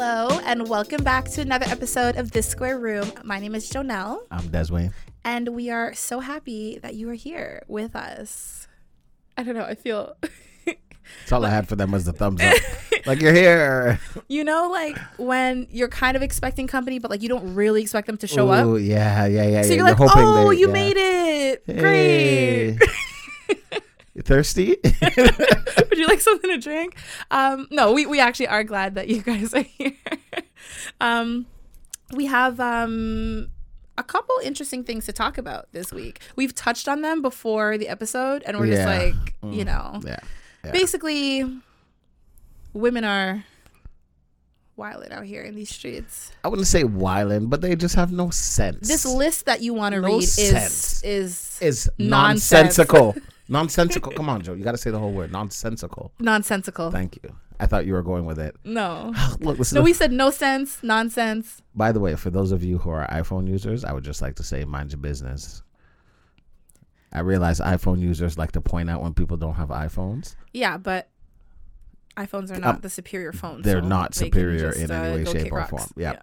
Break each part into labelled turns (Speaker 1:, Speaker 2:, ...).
Speaker 1: and welcome back to another episode of This Square Room. My name is Jonelle,
Speaker 2: I'm Deswayne.
Speaker 1: and we are so happy that you are here with us. I don't know, I feel.
Speaker 2: That's all I had for them was the thumbs up. like you're here.
Speaker 1: you know, like when you're kind of expecting company, but like you don't really expect them to show up.
Speaker 2: Ooh, Yeah, yeah, yeah.
Speaker 1: So
Speaker 2: yeah.
Speaker 1: you're like,
Speaker 2: hoping
Speaker 1: oh,
Speaker 2: they-
Speaker 1: you
Speaker 2: yeah.
Speaker 1: made it.
Speaker 2: Hey.
Speaker 1: Great.
Speaker 2: You thirsty?
Speaker 1: Would you like something to drink? Um, no, we, we actually are glad that you guys are here. um, we have um, a couple interesting things to talk about this week. We've touched on them before the episode, and we're just
Speaker 2: Yeah. Mm.
Speaker 1: like, you know,
Speaker 2: yeah. yeah.
Speaker 1: basically, women are wilding out here in these streets.
Speaker 2: I wouldn't say wildin', but they just have no sense.
Speaker 1: This list that you want to
Speaker 2: No
Speaker 1: read is
Speaker 2: sense.
Speaker 1: is
Speaker 2: is
Speaker 1: Nonsense.
Speaker 2: nonsensical. nonsensical. Come on, Joe. You got to say the whole word. Nonsensical.
Speaker 1: nonsensical.
Speaker 2: Thank you. I thought you were going with it.
Speaker 1: No.
Speaker 2: Look, this is
Speaker 1: No,
Speaker 2: a-
Speaker 1: we said no sense, nonsense.
Speaker 2: By the way, for those of you who are iPhone users, I would just like to say mind your business. I realize iPhone users like to point out when people don't have iPhones.
Speaker 1: Yeah, but iPhones are not the superior phone.
Speaker 2: Um, they're
Speaker 1: so
Speaker 2: not
Speaker 1: they can
Speaker 2: superior
Speaker 1: just,
Speaker 2: in any
Speaker 1: uh,
Speaker 2: way,
Speaker 1: go
Speaker 2: shape,
Speaker 1: kick
Speaker 2: or
Speaker 1: rocks.
Speaker 2: form. Yeah.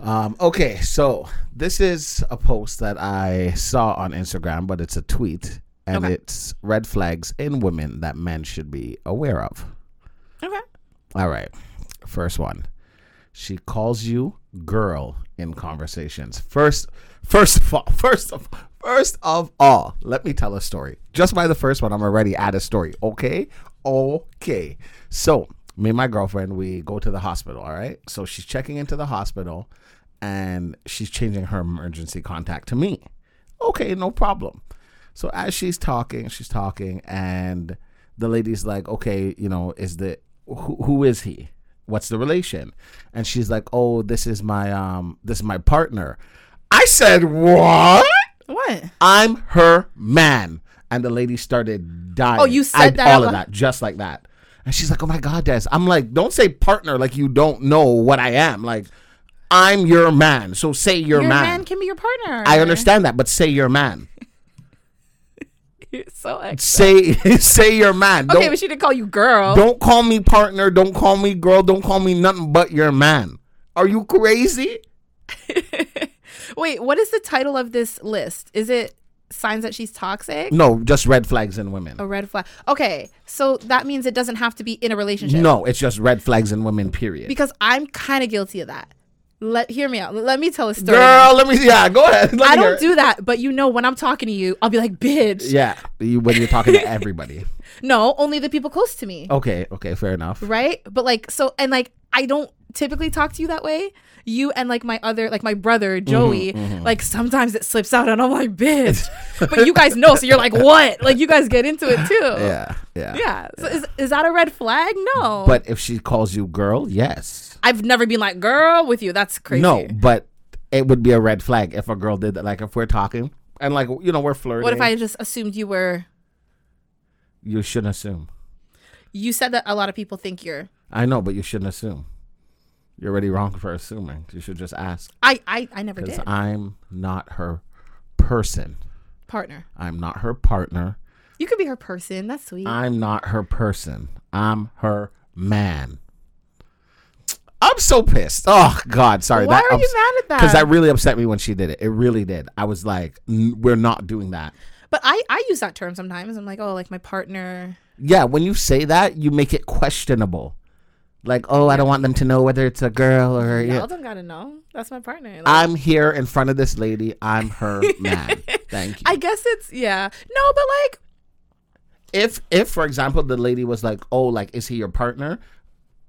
Speaker 2: Um, okay, so this is a post that I saw on Instagram, but it's a tweet, and
Speaker 1: Okay.
Speaker 2: it's red flags in women that men should be aware of.
Speaker 1: Okay.
Speaker 2: All right, first one. She calls you girl in conversations. First, first of all, first of first of all, let me tell a story. Just by the first one, I'm already at a story. Okay, okay. So me and my girlfriend, we go to the hospital. All right. So she's checking into the hospital, and she's changing her emergency contact to me. Okay, no problem. So as she's talking, she's talking, and the lady's like, "Okay, you know, is the who, who is he? What's the relation?" And she's like, "Oh, this is my um, this is my partner." I said, "What?
Speaker 1: What?
Speaker 2: I'm her man." And the lady started dying.
Speaker 1: Oh, you said
Speaker 2: I-
Speaker 1: that out
Speaker 2: all of
Speaker 1: loud?
Speaker 2: that, just like that. And she's like, "Oh my god, Des." I'm like, "Don't say partner like you don't know what I am. Like, I'm your man. So say your,
Speaker 1: Your man.
Speaker 2: man.
Speaker 1: can be your partner.
Speaker 2: I understand that, but say your man."
Speaker 1: You're so ex-
Speaker 2: say say your man.
Speaker 1: okay,
Speaker 2: Don't
Speaker 1: but she didn't call you girl.
Speaker 2: don't call me partner. Don't call me girl. Don't call me nothing but your man. Are you crazy?
Speaker 1: Wait, what is the title of this list? Is it signs that she's toxic?
Speaker 2: No, just red flags in women.
Speaker 1: A red flag. Okay, so that means it doesn't have to be in a relationship.
Speaker 2: No, it's just red flags in women. Period.
Speaker 1: because I'm kind of guilty of that. Let hear me out. Let me tell a story. now.
Speaker 2: Girl, let me. Yeah, go ahead. Let
Speaker 1: I
Speaker 2: me hear
Speaker 1: don't
Speaker 2: it.
Speaker 1: do that, but you know when I'm talking to you, I'll be like, "Bitch."
Speaker 2: Yeah, you, when you're talking to everybody.
Speaker 1: No, only the people close to me.
Speaker 2: Okay, okay, fair enough.
Speaker 1: right? But like, so, and like, I don't typically talk to you that way. You and like my other, like my brother,
Speaker 2: Mm-hmm,
Speaker 1: Joey, like sometimes it slips out and I'm like, bitch. but you guys know, so you're like, what? Like, you guys get into it too.
Speaker 2: Yeah, yeah,
Speaker 1: Yeah. So is, is that a red flag? No.
Speaker 2: But if she calls you girl, yes.
Speaker 1: I've never been like, girl, with you. That's crazy.
Speaker 2: No, but it would be a red flag if a girl did that. Like if we're talking and like you know we're flirting.
Speaker 1: What if I just assumed you were,
Speaker 2: You shouldn't assume.
Speaker 1: you said that a lot of people think you're,
Speaker 2: I know, but you shouldn't assume. You're already wrong for assuming. You should just ask.
Speaker 1: I, I, I never
Speaker 2: Because
Speaker 1: did.
Speaker 2: I'm not her person.
Speaker 1: Partner.
Speaker 2: I'm not her partner.
Speaker 1: You could be her person. That's sweet.
Speaker 2: I'm not her person. I'm her man. I'm so pissed. Oh God, sorry.
Speaker 1: Why are you mad at that?
Speaker 2: Because that really upset me when she did it. It really did. I was like, "N- we're not doing that.
Speaker 1: but I, I use that term sometimes. I'm like, oh, like my partner.
Speaker 2: Yeah, when you say that, you make it questionable. Like, oh, I don't want them to know whether it's a girl or yeah.
Speaker 1: Y'all don't gotta know. That's my partner. Like,
Speaker 2: I'm here in front of this lady. I'm her man. Thank you.
Speaker 1: I guess it's yeah. No, but like
Speaker 2: if if for example the lady was like, "Oh, like is he your partner?"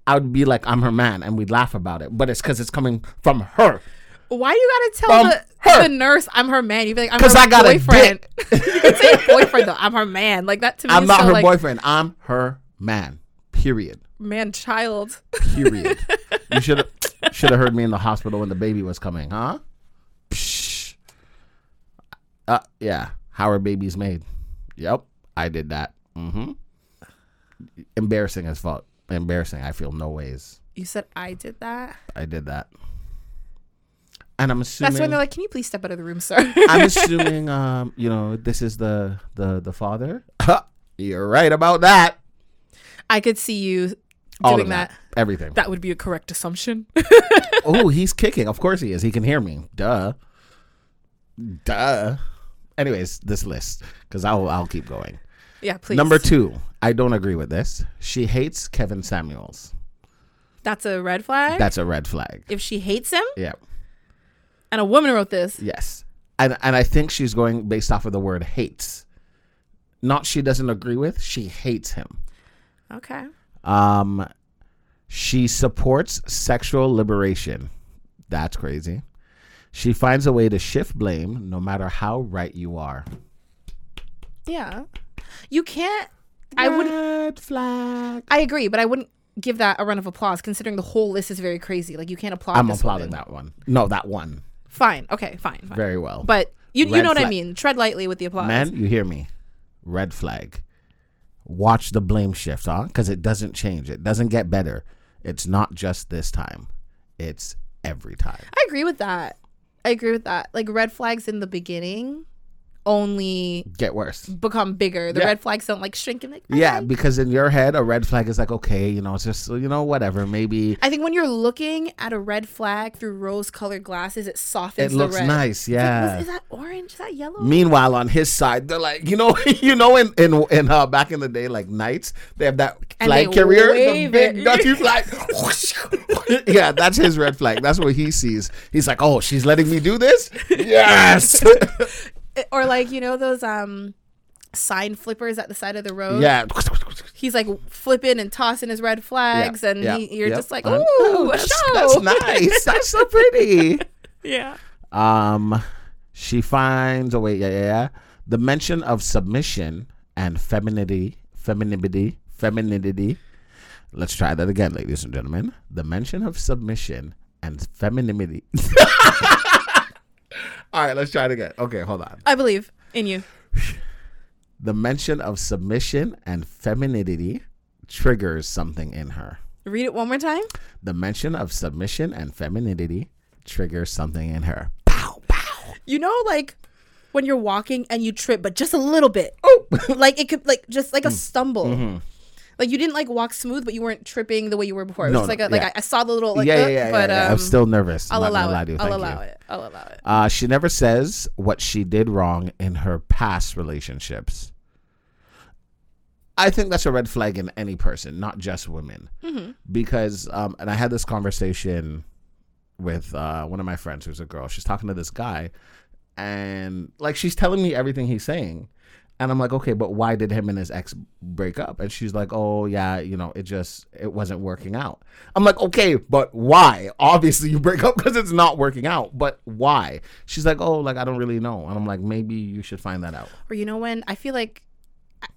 Speaker 2: I would be like, "I'm her man," and we'd laugh about it. But it's because it's coming from her.
Speaker 1: why do you gotta
Speaker 2: From
Speaker 1: tell the,
Speaker 2: her.
Speaker 1: the nurse I'm her man? You'd be like, I'm
Speaker 2: 'Cause
Speaker 1: her
Speaker 2: I got a
Speaker 1: boyfriend. you can say boyfriend though. I'm her man. Like that to me
Speaker 2: I'm
Speaker 1: is
Speaker 2: not
Speaker 1: so
Speaker 2: her
Speaker 1: like
Speaker 2: boyfriend. I'm her man. Period.
Speaker 1: man child.
Speaker 2: Period. you should should have heard me in the hospital when the baby was coming, huh? Psh. Uh, yeah. How are babies made? Yep, I did that. Mm-hmm. Embarrassing as fuck. Embarrassing. I feel no ways.
Speaker 1: You said I did that.
Speaker 2: I did that. And I'm assuming
Speaker 1: That's when they're like, Can you please step out of the room, sir?
Speaker 2: I'm assuming um, you know, this is the the the father. You're right about that.
Speaker 1: I could see you
Speaker 2: All
Speaker 1: doing
Speaker 2: of that.
Speaker 1: that.
Speaker 2: Everything.
Speaker 1: That would be a correct assumption.
Speaker 2: oh, he's kicking. Of course he is. He can hear me. Duh. Duh. Anyways, this list, because I'll, I'll keep going.
Speaker 1: yeah, please.
Speaker 2: Number two, I don't agree with this. She hates Kevin Samuels.
Speaker 1: That's a red flag.
Speaker 2: That's a red flag.
Speaker 1: if she hates him,
Speaker 2: Yeah.
Speaker 1: and a woman wrote this,
Speaker 2: Yes. And and I think she's going based off of the word hates. Not she doesn't agree with, she hates him.
Speaker 1: okay.
Speaker 2: Um she supports sexual liberation. That's crazy. She finds a way to shift blame no matter how right you are.
Speaker 1: Yeah. You can't I wouldn't
Speaker 2: Red flag.
Speaker 1: I agree, but I wouldn't give that a round of applause considering the whole list is very crazy. Like you can't applaud
Speaker 2: I'm
Speaker 1: this
Speaker 2: applauding
Speaker 1: woman.
Speaker 2: that one. No, that one.
Speaker 1: Fine. Okay, fine. fine.
Speaker 2: Very well.
Speaker 1: But you, you
Speaker 2: Red
Speaker 1: know what I
Speaker 2: flag.
Speaker 1: mean. Tread lightly with the applause.
Speaker 2: Man, you hear me? Red flag. Watch the blame shift, huh? Because it doesn't change. It doesn't get better. It's not just this time. It's every time.
Speaker 1: I agree with that. I agree with that. Like red flags in the beginning only
Speaker 2: Get worse.
Speaker 1: become bigger. The
Speaker 2: Yeah.
Speaker 1: red flags don't like shrink and like
Speaker 2: Yeah,
Speaker 1: "Okay."
Speaker 2: because in your head, a red flag is like, okay, you know, it's just, you know, whatever. Maybe
Speaker 1: I think when you're looking at a red flag through rose-colored glasses, it softens.
Speaker 2: it looks
Speaker 1: the red.
Speaker 2: nice.
Speaker 1: It's like,
Speaker 2: Yeah.
Speaker 1: "Was- is that orange? Is that yellow?
Speaker 2: Meanwhile, on his side, they're like, you know, you know, in in, in uh, back in the day, like knights, they have that
Speaker 1: And
Speaker 2: flag
Speaker 1: they
Speaker 2: carrier, the
Speaker 1: wave
Speaker 2: big
Speaker 1: it.
Speaker 2: Dutchy flag. yeah, that's his red flag. That's what he sees. He's like, oh, she's letting me do this. Yes.
Speaker 1: or like you know those um sign flippers at the side of the road.
Speaker 2: yeah.
Speaker 1: he's like flipping and tossing his red flags, and
Speaker 2: Yeah.
Speaker 1: he, you're
Speaker 2: Yep.
Speaker 1: just like,
Speaker 2: Uh,
Speaker 1: ooh,
Speaker 2: oh,
Speaker 1: a
Speaker 2: that's,
Speaker 1: show.
Speaker 2: that's nice. That's so pretty.
Speaker 1: yeah.
Speaker 2: Um, she finds. Oh wait, yeah, yeah, yeah. The mention of submission and femininity, femininity, femininity. Let's try that again, ladies and gentlemen. The mention of submission and femininity. All right, let's try it again. Okay, hold on.
Speaker 1: I believe in you.
Speaker 2: The mention of submission and femininity triggers something in her.
Speaker 1: Read it one more time.
Speaker 2: The mention of submission and femininity triggers something in her. Pow, pow.
Speaker 1: You know, like when you're walking and you trip, but just a little bit.
Speaker 2: Oh.
Speaker 1: like it could, like just
Speaker 2: Mm.
Speaker 1: like a stumble.
Speaker 2: Mm-hmm.
Speaker 1: Like you didn't like walk smooth, but you weren't tripping the way you were before. It
Speaker 2: No,
Speaker 1: was like
Speaker 2: no,
Speaker 1: a, like
Speaker 2: yeah.
Speaker 1: I, I saw the little like,
Speaker 2: yeah, yeah,
Speaker 1: uh,
Speaker 2: yeah,
Speaker 1: but
Speaker 2: yeah, yeah.
Speaker 1: um,
Speaker 2: I'm still nervous.
Speaker 1: I'll
Speaker 2: I'm not gonna
Speaker 1: allow
Speaker 2: lie
Speaker 1: it.
Speaker 2: to you.
Speaker 1: I'll
Speaker 2: Thank
Speaker 1: allow
Speaker 2: you.
Speaker 1: it. I'll allow it.
Speaker 2: Uh, she never says what she did wrong in her past relationships. I think that's a red flag in any person, not just women, because um, and I had this conversation with uh, one of my friends who's a girl. She's talking to this guy, and like she's telling me everything he's saying, and I'm like, okay, but why did him and his ex break up? And she's like, oh yeah, you know, it just it wasn't working out. I'm like, okay, but why? Obviously, you break up because it's not working out, but why? She's like, oh, like I don't really know, and I'm like, maybe you should find that out.
Speaker 1: Or you know when I feel like,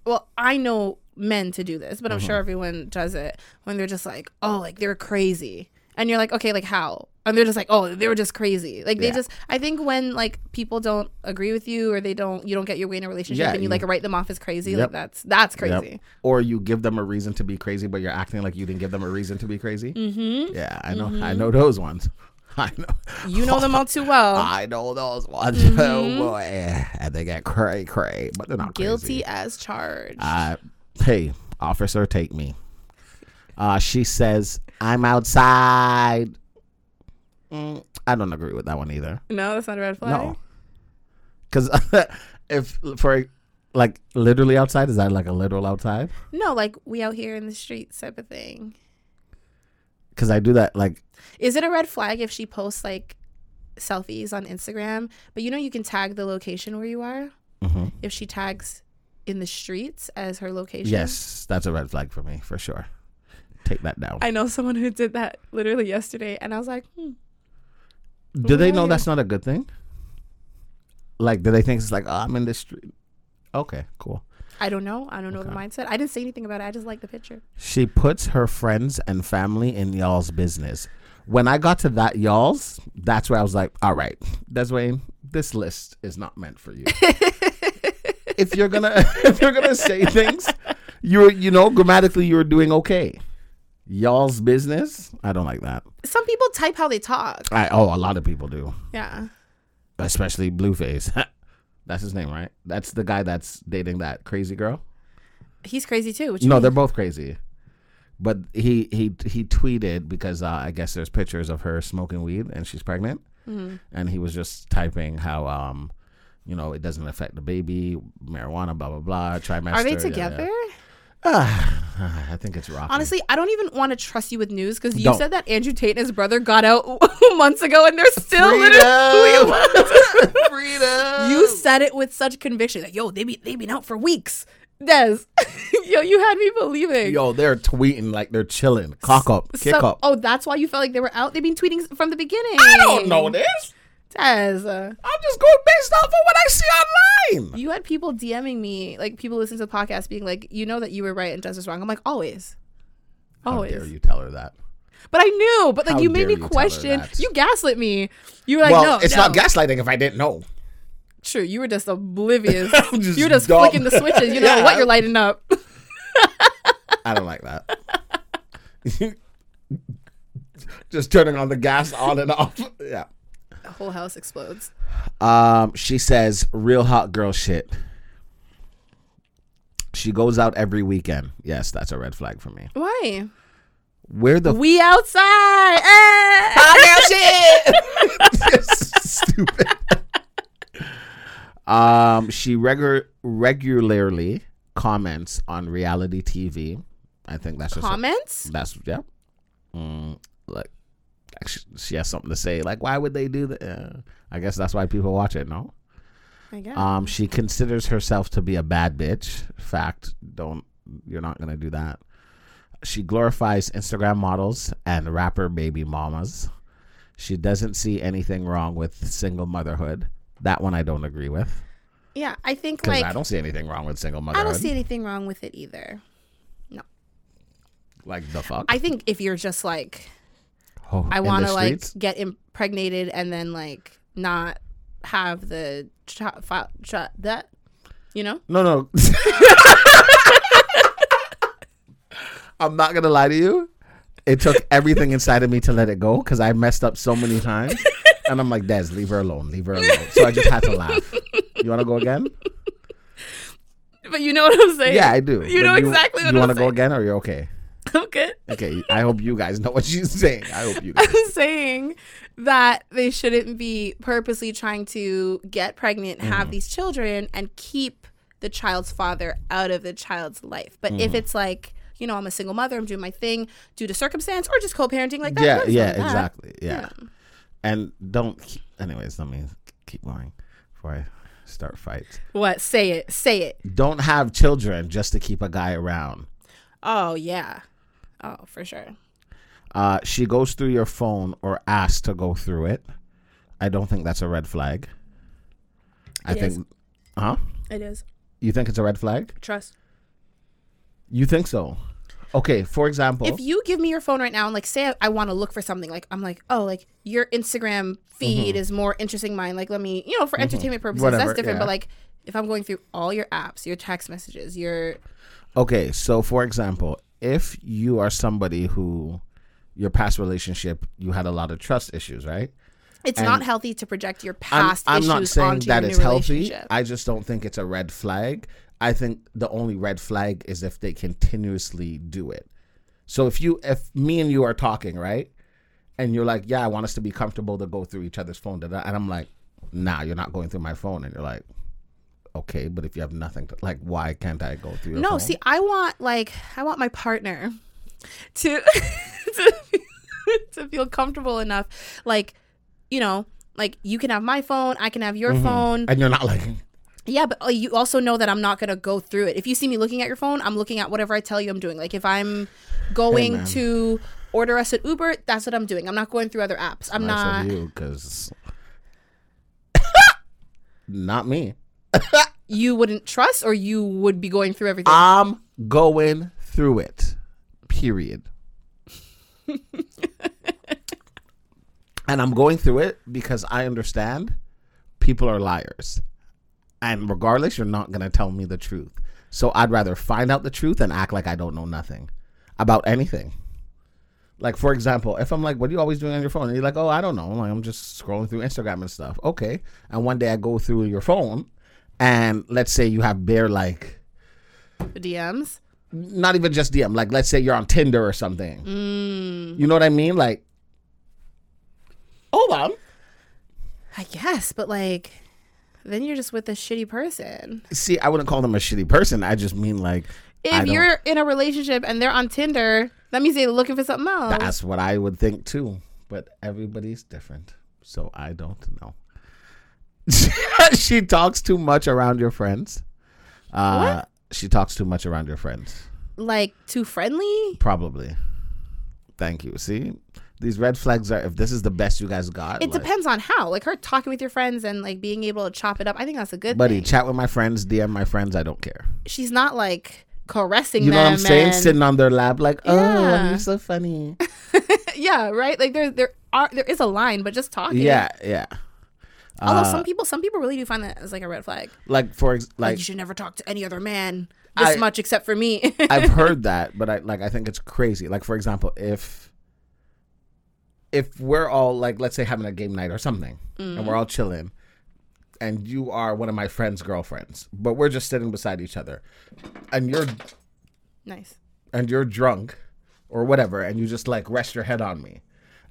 Speaker 1: well, I know men to do this, but I'm
Speaker 2: Mm-hmm.
Speaker 1: sure everyone does it when they're just like, oh, like they're crazy, and you're like, okay, like how? And they're just like, oh, they were just crazy. Like they
Speaker 2: Yeah.
Speaker 1: just, I think when like people don't agree with you or they don't, you don't get your way in a relationship,
Speaker 2: Yeah,
Speaker 1: and you,
Speaker 2: you-
Speaker 1: like write them off as crazy.
Speaker 2: Yep.
Speaker 1: Like that's that's
Speaker 2: Yep.
Speaker 1: crazy.
Speaker 2: Or you give them a reason to be crazy, but you're acting like you didn't give them a reason to be crazy. Mm-hmm. Yeah, I know. I know those ones. I know.
Speaker 1: You know them all too well.
Speaker 2: I know those ones. Oh boy, and they get cray cray, but they're not crazy.
Speaker 1: Guilty as charged.
Speaker 2: Uh, hey, officer, take me. Uh, she says, "I'm outside." Mm, I don't agree with that one either.
Speaker 1: no, that's not a red flag.
Speaker 2: No, because if for like literally outside, is that like a literal outside?
Speaker 1: No, like we out here in the streets type of thing.
Speaker 2: Because I do that like
Speaker 1: Is it a red flag if she posts like selfies on Instagram, but you know you can tag the location where you are?
Speaker 2: mhm.
Speaker 1: If she tags in the streets as her location?
Speaker 2: yes, that's a red flag for me for sure. Take that down.
Speaker 1: I know someone who did that literally yesterday, and I was like, hmm.
Speaker 2: do they know
Speaker 1: Right.
Speaker 2: that's not a good thing? Like, do they think it's like, oh, I'm in the street? Okay, cool.
Speaker 1: I don't know. I don't know the
Speaker 2: Okay.
Speaker 1: mindset. I didn't say anything about it. I just like the picture.
Speaker 2: She puts her friends and family in y'all's business. When I got to that y'all's, that's where I was like, all right, Deswayne, this list is not meant for you. if you're gonna if you're gonna say things, you're you know, grammatically you're doing okay. Y'all's business? I don't like that.
Speaker 1: Some people type how they talk.
Speaker 2: I oh a lot of people do.
Speaker 1: Yeah.
Speaker 2: Especially Blueface. that's his name, right? That's the guy that's dating that crazy girl.
Speaker 1: He's crazy too. Which
Speaker 2: No,
Speaker 1: no,
Speaker 2: they're both crazy. But he he he tweeted because uh, I guess there's pictures of her smoking weed and she's pregnant,
Speaker 1: Mm-hmm.
Speaker 2: and he was just typing how um, you know, it doesn't affect the baby, marijuana, blah blah blah. Trimester.
Speaker 1: Are they
Speaker 2: yada,
Speaker 1: together?
Speaker 2: yada. Ah, I think it's rocky.
Speaker 1: Honestly, I don't even want to trust you with news because you
Speaker 2: Don't.
Speaker 1: said that Andrew Tate and his brother got out months ago and they're still literally.
Speaker 2: freedom. freedom.
Speaker 1: You said it with such conviction that yo, they be they been out for weeks. Des, yo, you had me believing.
Speaker 2: Yo, they're tweeting like they're chilling. Cock up, kick
Speaker 1: So-
Speaker 2: up.
Speaker 1: Oh, that's why you felt like they were out. They've been tweeting from the beginning.
Speaker 2: I don't know this.
Speaker 1: Des, uh,
Speaker 2: I'm just going based off of what I see online.
Speaker 1: you had people DMing me, like people listening to the podcast, being like, "You know that you were right and Des was wrong." I'm like, always,
Speaker 2: How
Speaker 1: always.
Speaker 2: dare you tell her that?
Speaker 1: But I knew. But like,
Speaker 2: How
Speaker 1: you made
Speaker 2: dare
Speaker 1: me
Speaker 2: you tell her
Speaker 1: question.
Speaker 2: that.
Speaker 1: You gaslit me. You were like,
Speaker 2: well,
Speaker 1: "No,
Speaker 2: it's
Speaker 1: no.
Speaker 2: not gaslighting if I didn't know.
Speaker 1: True, you were just oblivious.
Speaker 2: I'm just
Speaker 1: you were just
Speaker 2: dumb.
Speaker 1: flicking the switches. You know
Speaker 2: Yeah.
Speaker 1: what you're lighting up.
Speaker 2: I don't like that. just turning on the gas on and off. Yeah.
Speaker 1: the whole house explodes.
Speaker 2: Um, she says real hot girl shit. She goes out every weekend. Yes, that's a red flag for me.
Speaker 1: Why?
Speaker 2: Where the
Speaker 1: We outside. eh!
Speaker 2: stupid. Um, she regu- regularly comments on reality TV. I think that's just
Speaker 1: Comments?
Speaker 2: that's yeah. Mm, like she, she has something to say. Like, why would they do that? Uh, I guess that's why people watch it. No.
Speaker 1: I guess.
Speaker 2: Um, she considers herself to be a bad bitch. Fact, don't you're not gonna do that. She glorifies Instagram models and rapper baby mamas. She doesn't see anything wrong with single motherhood. That one I don't agree with
Speaker 1: yeah, I think
Speaker 2: because
Speaker 1: like
Speaker 2: I don't see anything wrong with single
Speaker 1: I
Speaker 2: motherhood.
Speaker 1: don't see anything wrong with it either.
Speaker 2: like the fuck.
Speaker 1: I think if you're just like
Speaker 2: oh,
Speaker 1: I
Speaker 2: in the
Speaker 1: want to like
Speaker 2: streets?
Speaker 1: get impregnated and then like not have the shot fi- shot that you know
Speaker 2: No, no. I'm not gonna lie to you. It took everything inside of me to let it go because I messed up so many times, and I'm like, "Des, leave her alone, leave her alone." So I just had to laugh. You want to go again?
Speaker 1: but you know what i'm saying
Speaker 2: Yeah, I do.
Speaker 1: You know exactly what
Speaker 2: you
Speaker 1: I'm
Speaker 2: wanna go
Speaker 1: saying.
Speaker 2: again, or you're okay?
Speaker 1: i'm good
Speaker 2: Okay. I hope you guys know what she's saying. I hope you. Guys.
Speaker 1: I'm saying that they shouldn't be purposely trying to get pregnant,
Speaker 2: Mm-hmm.
Speaker 1: have these children, and keep the child's father out of the child's life. But
Speaker 2: Mm-hmm.
Speaker 1: if it's like, you know, I'm a single mother, I'm doing my thing due to circumstance or just co parenting like that.
Speaker 2: yeah,
Speaker 1: there's
Speaker 2: yeah,
Speaker 1: none of that.
Speaker 2: exactly. Yeah. and don't. Keep, anyways, let me keep going before I start fights.
Speaker 1: What? Say it. Say it.
Speaker 2: Don't have children just to keep a guy around.
Speaker 1: Oh, yeah. Oh, for sure.
Speaker 2: Uh, she goes through your phone or asks to go through it. I don't think that's a red flag. I
Speaker 1: It is.
Speaker 2: think, huh?
Speaker 1: It is.
Speaker 2: You think it's a red flag?
Speaker 1: Trust.
Speaker 2: You think so? Okay. For example,
Speaker 1: If you give me your phone right now and like say I, I want to look for something, like I'm like, oh, like your Instagram feed is more interesting than mine. Like let me, you know, for entertainment purposes,
Speaker 2: Mm-hmm. Whatever,
Speaker 1: that's different.
Speaker 2: yeah.
Speaker 1: But like if I'm going through all your apps, your text messages, your
Speaker 2: okay. So for example, if you are somebody who your past relationship you had a lot of trust issues, right?
Speaker 1: it's not healthy to project your
Speaker 2: I'm,
Speaker 1: past
Speaker 2: I'm
Speaker 1: issues
Speaker 2: not saying
Speaker 1: onto
Speaker 2: that
Speaker 1: your
Speaker 2: it's
Speaker 1: new
Speaker 2: healthy.
Speaker 1: relationship.
Speaker 2: I just don't think it's a red flag. I think the only red flag is if they continuously do it. So if you, if me and you are talking, right, and you're like, "Yeah, I want us to be comfortable to go through each other's phone," da-da," and I'm like, "Nah, you're not going through my phone," and you're like, "Okay, but if you have nothing, to, like, why can't I go through?" Your
Speaker 1: no,
Speaker 2: phone?
Speaker 1: see, I want like I want my partner to to, feel, to feel comfortable enough, like you know, like you can have my phone, I can have your
Speaker 2: Mm-hmm.
Speaker 1: phone.
Speaker 2: and you're not like,
Speaker 1: Yeah, but uh, you also know that I'm not gonna go through it. If you see me looking at your phone, I'm looking at whatever I tell you I'm doing. Like if I'm going
Speaker 2: Amen.
Speaker 1: to order us an Uber, that's what I'm doing. I'm not going through other apps. I'm
Speaker 2: "Nice
Speaker 1: not.
Speaker 2: of you," because not me.
Speaker 1: You wouldn't trust, or you would be going through everything.
Speaker 2: I'm going through it. Period. and I'm going through it because I understand people are liars. And regardless, you're not going to tell me the truth. So I'd rather find out the truth and act like I don't know nothing about anything. Like, for example, if I'm like, what are you always doing on your phone? And you're like, oh, I don't know. Like, I'm just scrolling through Instagram and stuff. Okay. And one day I go through your phone, and let's say you have bare, like,
Speaker 1: the DMs.
Speaker 2: not even just DM. Like, let's say you're on Tinder or something.
Speaker 1: Mm.
Speaker 2: You know what I mean? Like, hold on.
Speaker 1: I guess, but like, then you're just with a shitty person.
Speaker 2: See, I wouldn't call them a shitty person. I just mean like, I
Speaker 1: If
Speaker 2: don't-
Speaker 1: you're in a relationship and they're on Tinder, that means they're looking for something else.
Speaker 2: that's what I would think too. But everybody's different, so I don't know. she talks too much around your friends. Uh, She talks too much around your friends.
Speaker 1: like too friendly.
Speaker 2: Probably. Thank you. See, these red flags are. If this is the best you guys got,
Speaker 1: It
Speaker 2: like,
Speaker 1: depends on how. Like her talking with your friends and like being able to chop it up. I think that's a good
Speaker 2: buddy.
Speaker 1: thing.
Speaker 2: Chat with my friends. DM my friends. I don't care.
Speaker 1: She's not like caressing
Speaker 2: You know
Speaker 1: them.
Speaker 2: what I'm saying?
Speaker 1: and-
Speaker 2: Sitting on their lap, like, oh,
Speaker 1: Yeah.
Speaker 2: you're so funny.
Speaker 1: yeah, right. Like there, there are there is a line, but just talking.
Speaker 2: yeah, uh, yeah.
Speaker 1: Although some people, some people really do find that as like a red flag.
Speaker 2: Like for ex-
Speaker 1: Like,
Speaker 2: like,
Speaker 1: you should never talk to any other man this
Speaker 2: I-
Speaker 1: much except for me.
Speaker 2: I've heard that, but I like I think it's crazy. Like for example, if if we're all like, let's say having a game night or something, and
Speaker 1: Mm.
Speaker 2: we're all chilling, and you are one of my friend's girlfriends, but we're just sitting beside each other, and you're
Speaker 1: nice.
Speaker 2: and you're drunk or whatever and you just like rest your head on me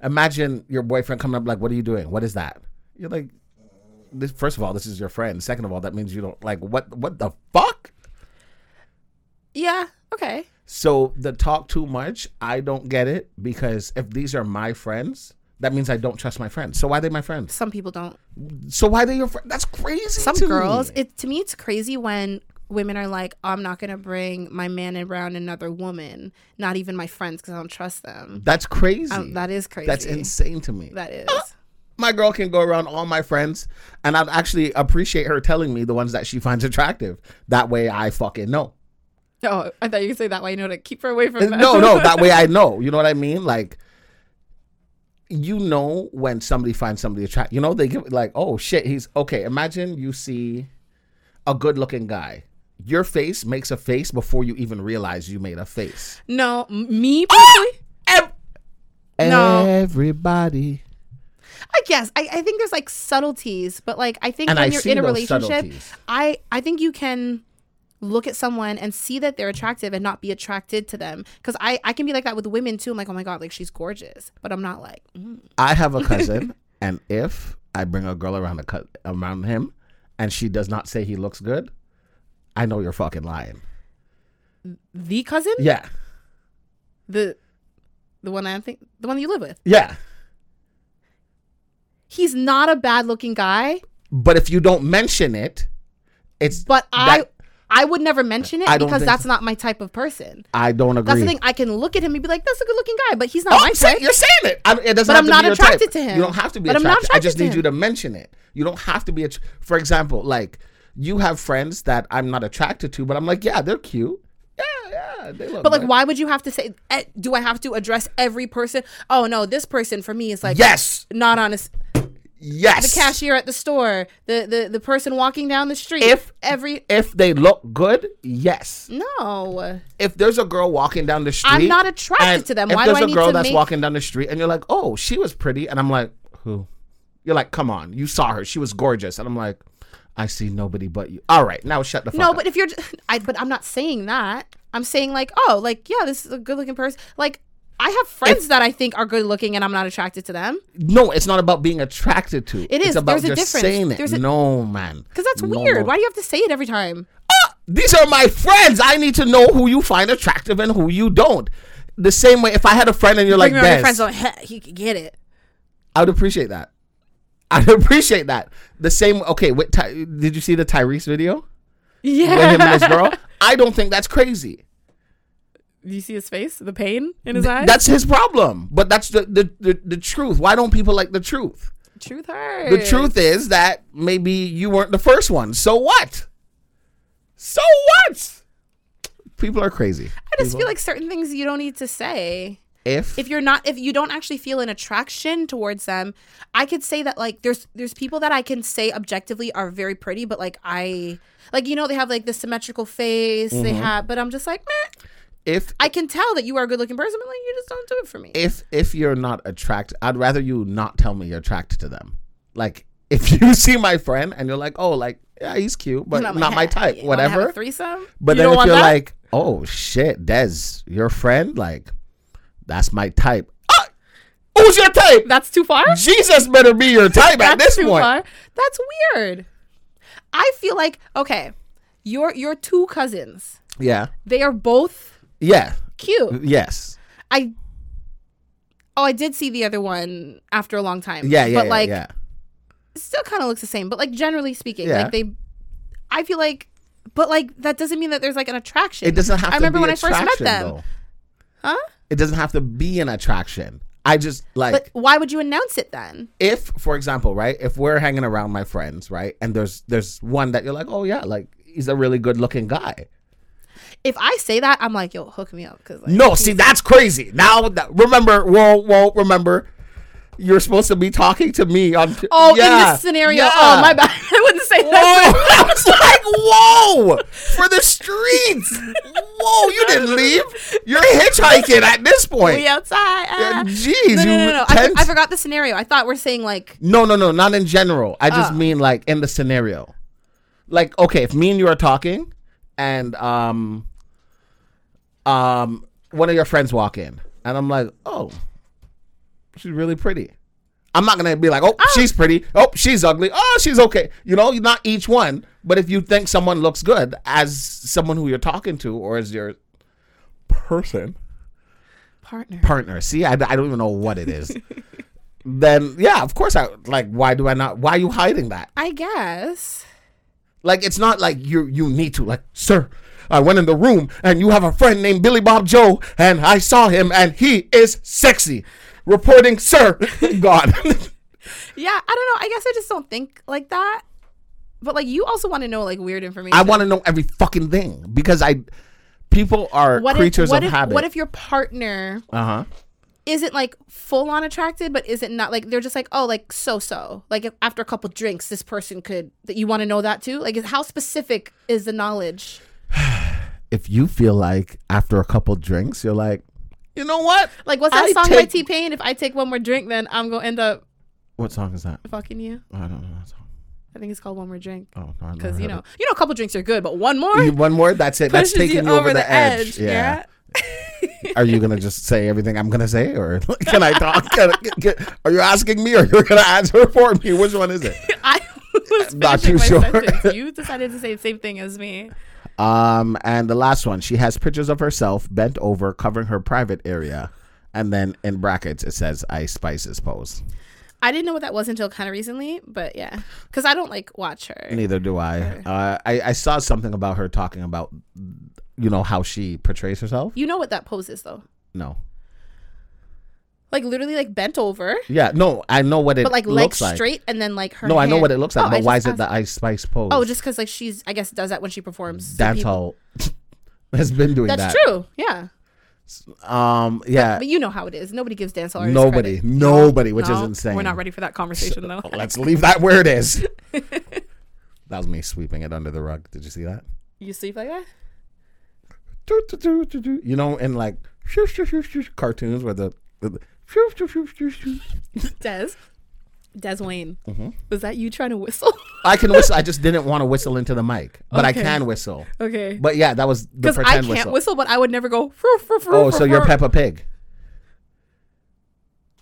Speaker 2: imagine your boyfriend coming up like what are you doing what is that you're like this, first of all this is your friend second of all that means you don't like what what the fuck
Speaker 1: Yeah. Okay.
Speaker 2: so the talk too much i don't get it because if these are my friends that means i don't trust my friends so why are they my friends
Speaker 1: Some people don't.
Speaker 2: so why are they your friend that's crazy
Speaker 1: Some
Speaker 2: to
Speaker 1: girls.
Speaker 2: me.
Speaker 1: It to me, it's crazy when women are like, "I'm not gonna bring my man around another woman, not even my friends, because I don't trust them."
Speaker 2: that's crazy
Speaker 1: Um, that is crazy.
Speaker 2: that's insane to me
Speaker 1: That is.
Speaker 2: my girl can go around all my friends and I'd actually appreciate her telling me the ones that she finds attractive. That way I fucking know.
Speaker 1: Oh, I thought you could say that way. You know to keep her away from. Them.
Speaker 2: Uh, No, no, that way I know. You know what I mean? Like you know when somebody finds somebody attractive. You know, they give like, oh shit, he's okay. Imagine you see a good looking guy. Your face makes a face before you even realize you made a face.
Speaker 1: no, m- me
Speaker 2: Ah!
Speaker 1: personally. No.
Speaker 2: Everybody.
Speaker 1: I guess Uh, I, I think there's like subtleties, but like I think
Speaker 2: And
Speaker 1: when
Speaker 2: I
Speaker 1: you're
Speaker 2: see
Speaker 1: in a
Speaker 2: those
Speaker 1: relationship,
Speaker 2: subtleties.
Speaker 1: I I think you can look at someone and see that they're attractive and not be attracted to them because I I can be like that with women too. I'm like, oh my god, like she's gorgeous, but I'm not like mm.
Speaker 2: I have a cousin, and if I bring a girl around a cou- around him, and she does not say he looks good, I know you're fucking lying.
Speaker 1: the cousin,
Speaker 2: Yeah,
Speaker 1: the the one I think the one you live with.
Speaker 2: yeah.
Speaker 1: He's not a bad looking guy,
Speaker 2: But if you don't mention it, it's
Speaker 1: but I.
Speaker 2: That-
Speaker 1: I would never mention it
Speaker 2: I don't
Speaker 1: because
Speaker 2: think
Speaker 1: that's
Speaker 2: so.
Speaker 1: not my type of person.
Speaker 2: I don't agree.
Speaker 1: That's the thing. I can look at him and be like, "That's a good-looking guy," but he's not
Speaker 2: Oh,
Speaker 1: my
Speaker 2: I'm saying-
Speaker 1: type.
Speaker 2: you're saying it. I, it doesn't
Speaker 1: But
Speaker 2: have
Speaker 1: I'm
Speaker 2: to
Speaker 1: not
Speaker 2: be your
Speaker 1: attracted
Speaker 2: type.
Speaker 1: to him.
Speaker 2: You don't have to be
Speaker 1: But I'm
Speaker 2: attracted.
Speaker 1: not
Speaker 2: I just
Speaker 1: attracted to
Speaker 2: need you
Speaker 1: him.
Speaker 2: to mention it. You don't have to be. Att- For example, like you have friends that I'm not attracted to, but I'm like, yeah, they're cute. Yeah, yeah, they look.
Speaker 1: But like,
Speaker 2: good.
Speaker 1: why would you have to say? eh, Do I have to address every person? Oh no, this person for me is like
Speaker 2: yes,
Speaker 1: not honest.
Speaker 2: yes.
Speaker 1: The cashier at the store, the the the person walking down the street.
Speaker 2: If-
Speaker 1: every
Speaker 2: If they look good, yes.
Speaker 1: no,
Speaker 2: if there's a girl walking down the street,
Speaker 1: I'm not attracted
Speaker 2: and
Speaker 1: to them.
Speaker 2: If
Speaker 1: Why do
Speaker 2: there's
Speaker 1: I
Speaker 2: a
Speaker 1: need
Speaker 2: girl
Speaker 1: to
Speaker 2: that's
Speaker 1: make-
Speaker 2: walking down the street and you're like, oh, she was pretty, and I'm like, who? You're like, come on, you saw her, she was gorgeous, and I'm like, I see nobody but you. All right, now shut the fuck
Speaker 1: no.
Speaker 2: up.
Speaker 1: But if you're, j- I but I'm not saying that. I'm saying like, oh, like yeah, this is a good looking person. Like I have friends that I think are good looking, and I'm not attracted to them.
Speaker 2: no, it's not about being attracted to. It
Speaker 1: is.
Speaker 2: It's about
Speaker 1: There's a
Speaker 2: just
Speaker 1: difference.
Speaker 2: saying it.
Speaker 1: There's a-
Speaker 2: no, man.
Speaker 1: Because that's
Speaker 2: No,
Speaker 1: weird.
Speaker 2: no.
Speaker 1: Why do you have to say it every time?
Speaker 2: These are my friends. I need to know who you find attractive and who you don't. The same way, if I had a friend and you're like,
Speaker 1: Bring around your
Speaker 2: Bez,
Speaker 1: friends don't you can get it.
Speaker 2: I would appreciate that. I'd appreciate that. The same. Okay, with Ty- did you see the Tyrese video? with
Speaker 1: Yeah.
Speaker 2: him and his girl. I don't think that's crazy.
Speaker 1: Do you see his face? The pain in his eyes.
Speaker 2: That's his problem. But that's the the, the, the truth. Why don't people like the truth?
Speaker 1: truth hurts.
Speaker 2: The truth is that maybe you weren't the first one. So what? So what? People are crazy.
Speaker 1: I just feel like certain things you don't need to say.
Speaker 2: If,
Speaker 1: If you're not if you don't actually feel an attraction towards them, I could say that like there's there's people that I can say objectively are very pretty, but like I like you know they have like the symmetrical face, they
Speaker 2: Mm-hmm.
Speaker 1: have but I'm just like, meh.
Speaker 2: if
Speaker 1: I can tell that you are a good looking person, but like you just don't do it for me.
Speaker 2: if if you're not attracted, I'd rather you not tell me you're attracted to them. Like if you see my friend and you're like, oh, like yeah, he's cute, but
Speaker 1: And I'm
Speaker 2: not
Speaker 1: like,
Speaker 2: my
Speaker 1: "Hey,
Speaker 2: type,
Speaker 1: you wanna have a
Speaker 2: whatever.
Speaker 1: threesome?
Speaker 2: But
Speaker 1: You
Speaker 2: then
Speaker 1: don't
Speaker 2: if
Speaker 1: want
Speaker 2: you're
Speaker 1: that?
Speaker 2: like, oh shit, Des, your friend, like, that's my type. Ah, who's your type?
Speaker 1: That's too far.
Speaker 2: Jesus better be your type at this
Speaker 1: too
Speaker 2: point.
Speaker 1: far. That's weird. I feel like okay, your your two cousins.
Speaker 2: Yeah.
Speaker 1: They are both
Speaker 2: Yeah.
Speaker 1: cute.
Speaker 2: Yes.
Speaker 1: I oh, I did see the other one after a long time.
Speaker 2: Yeah. Yeah.
Speaker 1: but
Speaker 2: yeah,
Speaker 1: like
Speaker 2: yeah.
Speaker 1: it still kind of looks the same. But like generally speaking,
Speaker 2: Yeah.
Speaker 1: like they, I feel like. But like that doesn't mean that there's like an attraction.
Speaker 2: It doesn't have.
Speaker 1: I
Speaker 2: to
Speaker 1: remember
Speaker 2: be
Speaker 1: when I first met
Speaker 2: attraction,
Speaker 1: them.
Speaker 2: though.
Speaker 1: Huh?
Speaker 2: It doesn't have to be an attraction. I just like
Speaker 1: But why would you announce it then?
Speaker 2: if, for example, right, if we're hanging around my friends, right, and there's there's one that you're like, oh yeah, like he's a really good looking guy.
Speaker 1: If I say that, I'm like, yo, hook me up because like,
Speaker 2: No, see, that's crazy. Now, that, remember, whoa, whoa, remember, you're supposed to be talking to me on.
Speaker 1: oh, in
Speaker 2: Yeah,
Speaker 1: this scenario,
Speaker 2: yeah.
Speaker 1: oh my bad, I wouldn't say
Speaker 2: Whoa,
Speaker 1: that.
Speaker 2: I was like, whoa, for the streets. Whoa, you didn't leave. You're hitchhiking at this point.
Speaker 1: We outside.
Speaker 2: Yeah,
Speaker 1: ah.
Speaker 2: Jeez,
Speaker 1: no, no, no,
Speaker 2: you
Speaker 1: no. I,
Speaker 2: tense-
Speaker 1: I forgot the scenario. I thought we're saying like
Speaker 2: No, no, no, not in general. I just
Speaker 1: Oh.
Speaker 2: mean like in the scenario. Like, okay, if me and you are talking and um um one of your friends walk in and I'm like, "Oh, she's really pretty." I'm not going to be like, "Oh, she's pretty. Oh, she's ugly. Oh, she's okay." You know, not each one, but if you think someone looks good as someone who you're talking to or as your person,
Speaker 1: partner.
Speaker 2: partner. See, I, I don't even know what it is. then yeah, of course I like. Why do I not? Why are you hiding that?
Speaker 1: I guess.
Speaker 2: Like it's not like you you need to like, sir. I went in the room and you have a friend named Billy Bob Joe and I saw him and he is sexy. Reporting, sir, God.
Speaker 1: Yeah, I don't know. I guess I just don't think like that. But like, you also want to know like weird information.
Speaker 2: I want to know every fucking thing because I people are
Speaker 1: what
Speaker 2: creatures
Speaker 1: if, what
Speaker 2: of
Speaker 1: if,
Speaker 2: habit.
Speaker 1: What if your partner
Speaker 2: uh huh.
Speaker 1: isn't like full on attracted, but isn't not like they're just like oh like so so like if after a couple drinks this person could that you want to know that too like is- how specific is the knowledge
Speaker 2: If you feel like after a couple drinks you're like, you know what?
Speaker 1: like what's that
Speaker 2: I
Speaker 1: song by
Speaker 2: take-
Speaker 1: T Pain if I take one more drink then I'm gonna end up
Speaker 2: What song is that?
Speaker 1: fucking you
Speaker 2: I don't know. That song.
Speaker 1: I think it's called One More Drink
Speaker 2: Oh, no, I never
Speaker 1: because
Speaker 2: heard
Speaker 1: you
Speaker 2: it.
Speaker 1: know you know a couple drinks are good but one more
Speaker 2: You- one more. That's it. That's
Speaker 1: pushes
Speaker 2: taking you over the, edge. Yeah. Are you gonna just say everything I'm gonna say, or can I talk? Can I- can- can- are you asking me, or you're gonna answer for me? Which one is it?
Speaker 1: I was
Speaker 2: Not
Speaker 1: not
Speaker 2: too
Speaker 1: my
Speaker 2: sure.
Speaker 1: sentence. You decided to say the same thing as me.
Speaker 2: Um, and the last one. She has pictures of herself bent over, covering her private area, and then in brackets it says "Ice Spices pose."
Speaker 1: I didn't know what that was until kind of recently, but yeah, because I don't like watch her.
Speaker 2: Neither do I. Uh, I. I saw something about her talking about, you know, how she portrays herself.
Speaker 1: You know what that pose is though,
Speaker 2: No.
Speaker 1: like literally like bent over,
Speaker 2: Yeah. No. I know what it
Speaker 1: but like legs
Speaker 2: looks like.
Speaker 1: straight, and then like her.
Speaker 2: No, I know
Speaker 1: hand-
Speaker 2: what it looks like,
Speaker 1: Oh, I
Speaker 2: but why is
Speaker 1: just
Speaker 2: it
Speaker 1: asked-
Speaker 2: the Ice Spice pose?
Speaker 1: Oh, just because like she's I guess does that when she performs. to
Speaker 2: That's
Speaker 1: people.
Speaker 2: how has been doing
Speaker 1: That's
Speaker 2: that.
Speaker 1: true. Yeah,
Speaker 2: Um, yeah,
Speaker 1: but you know how it is. Nobody gives dance artists
Speaker 2: nobody,
Speaker 1: credit.
Speaker 2: nobody, which is
Speaker 1: No,
Speaker 2: insane.
Speaker 1: We're not ready for that conversation though.
Speaker 2: Let's leave that where it is. that was me sweeping it under the rug. Did you see that?
Speaker 1: You sleep like that?
Speaker 2: Do, do, do, do, do. You know, in like shoo, shoo, shoo, shoo, shoo, cartoons where the, the shoo, shoo, shoo, shoo, shoo.
Speaker 1: Des, Des Wayne,
Speaker 2: Mm-hmm.
Speaker 1: was that you trying to whistle?
Speaker 2: I can whistle. I just didn't want to whistle into the mic, but I
Speaker 1: Okay.
Speaker 2: can whistle.
Speaker 1: okay.
Speaker 2: But yeah, that was the
Speaker 1: Because I
Speaker 2: pretend
Speaker 1: can't
Speaker 2: whistle.
Speaker 1: whistle. but I would never go. "Frou, frou, frou,
Speaker 2: Oh,
Speaker 1: frou,
Speaker 2: so you're
Speaker 1: frou,"
Speaker 2: Peppa Pig.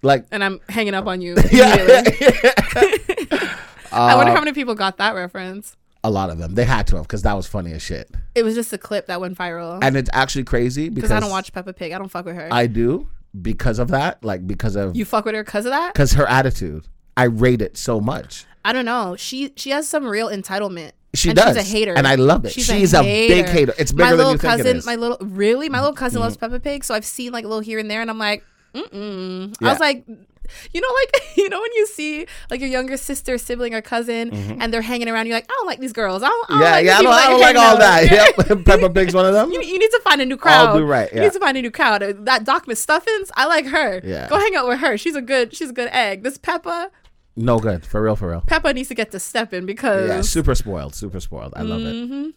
Speaker 2: Like
Speaker 1: and I'm hanging up on you.
Speaker 2: yeah, Uh,
Speaker 1: immediately. I wonder how many people got that reference.
Speaker 2: a lot of them. They had to have because that was funny as shit.
Speaker 1: It was just a clip that went viral.
Speaker 2: and it's actually crazy because
Speaker 1: Because I don't watch Peppa Pig. I don't fuck with her.
Speaker 2: I do because of that, like because of
Speaker 1: you fuck with her because of that?
Speaker 2: because her attitude. I rate it so much.
Speaker 1: I don't know. She she has some real entitlement.
Speaker 2: She
Speaker 1: and
Speaker 2: does,
Speaker 1: She's a hater,
Speaker 2: and I love it. She's a big hater. It's bigger
Speaker 1: my
Speaker 2: than
Speaker 1: little
Speaker 2: you think it
Speaker 1: cousin,
Speaker 2: is. Mm-hmm.
Speaker 1: My little really, my little cousin loves Peppa Pig, so I've seen like a little here and there, and I'm like, mm I
Speaker 2: Yeah.
Speaker 1: was like, you know, like you know when you see like your younger sister, sibling, or cousin, and they're hanging around, you're like, I don't like these girls. I don't, I don't
Speaker 2: Mm-hmm. yeah,
Speaker 1: Oh, like
Speaker 2: yeah, I
Speaker 1: these
Speaker 2: don't,
Speaker 1: people
Speaker 2: I don't
Speaker 1: hang
Speaker 2: like all
Speaker 1: out."
Speaker 2: that. Yep, Peppa Pig's one of them.
Speaker 1: You, you need to find a new
Speaker 2: I'll
Speaker 1: crowd.
Speaker 2: do right,
Speaker 1: You
Speaker 2: yeah.
Speaker 1: need to find a new crowd. Uh, That Doc McStuffins, I like her.
Speaker 2: Yeah.
Speaker 1: Go hang out with her. She's a good. She's a good egg. This Peppa,
Speaker 2: No good, for real, for real.
Speaker 1: Peppa needs to get to stepping because
Speaker 2: Yeah, super spoiled, super spoiled. I love
Speaker 1: Mm-hmm.
Speaker 2: it.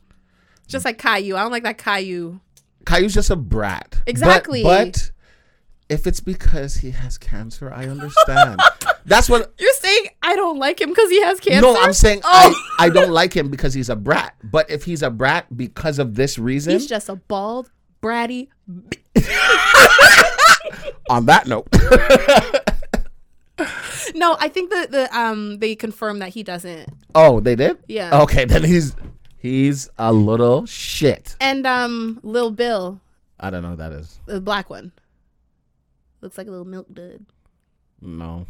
Speaker 1: just like Caillou, I don't like that Caillou.
Speaker 2: Caillou's just a brat. But-
Speaker 1: Exactly.
Speaker 2: But, if it's because he has cancer, I understand. That's when.
Speaker 1: You're saying I don't like him because he has cancer.
Speaker 2: No, I'm saying
Speaker 1: oh,
Speaker 2: I, I don't like him because he's a brat. But if he's a brat because of this reason,
Speaker 1: he's just a bald, bratty. b-
Speaker 2: on that note,
Speaker 1: No, I think that the um they confirmed that he doesn't.
Speaker 2: oh, they did.
Speaker 1: Yeah.
Speaker 2: Okay, then he's he's a little shit.
Speaker 1: And um, Lil Bill,
Speaker 2: I don't know who that is.
Speaker 1: the black one, looks like a little milk dud.
Speaker 2: No.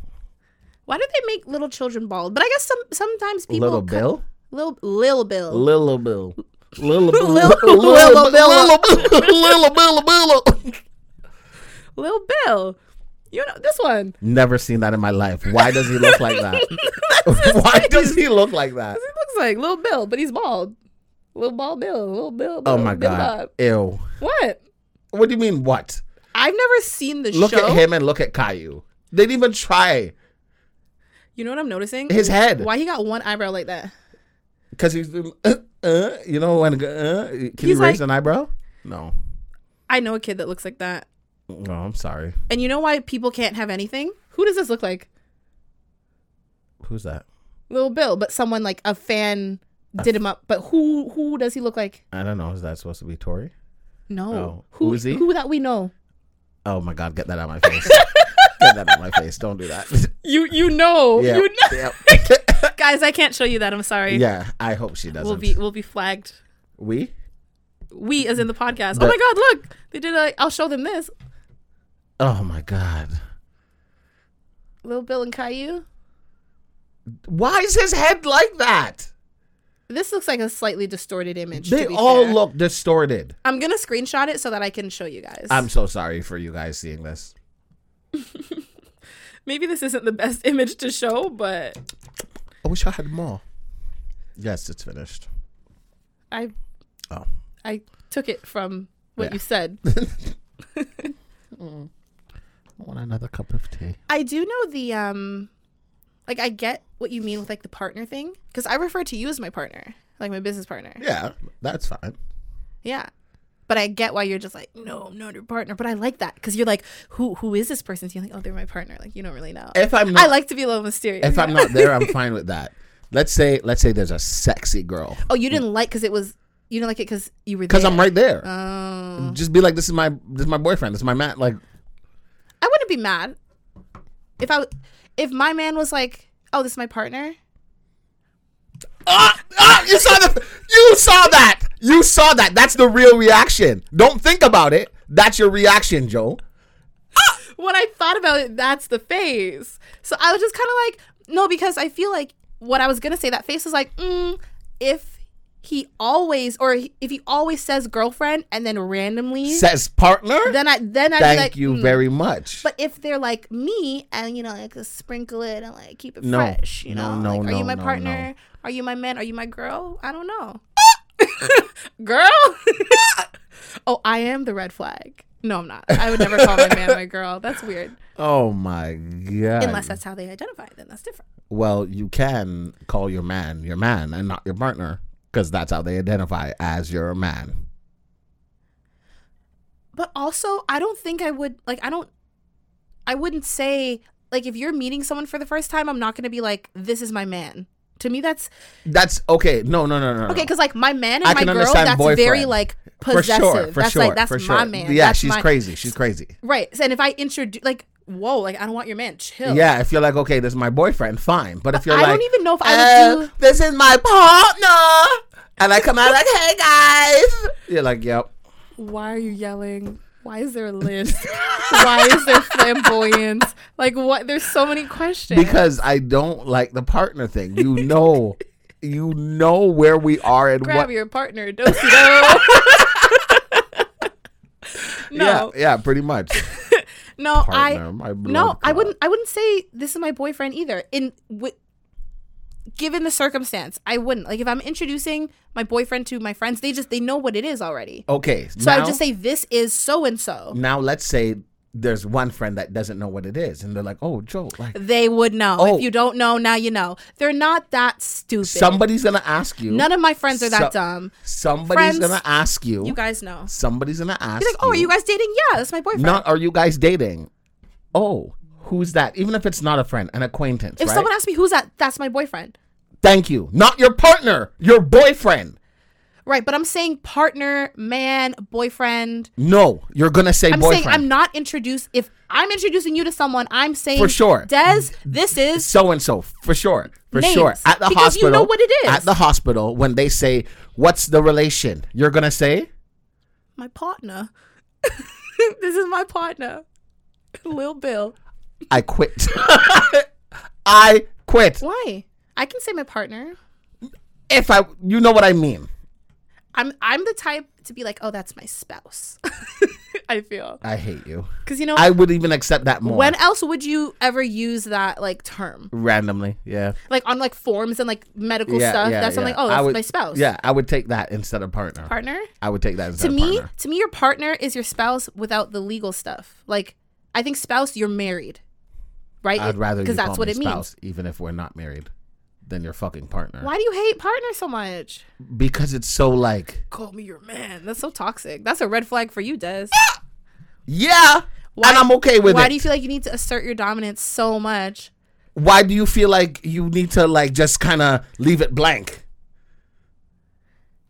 Speaker 1: Why do they make little children bald? But I guess some sometimes people
Speaker 2: Little
Speaker 1: co-
Speaker 2: Bill.
Speaker 1: Lil Lil Bill.
Speaker 2: Little Bill. Little Bill.
Speaker 1: Lil-
Speaker 2: Little Bill.
Speaker 1: Lil-
Speaker 2: Little Bill. Little Bill.
Speaker 1: Lil Bill. You know this one.
Speaker 2: Never seen that in my life. Why does he look like that? Why does he look like that?
Speaker 1: He looks like Lil Bill, but he's bald. Lil Bald Bill. Lil Bill.
Speaker 2: Oh
Speaker 1: Bill-
Speaker 2: my
Speaker 1: Bill
Speaker 2: god.
Speaker 1: Bob.
Speaker 2: Ew.
Speaker 1: What?
Speaker 2: What do you mean what?
Speaker 1: I've never seen the
Speaker 2: Look
Speaker 1: show.
Speaker 2: at him and look at Caillou. They didn't even try
Speaker 1: You know what I'm noticing?
Speaker 2: his head
Speaker 1: Why he got one eyebrow like that?
Speaker 2: because he's doing, uh, uh, you know when uh, can
Speaker 1: He's
Speaker 2: you raise
Speaker 1: like-
Speaker 2: an eyebrow? No.
Speaker 1: I know a kid that looks like that.
Speaker 2: No, I'm sorry.
Speaker 1: And you know why people can't have anything? Who does this look like?
Speaker 2: Who's that?
Speaker 1: Lil Bill, but someone like a fan did him up. But who who does he look like?
Speaker 2: I don't know. Is that supposed to be Tori?
Speaker 1: No.
Speaker 2: Oh,
Speaker 1: who
Speaker 2: who is he?
Speaker 1: Who that we know?
Speaker 2: Oh my god, get that out of my face. get that out of my face. Don't do that.
Speaker 1: You you know.
Speaker 2: yeah.
Speaker 1: You know.
Speaker 2: yeah.
Speaker 1: Guys, I can't show you that. I'm sorry.
Speaker 2: Yeah, I hope she doesn't.
Speaker 1: We'll be we'll be flagged.
Speaker 2: we?
Speaker 1: We as in the podcast. oh
Speaker 2: But-
Speaker 1: my god, look. They did a I'll show them this.
Speaker 2: Oh my god.
Speaker 1: Lil Bill and Caillou.
Speaker 2: Why is his head like that?
Speaker 1: This looks like a slightly distorted image.
Speaker 2: They
Speaker 1: to be
Speaker 2: all
Speaker 1: fair.
Speaker 2: look distorted.
Speaker 1: I'm gonna screenshot it so that I can show you guys.
Speaker 2: I'm so sorry for you guys seeing this.
Speaker 1: Maybe this isn't the best image to show, but
Speaker 2: I wish I had more. Yes, it's finished.
Speaker 1: I
Speaker 2: Oh.
Speaker 1: I took it from what
Speaker 2: Yeah.
Speaker 1: you said.
Speaker 2: I want another cup of tea.
Speaker 1: I do know the um like I get what you mean with like the partner thing cuz I refer to you as my partner, like my business partner.
Speaker 2: Yeah, that's fine.
Speaker 1: Yeah. But I get why you're just like, "No, I'm not your partner." But I like that cuz you're like, "Who who is this person?" So you're like, "Oh, they're my partner." Like you don't really know.
Speaker 2: If I'm
Speaker 1: I
Speaker 2: not,
Speaker 1: like to be a little mysterious.
Speaker 2: if I'm not there, I'm fine with that. Let's say let's say there's a sexy girl
Speaker 1: oh, you didn't like cuz it was you didn't like it cuz you were
Speaker 2: because
Speaker 1: there.
Speaker 2: I'm right there.
Speaker 1: Oh.
Speaker 2: Just be like, this is my this is my boyfriend. This is my man. Like,
Speaker 1: I wouldn't be mad if I if my man was like, "Oh, this is my partner."
Speaker 2: ah, ah, you saw the you saw that you saw that. That's the real reaction. Don't think about it. That's your reaction, Joe.
Speaker 1: When I thought about it, that's the face. So I was just kind of like, no, because I feel like what I was gonna say that face was like, mm, if he always or if he always says girlfriend and then randomly,
Speaker 2: Says partner.
Speaker 1: then I then I
Speaker 2: Thank
Speaker 1: like,
Speaker 2: you
Speaker 1: mm.
Speaker 2: very much.
Speaker 1: But if they're like me and you know, like just sprinkle it and like keep it
Speaker 2: No.
Speaker 1: fresh, you
Speaker 2: No,
Speaker 1: know,
Speaker 2: no,
Speaker 1: like, are
Speaker 2: no,
Speaker 1: you my
Speaker 2: no,
Speaker 1: partner?
Speaker 2: no.
Speaker 1: Are you my man? Are you my girl? I don't know. girl. oh, I am the red flag. No, I'm not. I would never call my man my girl. That's weird.
Speaker 2: oh my god.
Speaker 1: Unless that's how they identify, then that's different.
Speaker 2: well, you can call your man your man and not your partner because that's how they identify as your man.
Speaker 1: But also, I don't think I would like. I don't. I wouldn't say like if you're meeting someone for the first time, I'm not going to be like, "This is my man." To me, that's
Speaker 2: That's okay. No, no, no, no. no.
Speaker 1: Okay, because like my man and
Speaker 2: I
Speaker 1: my
Speaker 2: can
Speaker 1: girl,
Speaker 2: understand
Speaker 1: that's very
Speaker 2: boyfriend.
Speaker 1: like
Speaker 2: for
Speaker 1: possessive.
Speaker 2: sure, for
Speaker 1: that's
Speaker 2: sure,
Speaker 1: like that's
Speaker 2: for
Speaker 1: my
Speaker 2: sure.
Speaker 1: man.
Speaker 2: Yeah,
Speaker 1: that's
Speaker 2: she's
Speaker 1: my-
Speaker 2: crazy. She's crazy.
Speaker 1: Right. So, and if I introduce like, whoa, like I don't want your man. Chill.
Speaker 2: Yeah, if you're like, okay, this is my boyfriend, fine. But if you're
Speaker 1: I
Speaker 2: like,
Speaker 1: don't even know if I would
Speaker 2: "Uh,
Speaker 1: do-
Speaker 2: this is my partner, and I come out like, hey guys, you're like, yep.
Speaker 1: Why are you yelling? Why is there a list? Why is there flamboyance? Like what? There's so many questions.
Speaker 2: Because I don't like the partner thing. You know, you know where we are and
Speaker 1: Grab
Speaker 2: what.
Speaker 1: your partner. Don't you know? no,
Speaker 2: Yeah, yeah, pretty much.
Speaker 1: no, I
Speaker 2: Partner, my blood
Speaker 1: no, I
Speaker 2: clot.
Speaker 1: wouldn't. I wouldn't say this is my boyfriend either. In w- given the circumstance, I wouldn't. Like if I'm introducing my boyfriend to my friends, they just they know what it is already.
Speaker 2: Okay,
Speaker 1: So I
Speaker 2: now-
Speaker 1: would just say this is so and so.
Speaker 2: now let's say there's one friend that doesn't know what it is, and they're like, "Oh, Joe, like
Speaker 1: They would know.
Speaker 2: Oh.
Speaker 1: If you don't know, now you know. They're not that stupid.
Speaker 2: somebody's gonna ask you.
Speaker 1: None of my friends are that
Speaker 2: So-
Speaker 1: dumb.
Speaker 2: somebody's
Speaker 1: friends-
Speaker 2: gonna ask you.
Speaker 1: You guys know. "Oh,
Speaker 2: somebody's gonna ask.
Speaker 1: You're like, oh, are you guys dating? Yeah, that's my boyfriend.
Speaker 2: Not are you guys dating? Oh, who's that? Even if it's not a friend, an acquaintance,
Speaker 1: If
Speaker 2: right?
Speaker 1: someone asks me who's that, that's my boyfriend.
Speaker 2: Thank you. Not your partner, your boyfriend.
Speaker 1: Right, but I'm saying partner, man, boyfriend.
Speaker 2: No, you're gonna say
Speaker 1: I'm
Speaker 2: boyfriend.
Speaker 1: saying I'm not introduced. If I'm introducing you to someone, I'm saying
Speaker 2: For sure.
Speaker 1: Des, this is
Speaker 2: so and so for sure, for
Speaker 1: Names.
Speaker 2: sure. At the
Speaker 1: Because you
Speaker 2: hospital,
Speaker 1: know what it is.
Speaker 2: At the hospital, when they say, "What's the relation?" You're gonna say,
Speaker 1: my partner. this is my partner, Lil Bill.
Speaker 2: "I quit." I quit.
Speaker 1: Why? I can say my partner.
Speaker 2: If I, you know what I mean.
Speaker 1: I'm I'm the type to be like, oh, that's my spouse. I feel
Speaker 2: I hate you.
Speaker 1: because you know
Speaker 2: I would even accept that more.
Speaker 1: when else would you ever use that like term
Speaker 2: randomly, yeah,
Speaker 1: like on like forms and like medical
Speaker 2: yeah,
Speaker 1: stuff?
Speaker 2: yeah,
Speaker 1: that's
Speaker 2: yeah.
Speaker 1: I'm like, oh,
Speaker 2: I
Speaker 1: that's
Speaker 2: would-
Speaker 1: my spouse.
Speaker 2: Yeah, I would take that instead of partner.
Speaker 1: partner.
Speaker 2: I would take that instead
Speaker 1: to
Speaker 2: of
Speaker 1: me
Speaker 2: partner.
Speaker 1: to me your partner is your spouse without the legal stuff like i think spouse you're married right
Speaker 2: I'd rather you
Speaker 1: because
Speaker 2: call
Speaker 1: that's what
Speaker 2: me
Speaker 1: it means
Speaker 2: spouse, even if we're not married, than your fucking partner.
Speaker 1: why do you hate partner so much
Speaker 2: Because it's so like,
Speaker 1: call me your man that's so toxic that's a red flag for you des
Speaker 2: yeah, and I'm okay with
Speaker 1: why
Speaker 2: it.
Speaker 1: do you feel like you need to assert your dominance so much
Speaker 2: why do you feel like you need to like just kind of leave it blank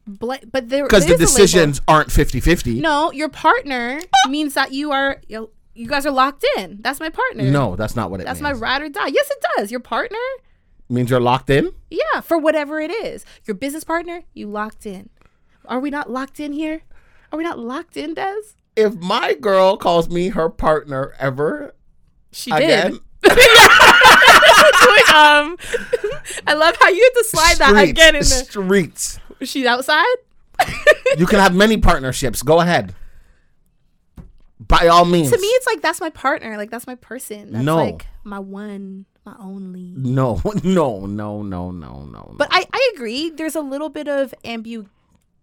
Speaker 1: Bla- but there
Speaker 2: because the
Speaker 1: there's a label.
Speaker 2: decisions aren't 50-50
Speaker 1: no your partner means that you are you, know, you guys are locked in that's my partner
Speaker 2: No, that's not what it
Speaker 1: that's my
Speaker 2: means
Speaker 1: ride or die yes it does your partner
Speaker 2: means you're locked in
Speaker 1: Yeah, for whatever it is. Your business partner, you locked in. Are we not locked in here? Are we not locked in, Des?
Speaker 2: if my girl calls me her partner ever
Speaker 1: She
Speaker 2: again
Speaker 1: um, I love how you have to slide that
Speaker 2: streets,
Speaker 1: again in there.
Speaker 2: streets
Speaker 1: She's outside?
Speaker 2: you can have many partnerships go ahead by all means
Speaker 1: To me, it's like that's my partner. Like that's my person. That's
Speaker 2: No.
Speaker 1: like my one, my only.
Speaker 2: no no no no no no
Speaker 1: But I, I agree. There's a little bit of ambu-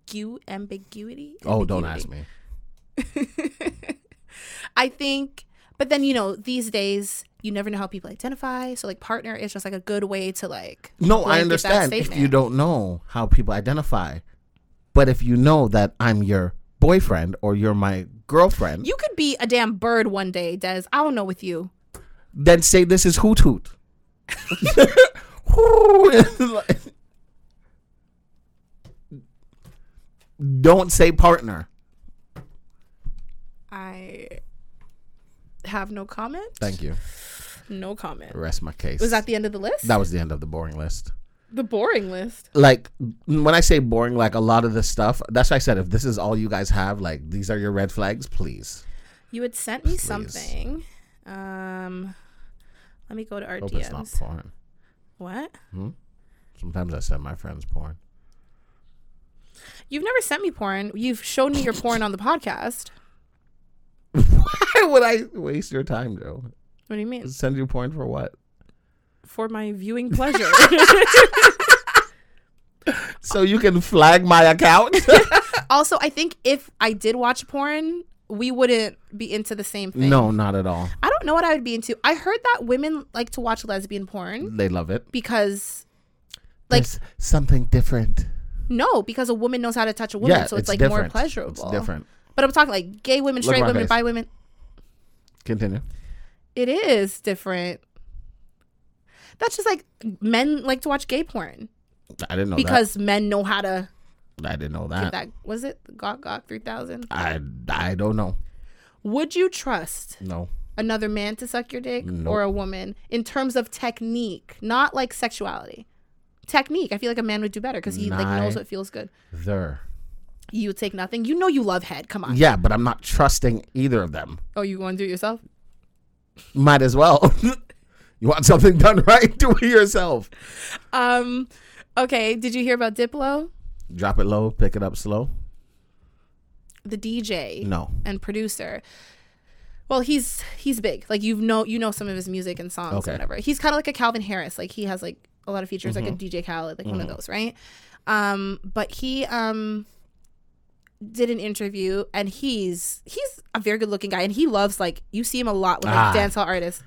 Speaker 1: gu- ambiguity.
Speaker 2: oh don't
Speaker 1: Ambiguity.
Speaker 2: ask me
Speaker 1: I think, but then you know, these days you never know how people identify. So like, partner is just like a good way to like.
Speaker 2: No, I
Speaker 1: blanket that
Speaker 2: understand if you
Speaker 1: statement.
Speaker 2: don't know how people identify. But if you know that I'm your boyfriend or you're my girlfriend,
Speaker 1: You could be a damn bird one day, Des. I don't know with you.
Speaker 2: then say this is hoot hoot. Hoo- don't say partner.
Speaker 1: I have no comment.
Speaker 2: Thank you.
Speaker 1: No comment.
Speaker 2: Rest my case.
Speaker 1: Was that the end of the list?
Speaker 2: that was the end of the boring list.
Speaker 1: the boring list.
Speaker 2: like when I say boring, like a lot of the stuff. That's why I said if this is all you guys have, like these are your red flags, please.
Speaker 1: You had sent me something. Um, let me go to our
Speaker 2: Hope it's not
Speaker 1: DMs.
Speaker 2: porn.
Speaker 1: What?
Speaker 2: Sometimes I send my friends porn.
Speaker 1: You've never sent me porn. You've shown me your porn on the podcast.
Speaker 2: Why would I waste your time, Joe?
Speaker 1: What do you mean?
Speaker 2: Send you porn for what?
Speaker 1: For my viewing pleasure.
Speaker 2: So you can flag my account?
Speaker 1: Also, I think if I did watch porn, we wouldn't be into the same thing.
Speaker 2: no, not at all.
Speaker 1: I don't know what I would be into. I heard that women like to watch lesbian porn
Speaker 2: They love it.
Speaker 1: because, like,
Speaker 2: There's something different.
Speaker 1: no, because a woman knows how to touch a woman, so it's, like more
Speaker 2: different.
Speaker 1: pleasurable.
Speaker 2: It's different.
Speaker 1: But I'm talking like gay women,
Speaker 2: Look at
Speaker 1: straight
Speaker 2: my
Speaker 1: women,
Speaker 2: face.
Speaker 1: bi women.
Speaker 2: Continue.
Speaker 1: It is different. That's just like men like to watch gay porn
Speaker 2: I didn't know
Speaker 1: because men know how to.
Speaker 2: that. I didn't know
Speaker 1: Get
Speaker 2: that.
Speaker 1: that was it. Gawk Gawk three thousand.
Speaker 2: I I don't know.
Speaker 1: Would you trust
Speaker 2: No.
Speaker 1: another man to suck your dick
Speaker 2: Nope.
Speaker 1: or a woman in terms of technique, not like sexuality. Technique. I feel like a man would do better because he like knows
Speaker 2: Ni-
Speaker 1: what feels good.
Speaker 2: There.
Speaker 1: You would take nothing. You know you love head. Come on.
Speaker 2: Yeah, but I'm not trusting either of them.
Speaker 1: Oh, you going to do it yourself?
Speaker 2: Might as well. you want something done right? Do it yourself.
Speaker 1: Um. Okay. Did you hear about Diplo,
Speaker 2: Drop it low, pick it up slow.
Speaker 1: the DJ
Speaker 2: No.
Speaker 1: and producer? Well, he's he's big. Like you know you know some of his music and songs
Speaker 2: Okay.
Speaker 1: and whatever. He's kind of like a Calvin Harris. Like he has like a lot of features,
Speaker 2: Mm-hmm.
Speaker 1: like a DJ Khaled, like one of those, right? Um. But he um did an interview and he's he's a very good looking guy and he loves like you see him a lot with
Speaker 2: Ah.
Speaker 1: like dancehall artists.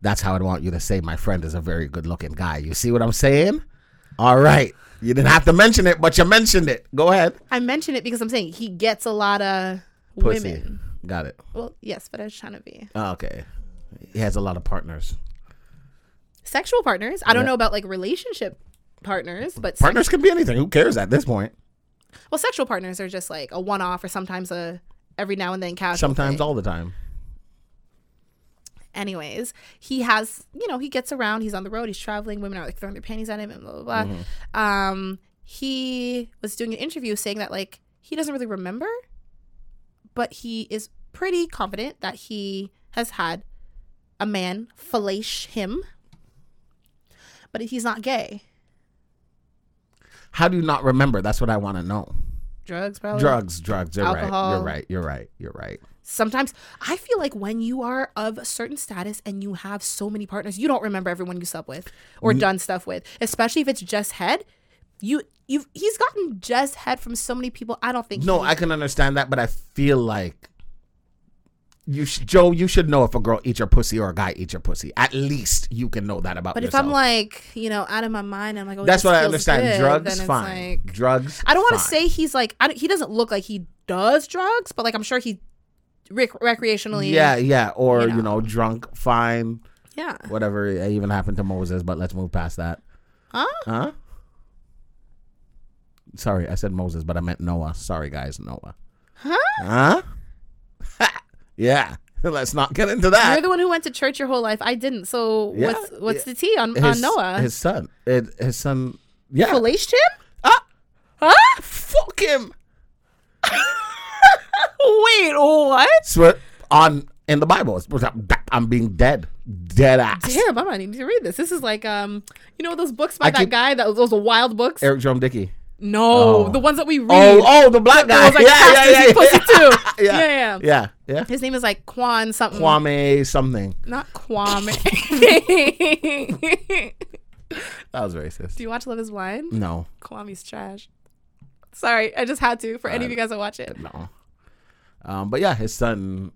Speaker 2: That's how I'd want you to say my friend is a very good looking guy. You see what I'm saying? All right. You didn't have to mention it, but you mentioned it. Go ahead.
Speaker 1: I mention it because I'm saying he gets a lot of
Speaker 2: Pussy.
Speaker 1: women.
Speaker 2: Got it. Oh,
Speaker 1: Well, yes, but I was trying to be.
Speaker 2: Okay. He has a lot of partners.
Speaker 1: Sexual partners. I don't know about like relationship partners, but sex-
Speaker 2: Partners can be anything. Who cares at this point?
Speaker 1: well, sexual partners are just like a one-off or sometimes a every now and then casual.
Speaker 2: Sometimes
Speaker 1: thing.
Speaker 2: all the time.
Speaker 1: anyways he has you know he gets around he's on the road he's traveling women are like throwing their panties at him and blah blah blah um he was doing an interview saying that like he doesn't really remember but he is pretty confident that he has had a man fellate him but he's not gay
Speaker 2: How do you not remember? That's what I want to know.
Speaker 1: drugs probably
Speaker 2: Drugs, drugs. You're right.
Speaker 1: Oh. Alcohol.
Speaker 2: You're right. You're right. You're right.
Speaker 1: sometimes i feel like when you are of a certain status and you have so many partners you don't remember everyone you slept with or done stuff with especially if it's just head you you he's gotten just head from so many people i don't think
Speaker 2: No,
Speaker 1: he-
Speaker 2: I can understand that, but I feel like you, sh- Joe, you should know if a girl eats your pussy or a guy eats your pussy. At least you can know that about.
Speaker 1: but if
Speaker 2: yourself.
Speaker 1: i'm like you know out of my mind i'm like oh,
Speaker 2: that's
Speaker 1: this
Speaker 2: what I
Speaker 1: feels
Speaker 2: understand.
Speaker 1: good, then
Speaker 2: drugs,
Speaker 1: it's
Speaker 2: fine.
Speaker 1: like-
Speaker 2: drugs.
Speaker 1: i don't want to
Speaker 2: fine.
Speaker 1: say he's like I don't, he doesn't look like he does drugs but like i'm sure he rec- recreationally
Speaker 2: Yeah, yeah, or you
Speaker 1: you
Speaker 2: know,
Speaker 1: know.
Speaker 2: drunk, fine,
Speaker 1: yeah
Speaker 2: whatever. It even happened to Moses, but let's move past that.
Speaker 1: huh
Speaker 2: Huh? Sorry, I said Moses, but I meant Noah. Sorry, guys, Noah. Huh? Huh? yeah. Let's not get into that.
Speaker 1: you're the one who went to church your whole life i didn't so
Speaker 2: Yeah,
Speaker 1: what's what's the tea on, on Uh, noah
Speaker 2: his son, It- his son. Yeah,
Speaker 1: Fellaced him
Speaker 2: ah,
Speaker 1: huh
Speaker 2: fuck him.
Speaker 1: Wait, what?
Speaker 2: Swear on in the Bible. It's- I'm being dead, dead ass.
Speaker 1: Damn, I might need to read this. This is like um, you know those books by
Speaker 2: I
Speaker 1: that
Speaker 2: keep-
Speaker 1: guy that those wild books.
Speaker 2: Eric Drum Dickey.
Speaker 1: no,
Speaker 2: Oh.
Speaker 1: the ones that we read.
Speaker 2: Oh, oh, the black
Speaker 1: It
Speaker 2: guy.
Speaker 1: was like
Speaker 2: yeah, yeah, yeah, yeah.
Speaker 1: pussy too.
Speaker 2: Yeah.
Speaker 1: yeah. yeah,
Speaker 2: Yeah, yeah.
Speaker 1: His name is like Quan something.
Speaker 2: Kwame something.
Speaker 1: Not Kwame.
Speaker 2: That was racist.
Speaker 1: Do you watch Love Is Blind?
Speaker 2: no,
Speaker 1: Kwame's trash. Sorry, I just had to for any of you guys that watch it.
Speaker 2: no. Um, but yeah, his son.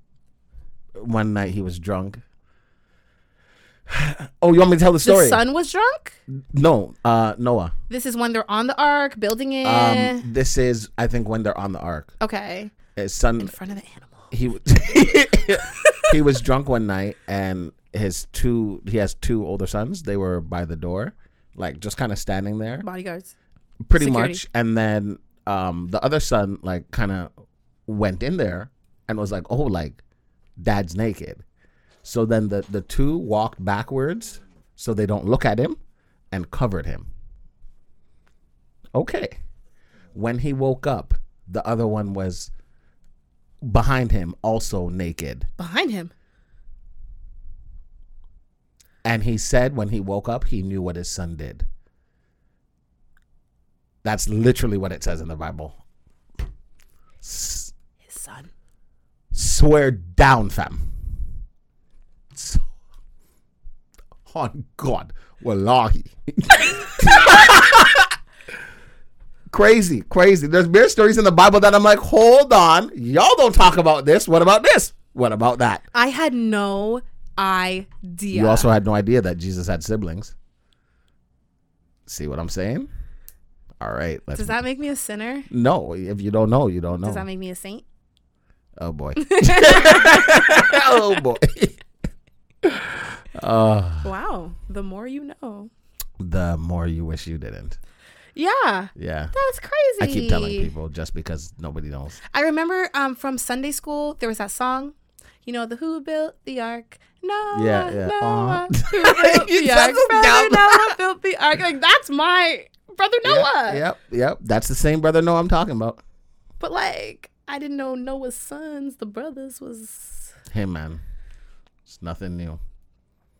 Speaker 2: One night he was drunk. Oh, you want me to tell the
Speaker 1: The
Speaker 2: story?
Speaker 1: son was drunk.
Speaker 2: No, uh, Noah.
Speaker 1: This is when they're on the ark building it.
Speaker 2: Um, this is, I think, when they're on the ark.
Speaker 1: okay,
Speaker 2: His son,
Speaker 1: in front of the animal.
Speaker 2: he w- he was drunk one night, and his two, he has two older sons. They were by the door, like just kind of standing there.
Speaker 1: Bodyguards.
Speaker 2: pretty
Speaker 1: Security.
Speaker 2: much and then um the other son like kind of went in there and was like oh like dad's naked so then the the two walked backwards so they don't look at him and covered him okay when he woke up the other one was behind him also naked
Speaker 1: behind him.
Speaker 2: and he said when he woke up he knew what his son did that's literally what it says in the bible
Speaker 1: His son.
Speaker 2: swear down, fam. So, on God, wallahi. crazy, crazy. There's beer stories in the Bible that I'm like, hold on, y'all don't talk about this. What about this? What about that?
Speaker 1: I had no idea.
Speaker 2: You also had no idea that Jesus had siblings. See what I'm saying? All right. Let's
Speaker 1: Does that make me a sinner?
Speaker 2: no, if you don't know, you don't know.
Speaker 1: Does that make me a saint?
Speaker 2: Oh boy. oh boy. Uh,
Speaker 1: Wow. The more you know.
Speaker 2: the more you wish you didn't.
Speaker 1: Yeah.
Speaker 2: Yeah.
Speaker 1: That's crazy.
Speaker 2: I keep telling people just because nobody knows.
Speaker 1: I remember um, from Sunday school, there was that song, you know, the Who Built the Ark? Noah,
Speaker 2: Yeah, yeah.
Speaker 1: Noah,
Speaker 2: Uh-huh.
Speaker 1: who built
Speaker 2: You
Speaker 1: the
Speaker 2: just
Speaker 1: ark? Brother
Speaker 2: dumb.
Speaker 1: Noah built the ark. Like, that's my brother Noah.
Speaker 2: Yep, yep. That's the same brother Noah I'm talking about.
Speaker 1: But, like, I didn't know Noah's sons, the brothers, was.
Speaker 2: Hey man. It's nothing new.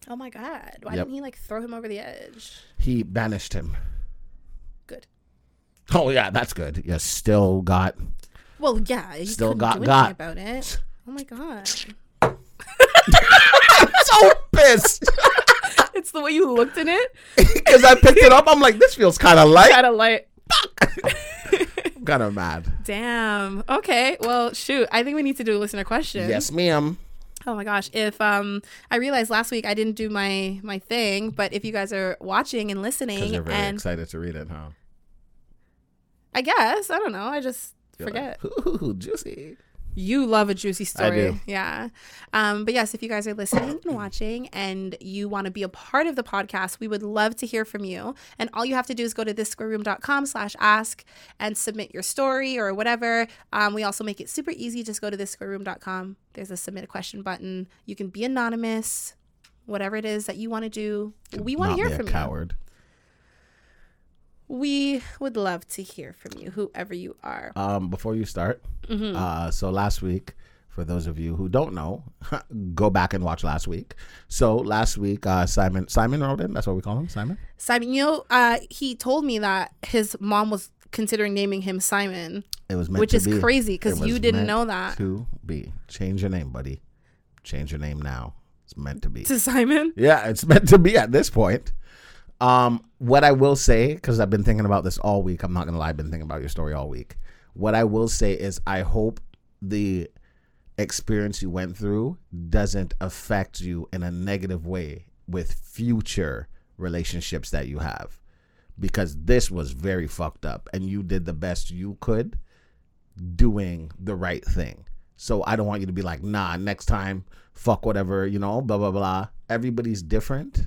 Speaker 1: Oh my God. Why
Speaker 2: Yep.
Speaker 1: didn't he, like, throw him over the edge?
Speaker 2: He banished him.
Speaker 1: Good.
Speaker 2: Oh yeah, that's good. You still got
Speaker 1: Well, yeah, you
Speaker 2: Still
Speaker 1: couldn't do
Speaker 2: got
Speaker 1: anything
Speaker 2: got.
Speaker 1: about it. Oh my god,
Speaker 2: so pissed.
Speaker 1: it's the way you looked in it.
Speaker 2: Cause I picked it up. I'm like, this feels kinda light.
Speaker 1: Kind of like,
Speaker 2: I'm kinda mad.
Speaker 1: damn. Okay, well, shoot. I think we need to do a listener question.
Speaker 2: Yes, ma'am.
Speaker 1: Oh my gosh. If um, I realized last week I didn't do my my thing, but if you guys are watching and
Speaker 2: Because
Speaker 1: listening,
Speaker 2: you're very
Speaker 1: and
Speaker 2: excited to read it, huh?
Speaker 1: I guess I don't know, I just
Speaker 2: You're
Speaker 1: forget.
Speaker 2: Like, Ooh, juicy.
Speaker 1: You love a juicy story.
Speaker 2: do.
Speaker 1: Yeah. Um, but yes, if you guys are listening and watching and you want to be a part of the podcast, we would love to hear from you. And all you have to do is go to thissquareroom.com slash ask and submit your story or whatever. Um, we also make it super easy. Just go to thissquareroom.com. There's a submit a question button. You can be anonymous, whatever it is that you want to do. We want to
Speaker 2: Not
Speaker 1: hear
Speaker 2: be a
Speaker 1: from you.
Speaker 2: coward.
Speaker 1: We would love to hear from you, whoever you are.
Speaker 2: Um, before you start,
Speaker 1: Mm-hmm.
Speaker 2: uh, so last week, for those of you who don't know, go back and watch last week. So last week, uh, Simon Simon Roden, that's what we call him, Simon.
Speaker 1: Simon, you know, uh, he told me that his mom was considering naming him Simon,
Speaker 2: It was meant
Speaker 1: which
Speaker 2: to
Speaker 1: is
Speaker 2: be.
Speaker 1: crazy
Speaker 2: It
Speaker 1: because
Speaker 2: was
Speaker 1: you didn't
Speaker 2: meant
Speaker 1: know that.
Speaker 2: To be, change your name, buddy. Change your name now. It's meant to be.
Speaker 1: To Simon?
Speaker 2: Yeah, it's meant to be at this point. Um, what I will say, because I've been thinking about this all week, I'm not gonna lie, I've been thinking about your story all week. What I will say is, I hope the experience you went through doesn't affect you in a negative way with future relationships that you have, because this was very fucked up, and you did the best you could doing the right thing. So I don't want you to be like, nah, next time, fuck whatever, you know, blah, blah, blah. Everybody's different.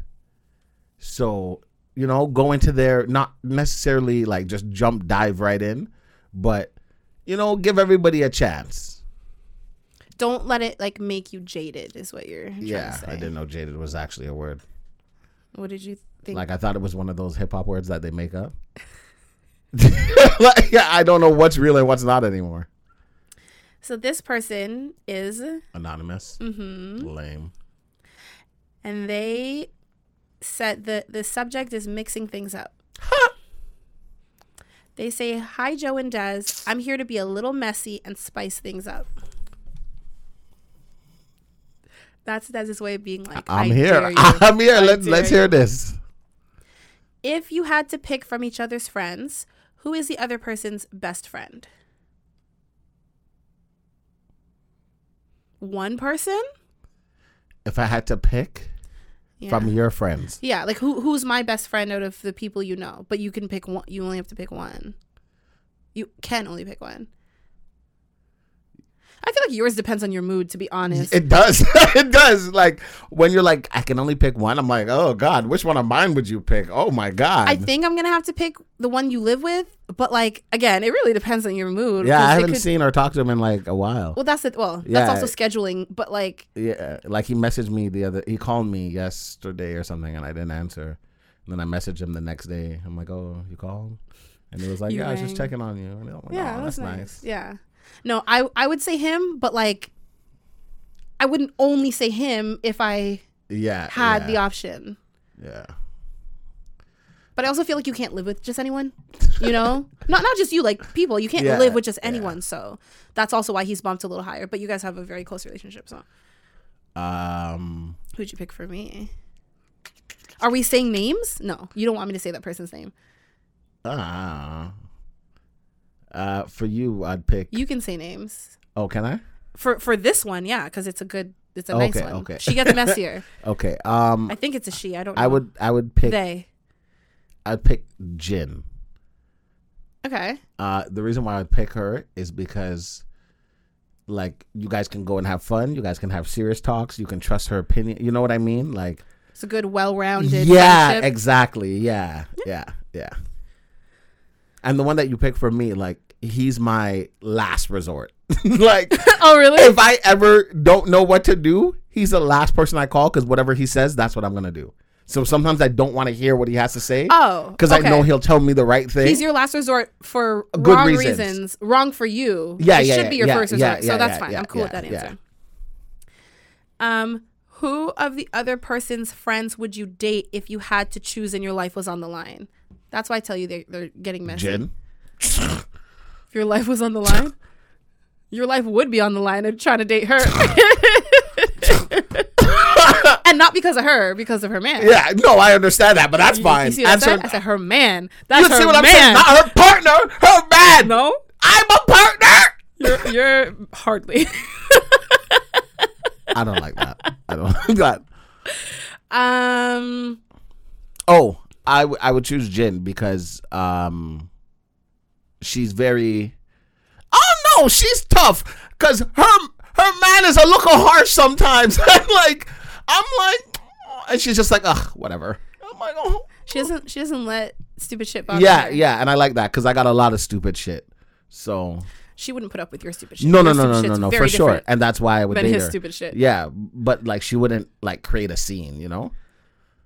Speaker 2: So, you know, go into there, not necessarily like just jump dive right in, but, you know, give everybody a chance.
Speaker 1: Don't let it like make you jaded, is what you're trying
Speaker 2: yeah.
Speaker 1: to say.
Speaker 2: I didn't know jaded was actually a word.
Speaker 1: What did you think?
Speaker 2: Like, I thought it was one of those hip hop words that they make up. like, yeah, I don't know what's real and what's not anymore.
Speaker 1: so this person is,
Speaker 2: Anonymous. Mm-hmm. Lame.
Speaker 1: and they said the the subject is mixing things up. They say, "Hi Joe and Des, I'm here to be a little messy and spice things up." That's Dez's way of being like,
Speaker 2: I'm
Speaker 1: "I
Speaker 2: here.
Speaker 1: dare you."
Speaker 2: I'm here.
Speaker 1: I
Speaker 2: Let's
Speaker 1: dare
Speaker 2: let's
Speaker 1: you.
Speaker 2: hear this.
Speaker 1: If you had to pick from each other's friends, who is the other person's best friend? One person?
Speaker 2: If I had to pick
Speaker 1: Yeah.
Speaker 2: from your friends,
Speaker 1: yeah, like who who's my best friend out of the people you know? But you can pick one. You only have to pick one. You can only pick one. I feel like yours depends on your mood. To be honest,
Speaker 2: it does. it does. Like when you're like, I can only pick one. I'm like, oh god, which one of mine would you pick? Oh my god.
Speaker 1: I think I'm gonna have to pick the one you live with. But like again, it really depends on your mood.
Speaker 2: yeah,
Speaker 1: 'cause
Speaker 2: I
Speaker 1: it
Speaker 2: haven't
Speaker 1: could-
Speaker 2: seen or talked to him in like a while.
Speaker 1: Well, that's it. Well,
Speaker 2: Yeah.
Speaker 1: that's also scheduling. But like,
Speaker 2: yeah, like he messaged me the other. He called me yesterday or something, and I didn't answer. And then I messaged him the next day. I'm like, oh, you called? And he was like,
Speaker 1: You
Speaker 2: yeah, I was just
Speaker 1: rang.
Speaker 2: checking on you. And I'm like,
Speaker 1: Yeah,
Speaker 2: "Aw,
Speaker 1: that
Speaker 2: that's
Speaker 1: was
Speaker 2: nice.
Speaker 1: Yeah. No, I I would say him, but like I wouldn't only say him if I
Speaker 2: Yeah,
Speaker 1: had the
Speaker 2: yeah,
Speaker 1: option.
Speaker 2: yeah.
Speaker 1: But I also feel like you can't live with just anyone, you know? not not just you, like people. You can't
Speaker 2: Yeah,
Speaker 1: live with just
Speaker 2: yeah.
Speaker 1: anyone, so that's also why he's bumped a little higher. But you guys have a very close relationship, so
Speaker 2: Um,
Speaker 1: who'd you pick for me? Are we saying names? No, you don't want me to say that person's name.
Speaker 2: ah. Uh, for you, I'd pick.
Speaker 1: You can say names
Speaker 2: Oh, can I?
Speaker 1: for for this one, yeah, because it's a good, it's a nice
Speaker 2: Okay,
Speaker 1: one.
Speaker 2: okay.
Speaker 1: She gets messier.
Speaker 2: Okay. Um,
Speaker 1: I think it's a she. I don't. know.
Speaker 2: I would I would pick
Speaker 1: they.
Speaker 2: I'd pick Jin.
Speaker 1: Okay.
Speaker 2: Uh, the reason why I'd pick her is because, like, you guys can go and have fun. You guys can have serious talks. You can trust her opinion. You know what I mean? Like,
Speaker 1: It's a good, well-rounded.
Speaker 2: yeah,
Speaker 1: friendship.
Speaker 2: exactly. Yeah, yeah, yeah. And the one that you pick for me, like, he's my last resort. like,
Speaker 1: oh, really?
Speaker 2: if I ever don't know what to do, he's the last person I call because whatever he says, that's what I'm gonna do. So sometimes I don't want to hear what he has to say.
Speaker 1: Oh,
Speaker 2: because
Speaker 1: okay.
Speaker 2: I know he'll tell me the right thing.
Speaker 1: He's your last resort for
Speaker 2: Good
Speaker 1: wrong
Speaker 2: reasons.
Speaker 1: reasons. Wrong for you.
Speaker 2: Yeah,
Speaker 1: it
Speaker 2: yeah,
Speaker 1: Should
Speaker 2: yeah,
Speaker 1: be your
Speaker 2: yeah,
Speaker 1: first
Speaker 2: yeah,
Speaker 1: resort.
Speaker 2: yeah,
Speaker 1: so that's
Speaker 2: yeah,
Speaker 1: fine.
Speaker 2: yeah,
Speaker 1: I'm cool with
Speaker 2: yeah,
Speaker 1: that
Speaker 2: yeah.
Speaker 1: answer. Um, who of the other person's friends would you date if you had to choose and your life was on the line? That's why I tell you they're, they're getting messy.
Speaker 2: Jin.
Speaker 1: If your life was on the line, your life would be on the line of trying to date her. and not because of her, because of her man.
Speaker 2: Yeah, no, I understand that, but that's fine.
Speaker 1: You see what I
Speaker 2: Answer-
Speaker 1: said? I said her man. That's
Speaker 2: you
Speaker 1: her
Speaker 2: see what I'm
Speaker 1: man.
Speaker 2: saying? Not her partner, her man.
Speaker 1: no,
Speaker 2: I'm a partner.
Speaker 1: you're, you're hardly.
Speaker 2: I don't like that. I don't like that.
Speaker 1: Um,
Speaker 2: Oh, I, w- I would choose Jin because um, she's very. Oh no, she's tough because her her manners are looking harsh sometimes. I'm like, I'm like, and she's just like, ugh, whatever. I'm like, oh.
Speaker 1: She doesn't. She doesn't let stupid shit bother
Speaker 2: yeah,
Speaker 1: her.
Speaker 2: yeah, and I like that because I got a lot of stupid shit. So
Speaker 1: She wouldn't put up with your stupid shit.
Speaker 2: no, no,
Speaker 1: Your
Speaker 2: no,
Speaker 1: stupid
Speaker 2: no, no,
Speaker 1: shit's
Speaker 2: no,
Speaker 1: very
Speaker 2: for sure,
Speaker 1: different.
Speaker 2: and that's why I would
Speaker 1: than
Speaker 2: date
Speaker 1: his
Speaker 2: her.
Speaker 1: stupid shit.
Speaker 2: Yeah, but like she wouldn't like create a scene, you know.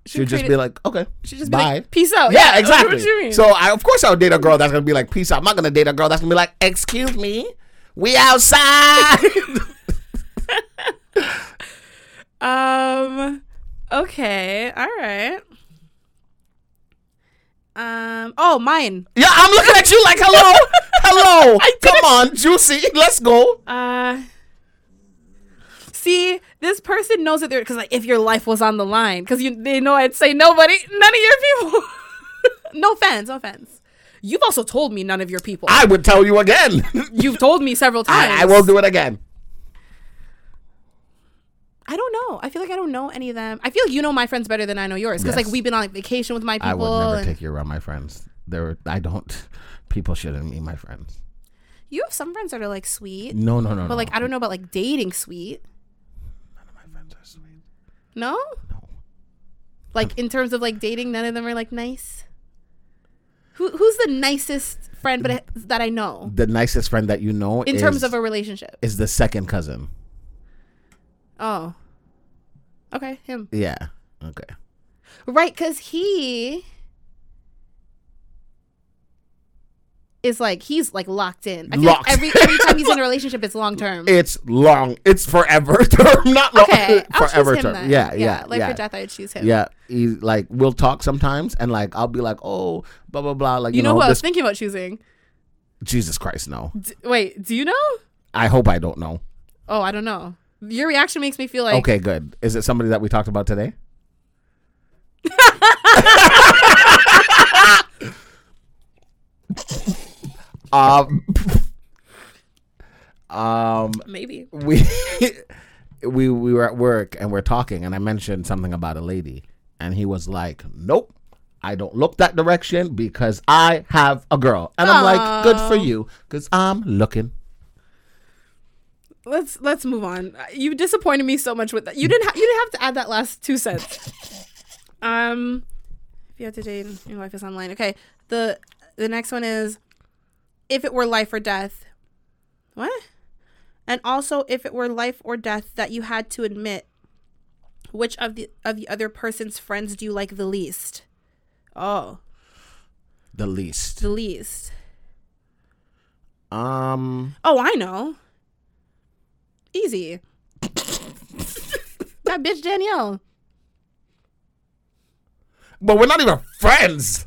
Speaker 2: She would just
Speaker 1: create
Speaker 2: be
Speaker 1: a-
Speaker 2: like, okay,
Speaker 1: She'd just be
Speaker 2: bye.
Speaker 1: like, peace out.
Speaker 2: yeah,
Speaker 1: that's
Speaker 2: exactly.
Speaker 1: What you mean?
Speaker 2: So I, of course, I would date a girl that's gonna be like, peace out. I'm not gonna date a girl that's gonna be like, excuse me, we outside.
Speaker 1: Um. Okay. All right. Um. Oh, mine.
Speaker 2: yeah, I'm looking at you like, hello, hello. Come on, juicy, let's go.
Speaker 1: Uh. See, this person knows that they're because like if your life was on the line, because you they know I'd say nobody, none of your people. no offense, no offense. You've also told me none of your people.
Speaker 2: I would tell you again.
Speaker 1: You've told me several times.
Speaker 2: I, I will do it again.
Speaker 1: I don't know. I feel like I don't know any of them. I feel like you know my friends better than I know yours because
Speaker 2: Yes.
Speaker 1: like we've been on like, vacation with my people.
Speaker 2: I would never
Speaker 1: and-
Speaker 2: take you around my friends. There, I don't. People shouldn't be my friends.
Speaker 1: you have some friends that are like sweet,
Speaker 2: No, no, no.
Speaker 1: but like I don't know about like dating sweet.
Speaker 2: my friends are sweet.
Speaker 1: No?
Speaker 2: No.
Speaker 1: Like in terms of like dating, none of them are like nice. Who who's the nicest friend but it- that I know
Speaker 2: The nicest friend that you know
Speaker 1: in
Speaker 2: is,
Speaker 1: terms of a relationship?
Speaker 2: is the second cousin.
Speaker 1: Oh. Okay, him.
Speaker 2: Yeah. Okay.
Speaker 1: Right cuz he is like he's like locked in. I feel
Speaker 2: Locked.
Speaker 1: like every every time he's in a relationship it's long term.
Speaker 2: It's long. It's forever term, not long.
Speaker 1: Okay, I'll
Speaker 2: forever
Speaker 1: choose him
Speaker 2: term.
Speaker 1: then.
Speaker 2: Yeah, yeah,
Speaker 1: Life
Speaker 2: yeah.
Speaker 1: or death, I would choose him.
Speaker 2: Yeah, he's like we'll talk sometimes, and like I'll be like, oh, blah blah blah. Like
Speaker 1: You,
Speaker 2: you,
Speaker 1: know, who I was
Speaker 2: this,
Speaker 1: thinking about choosing?
Speaker 2: Jesus Christ, no.
Speaker 1: D- wait, do you know?
Speaker 2: I hope I don't know.
Speaker 1: Oh, I don't know. Your reaction makes me feel like
Speaker 2: okay, good. Is it somebody that we talked about today? um, um,
Speaker 1: maybe.
Speaker 2: we we we were at work and we're talking and I mentioned something about a lady and he was like, "Nope, I don't look that direction because I have a girl." And I'm like, "Good for
Speaker 1: Aw.
Speaker 2: you cuz I'm looking."
Speaker 1: Let's let's move on. You disappointed me so much with that. You didn't ha- you didn't have to add that last two cents. Um, if you have to date, your life is online. Okay. the The next one is, if it were life or death, what? And also, if it were life or death that you had to admit, which of the of the other person's friends do you like the least? Oh,
Speaker 2: The least.
Speaker 1: the least.
Speaker 2: Um,
Speaker 1: Oh, I know. Easy. that bitch Danielle.
Speaker 2: but we're not even friends.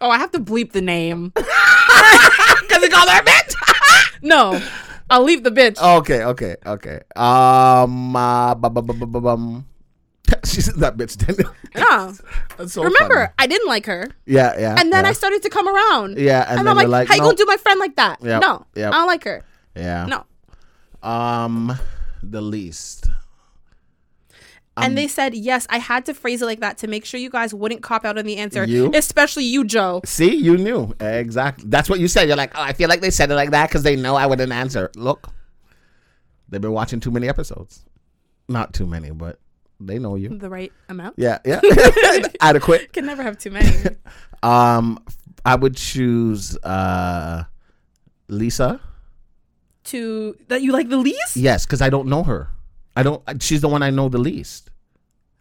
Speaker 1: Oh, I have to bleep the name.
Speaker 2: Cuz he called her a bitch.
Speaker 1: No, I'll leave the bitch.
Speaker 2: okay, okay, okay. Um, uh, bu- bu- bu- bu- bu- bum. she said that bitch didn't.
Speaker 1: No.
Speaker 2: That's so
Speaker 1: Remember,
Speaker 2: funny.
Speaker 1: I didn't like her,
Speaker 2: Yeah, yeah.
Speaker 1: and then
Speaker 2: yeah.
Speaker 1: I started to come around.
Speaker 2: Yeah, and
Speaker 1: and, I'm
Speaker 2: then you're
Speaker 1: like,
Speaker 2: like,
Speaker 1: how you
Speaker 2: nope.
Speaker 1: gonna do my friend like that?
Speaker 2: Yep,
Speaker 1: No,
Speaker 2: yep.
Speaker 1: I don't like her.
Speaker 2: Yeah.
Speaker 1: No.
Speaker 2: Um, the least. Um,
Speaker 1: and they said, yes, I had to phrase it like that to make sure you guys wouldn't cop out on the answer,
Speaker 2: You?
Speaker 1: especially you, Joe.
Speaker 2: See, you knew exactly. That's what you said. You're like, oh, I feel like they said it like that because they know I wouldn't answer. Look, they've been watching too many episodes. Not too many, but they know you.
Speaker 1: The right amount.
Speaker 2: Yeah, yeah. Adequate.
Speaker 1: Can never have too many.
Speaker 2: Um, I would choose uh, Lisa.
Speaker 1: to that you like the least.
Speaker 2: Yes, because I don't know her. I don't. She's the one I know the least.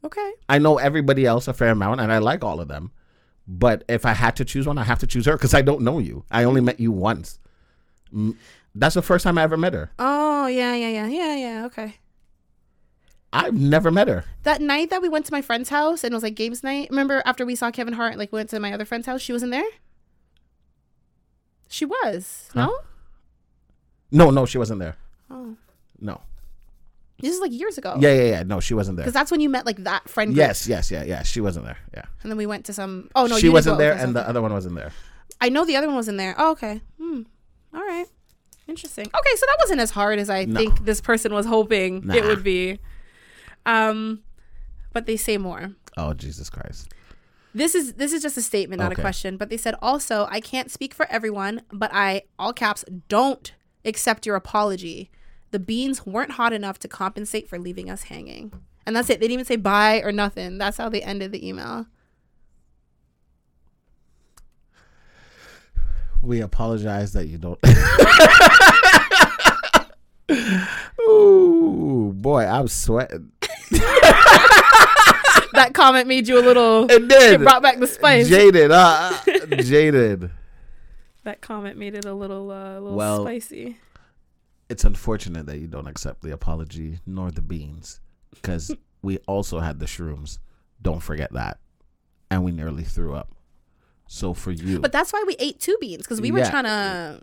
Speaker 1: Okay.
Speaker 2: I know everybody else a fair amount, and I like all of them. But if I had to choose one, I have to choose her because I don't know you. I only met you once. Mm, That's the first time I ever met her.
Speaker 1: Oh yeah, yeah, yeah, yeah, yeah. Okay.
Speaker 2: I've never met her.
Speaker 1: That night that we went to my friend's house and it was like games night. Remember after we saw Kevin Hart, like we went to my other friend's house. She wasn't there. She was no.
Speaker 2: No, no, she wasn't there.
Speaker 1: Oh,
Speaker 2: No.
Speaker 1: this is like years ago.
Speaker 2: Yeah, yeah, yeah. No, she wasn't there.
Speaker 1: Because that's when you met like that friend. Group.
Speaker 2: Yes, yes, yeah, yeah. She wasn't there. Yeah.
Speaker 1: And then we went to some. Oh no, you
Speaker 2: she
Speaker 1: didn't
Speaker 2: wasn't
Speaker 1: go.
Speaker 2: there,
Speaker 1: Okay,
Speaker 2: and
Speaker 1: so-
Speaker 2: the other one wasn't there.
Speaker 1: I know the other one wasn't there. Oh okay. Hmm. All right. Interesting. Okay, so that wasn't as hard as I
Speaker 2: No.
Speaker 1: think this person was hoping it
Speaker 2: Nah.
Speaker 1: would be. Um, but they say more.
Speaker 2: Oh, Jesus Christ.
Speaker 1: This is this is just a statement, not a
Speaker 2: Okay.
Speaker 1: question. But they said also, I can't speak for everyone, but I all caps don't accept your apology. The beans weren't hot enough to compensate for leaving us hanging. And that's it. They didn't even say bye or nothing. That's how they ended the email.
Speaker 2: We apologize that you don't. Ooh, boy, I'm sweating.
Speaker 1: That comment made you a little.
Speaker 2: It did.
Speaker 1: It brought back the spice.
Speaker 2: Jaded. Uh, uh, jaded.
Speaker 1: that comment made it a little, uh, a little
Speaker 2: Well-
Speaker 1: spicy.
Speaker 2: It's unfortunate that you don't accept the apology nor the beans because we also had the shrooms. Don't forget that. And we nearly threw up. So for you,
Speaker 1: But that's why we ate two beans because we were
Speaker 2: Yeah.
Speaker 1: trying to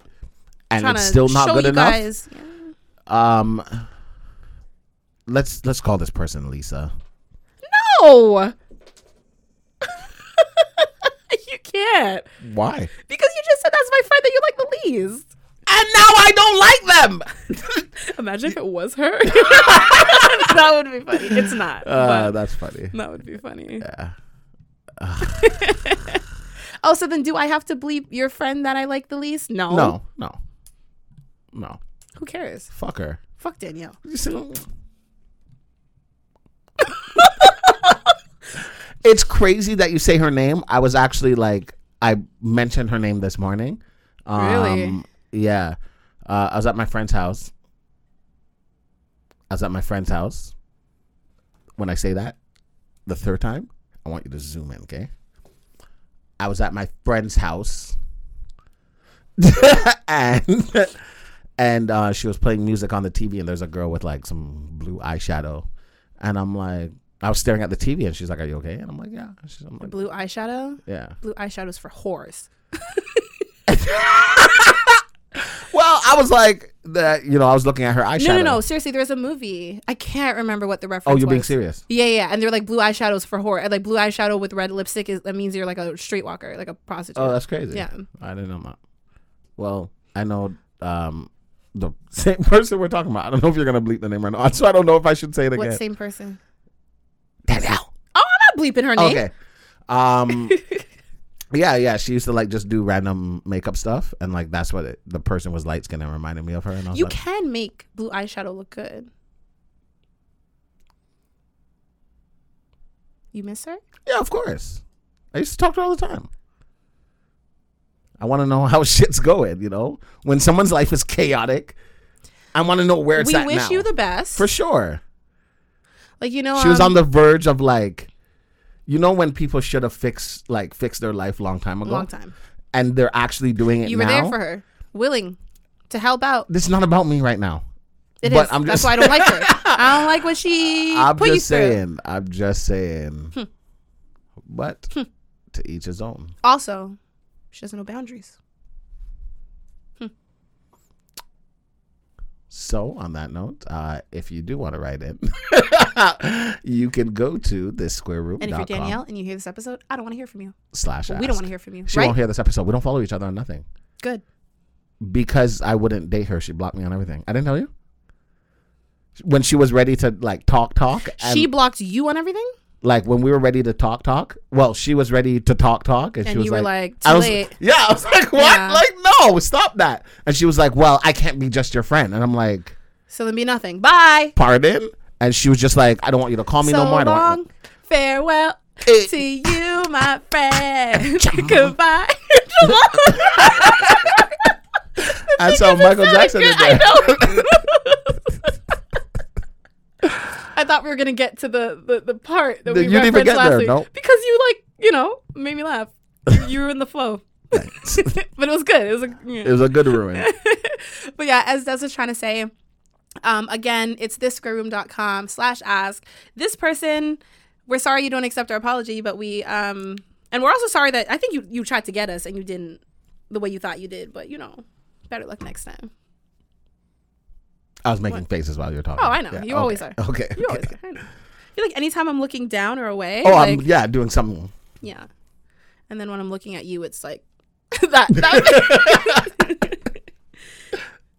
Speaker 2: and
Speaker 1: trying
Speaker 2: it's
Speaker 1: to
Speaker 2: still not
Speaker 1: show
Speaker 2: good
Speaker 1: you
Speaker 2: enough.
Speaker 1: guys. Yeah.
Speaker 2: Um, let's let's call this person Lisa.
Speaker 1: No, you can't
Speaker 2: Why?
Speaker 1: because you just said that's my friend that you like the least.
Speaker 2: And now I don't like them.
Speaker 1: Imagine if it was her. that would be funny. It's not.
Speaker 2: uh,
Speaker 1: but
Speaker 2: that's funny.
Speaker 1: that would be funny.
Speaker 2: Yeah.
Speaker 1: Oh, so then do I have to bleep your friend that I like the least? No.
Speaker 2: No, no, no.
Speaker 1: Who cares?
Speaker 2: Fuck her.
Speaker 1: Fuck Danielle.
Speaker 2: it's crazy that you say her name. I was actually like, I mentioned her name this morning. Um,
Speaker 1: Really?
Speaker 2: Yeah. Uh, I was at my friend's house. I was at my friend's house. When I say that the third time, I want you to zoom in, okay? I was at my friend's house. and and uh, she was playing music on the TV, and there's a girl with like some blue eyeshadow, and I'm like, I was staring at the TV, and she's like, "Are you okay?" And I'm like, "Yeah." She's, I'm like,
Speaker 1: Blue eyeshadow.
Speaker 2: "Yeah."
Speaker 1: Blue eyeshadow's for whores.
Speaker 2: Well, I was like that, you know, I was looking at her eyeshadow.
Speaker 1: No, no, no. Seriously, there was a movie. I can't remember what the reference.
Speaker 2: Oh, you're being
Speaker 1: was.
Speaker 2: serious?
Speaker 1: Yeah, yeah, and they're like blue eyeshadows for whore. And, Like blue eyeshadow with red lipstick is that means you're like a street walker, like a prostitute.
Speaker 2: Oh, that's crazy.
Speaker 1: yeah.
Speaker 2: I didn't know that. Well, I know um, the same person we're talking about. I don't know if you're gonna bleep the name or not, so I don't know if I should say it
Speaker 1: What
Speaker 2: again.
Speaker 1: same person?
Speaker 2: Danielle.
Speaker 1: Oh, I'm not bleeping her name.
Speaker 2: Okay. Um. yeah, yeah. She used to like just do random makeup stuff, and like that's what it, the person was light skinned and reminded me of her. And I was
Speaker 1: You
Speaker 2: like,
Speaker 1: can make blue eyeshadow look good. You miss her?
Speaker 2: yeah, of course. I used to talk to her all the time. I want to know how shit's going. You know, when someone's life is chaotic, I want to know where it's
Speaker 1: we
Speaker 2: at
Speaker 1: wish
Speaker 2: now.
Speaker 1: you the best.
Speaker 2: for sure.
Speaker 1: like you know,
Speaker 2: she was
Speaker 1: um,
Speaker 2: on the verge of like, you know, when people should have fixed like fixed their life long time ago,
Speaker 1: long time.
Speaker 2: and they're actually doing it.
Speaker 1: You were
Speaker 2: now?
Speaker 1: there for her, willing to help out.
Speaker 2: This is not about me right now.
Speaker 1: It
Speaker 2: But
Speaker 1: is.
Speaker 2: I'm
Speaker 1: That's
Speaker 2: just-
Speaker 1: why I don't like her. I don't like what she
Speaker 2: I'm
Speaker 1: put
Speaker 2: just
Speaker 1: you through. Hmm.
Speaker 2: saying. I'm just saying. But to each his own.
Speaker 1: Also, she doesn't know boundaries.
Speaker 2: So on that note, uh, if you do want to write in, you can go to this square room.
Speaker 1: And if you're Danielle and you hear this episode, I don't want to hear from you.
Speaker 2: slash
Speaker 1: We don't
Speaker 2: ask.
Speaker 1: want to hear from you.
Speaker 2: She
Speaker 1: right?
Speaker 2: won't hear this episode. We don't follow each other on nothing
Speaker 1: Good.
Speaker 2: because I wouldn't date her. She blocked me on everything. I didn't tell you when she was ready to like talk talk. And,
Speaker 1: she blocked you on everything,
Speaker 2: like when we were ready to talk talk. Well, she was ready to talk talk, and, she
Speaker 1: and
Speaker 2: was
Speaker 1: you were like,
Speaker 2: I
Speaker 1: "Too
Speaker 2: was,
Speaker 1: late."
Speaker 2: Yeah, I was like, what?
Speaker 1: Yeah.
Speaker 2: Like, no, stop that. And she was like, well, I can't be just your friend. And I'm like,
Speaker 1: So then be nothing. Bye.
Speaker 2: pardon? And she was just like, I don't want you to call me
Speaker 1: so
Speaker 2: no more. I don't want you-
Speaker 1: long. Farewell
Speaker 2: Eh.
Speaker 1: to you, my friend. Goodbye.
Speaker 2: And so Michael Jackson is
Speaker 1: I
Speaker 2: there.
Speaker 1: know. I thought we were gonna get to the the, the part that
Speaker 2: The-
Speaker 1: we
Speaker 2: you didn't even
Speaker 1: referenced
Speaker 2: get
Speaker 1: last
Speaker 2: there,
Speaker 1: week
Speaker 2: nope.
Speaker 1: because you like you know made me laugh. You were in the flow, but it was good. It was a, yeah.
Speaker 2: It was a good ruin.
Speaker 1: but yeah, as Des was trying to say, um, again, it's thissquareroom.com slash ask. This person, we're sorry you don't accept our apology, but we um and we're also sorry that I think you, you tried to get us and you didn't the way you thought you did, but you know, better luck next time.
Speaker 2: I was making faces while you were talking.
Speaker 1: Oh, I know. You always are.
Speaker 2: Okay.
Speaker 1: You
Speaker 2: okay.
Speaker 1: always are. I know. I feel like anytime I'm looking down or away,
Speaker 2: Oh,
Speaker 1: like,
Speaker 2: I'm, yeah, doing something.
Speaker 1: yeah. And then when I'm looking at you, it's like that. that-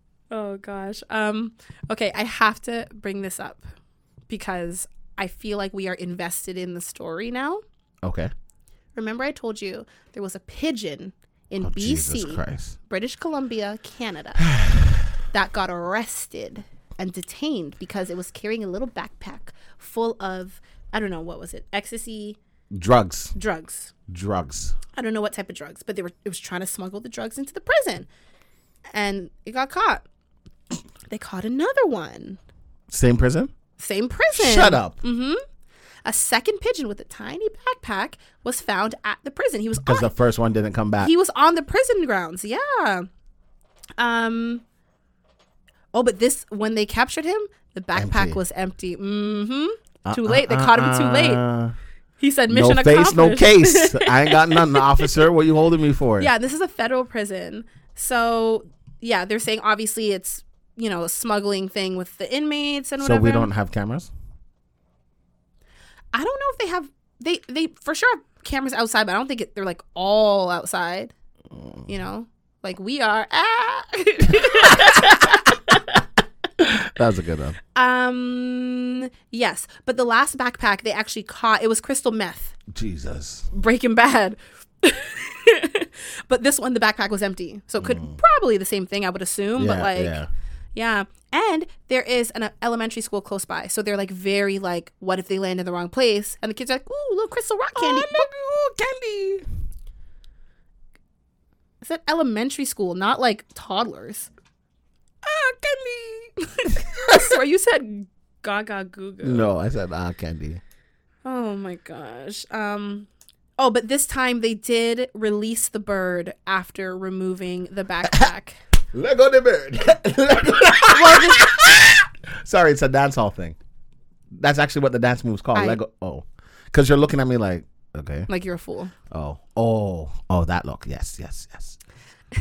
Speaker 1: oh gosh. Um. Okay, I have to bring this up because I feel like we are invested in the story now.
Speaker 2: Okay.
Speaker 1: Remember, I told you there was a pigeon in BC,
Speaker 2: Oh, Jesus Christ.
Speaker 1: British Columbia, Canada, that got arrested and detained because it was carrying a little backpack full of I don't know what was it ecstasy
Speaker 2: Drugs.
Speaker 1: drugs.
Speaker 2: Drugs.
Speaker 1: I don't know what type of drugs, but they were it was trying to smuggle the drugs into the prison, and it got caught. They caught another one,
Speaker 2: Same prison?
Speaker 1: same prison.
Speaker 2: Shut up.
Speaker 1: Mm-hmm. A second pigeon with a tiny backpack was found at the prison. He was on,
Speaker 2: Because the first one didn't come back.
Speaker 1: he was on the prison grounds. Yeah. Um. Oh, but this when they captured him, the backpack
Speaker 2: Empty. Uh,
Speaker 1: was empty. Mm-hmm. too late. They caught him too late.
Speaker 2: Uh-uh.
Speaker 1: He said, "Mission
Speaker 2: no
Speaker 1: accomplished."
Speaker 2: face, no case. I ain't got nothing, officer. What you holding me for?
Speaker 1: Yeah, this is a federal prison. So, yeah, they're saying obviously it's, you know, a smuggling thing with the inmates and
Speaker 2: So
Speaker 1: whatever.
Speaker 2: we don't have cameras.
Speaker 1: I don't know if they have they they for sure have cameras outside, but I don't think it, they're like all outside. You know, like we are. Ah!
Speaker 2: That was a good uh, one.
Speaker 1: um, yes, but the last backpack they actually caught it was crystal meth.
Speaker 2: Jesus.
Speaker 1: Breaking Bad. but this one, the backpack was empty, so it could probably the same thing. I would assume, but
Speaker 2: Hmm. Yeah,
Speaker 1: like,
Speaker 2: yeah.
Speaker 1: yeah. And there is an uh, elementary school close by, so they're like very like, what if they land in the wrong place? And the kids are like, ooh, little crystal rock candy. oh,
Speaker 2: candy.
Speaker 1: It's at elementary school, not like toddlers. Ah, candy. I swear you said gaga goo.
Speaker 2: No, I said ah candy.
Speaker 1: Oh my gosh. Um Oh, but this time they did release the bird after removing the backpack.
Speaker 2: Let go the bird. Sorry, it's a dance hall thing. That's actually what the dance move's called.
Speaker 1: I-
Speaker 2: Let go. Oh, because you're looking at me like, okay.
Speaker 1: like you're a fool.
Speaker 2: Oh, oh, oh, that look. Yes, yes, yes.
Speaker 1: I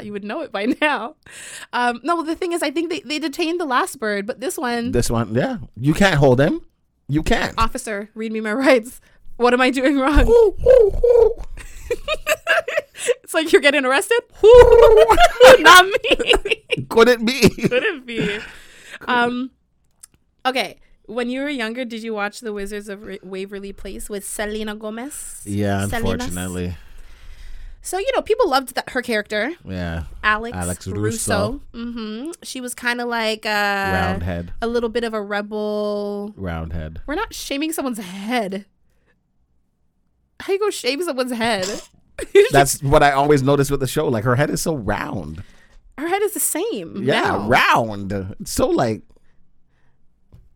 Speaker 1: thought you would know it by now. Um no, well the thing is I think they, they detained the last bird, but this one
Speaker 2: This one, yeah. You can't hold him. You can't.
Speaker 1: officer, read me my rights. What am I doing wrong?
Speaker 2: Ooh, ooh, ooh.
Speaker 1: it's like you're getting arrested? Not me.
Speaker 2: Could it be?
Speaker 1: could it be? Um, okay. When you were younger, did you watch The Wizards of Ra- Waverly Place with Selena Gomez?
Speaker 2: Yeah,
Speaker 1: Salinas.
Speaker 2: unfortunately.
Speaker 1: So you know, people loved that her character,
Speaker 2: Yeah.
Speaker 1: Alex,
Speaker 2: Alex
Speaker 1: Russo. hmm She was kind of like uh,
Speaker 2: Roundhead.
Speaker 1: a little bit of a rebel.
Speaker 2: Roundhead.
Speaker 1: We're not shaming someone's head. How you go shame someone's head?
Speaker 2: That's what I always notice with the show. Like her head is so round.
Speaker 1: her head is the same.
Speaker 2: Yeah,
Speaker 1: now.
Speaker 2: round. It's so like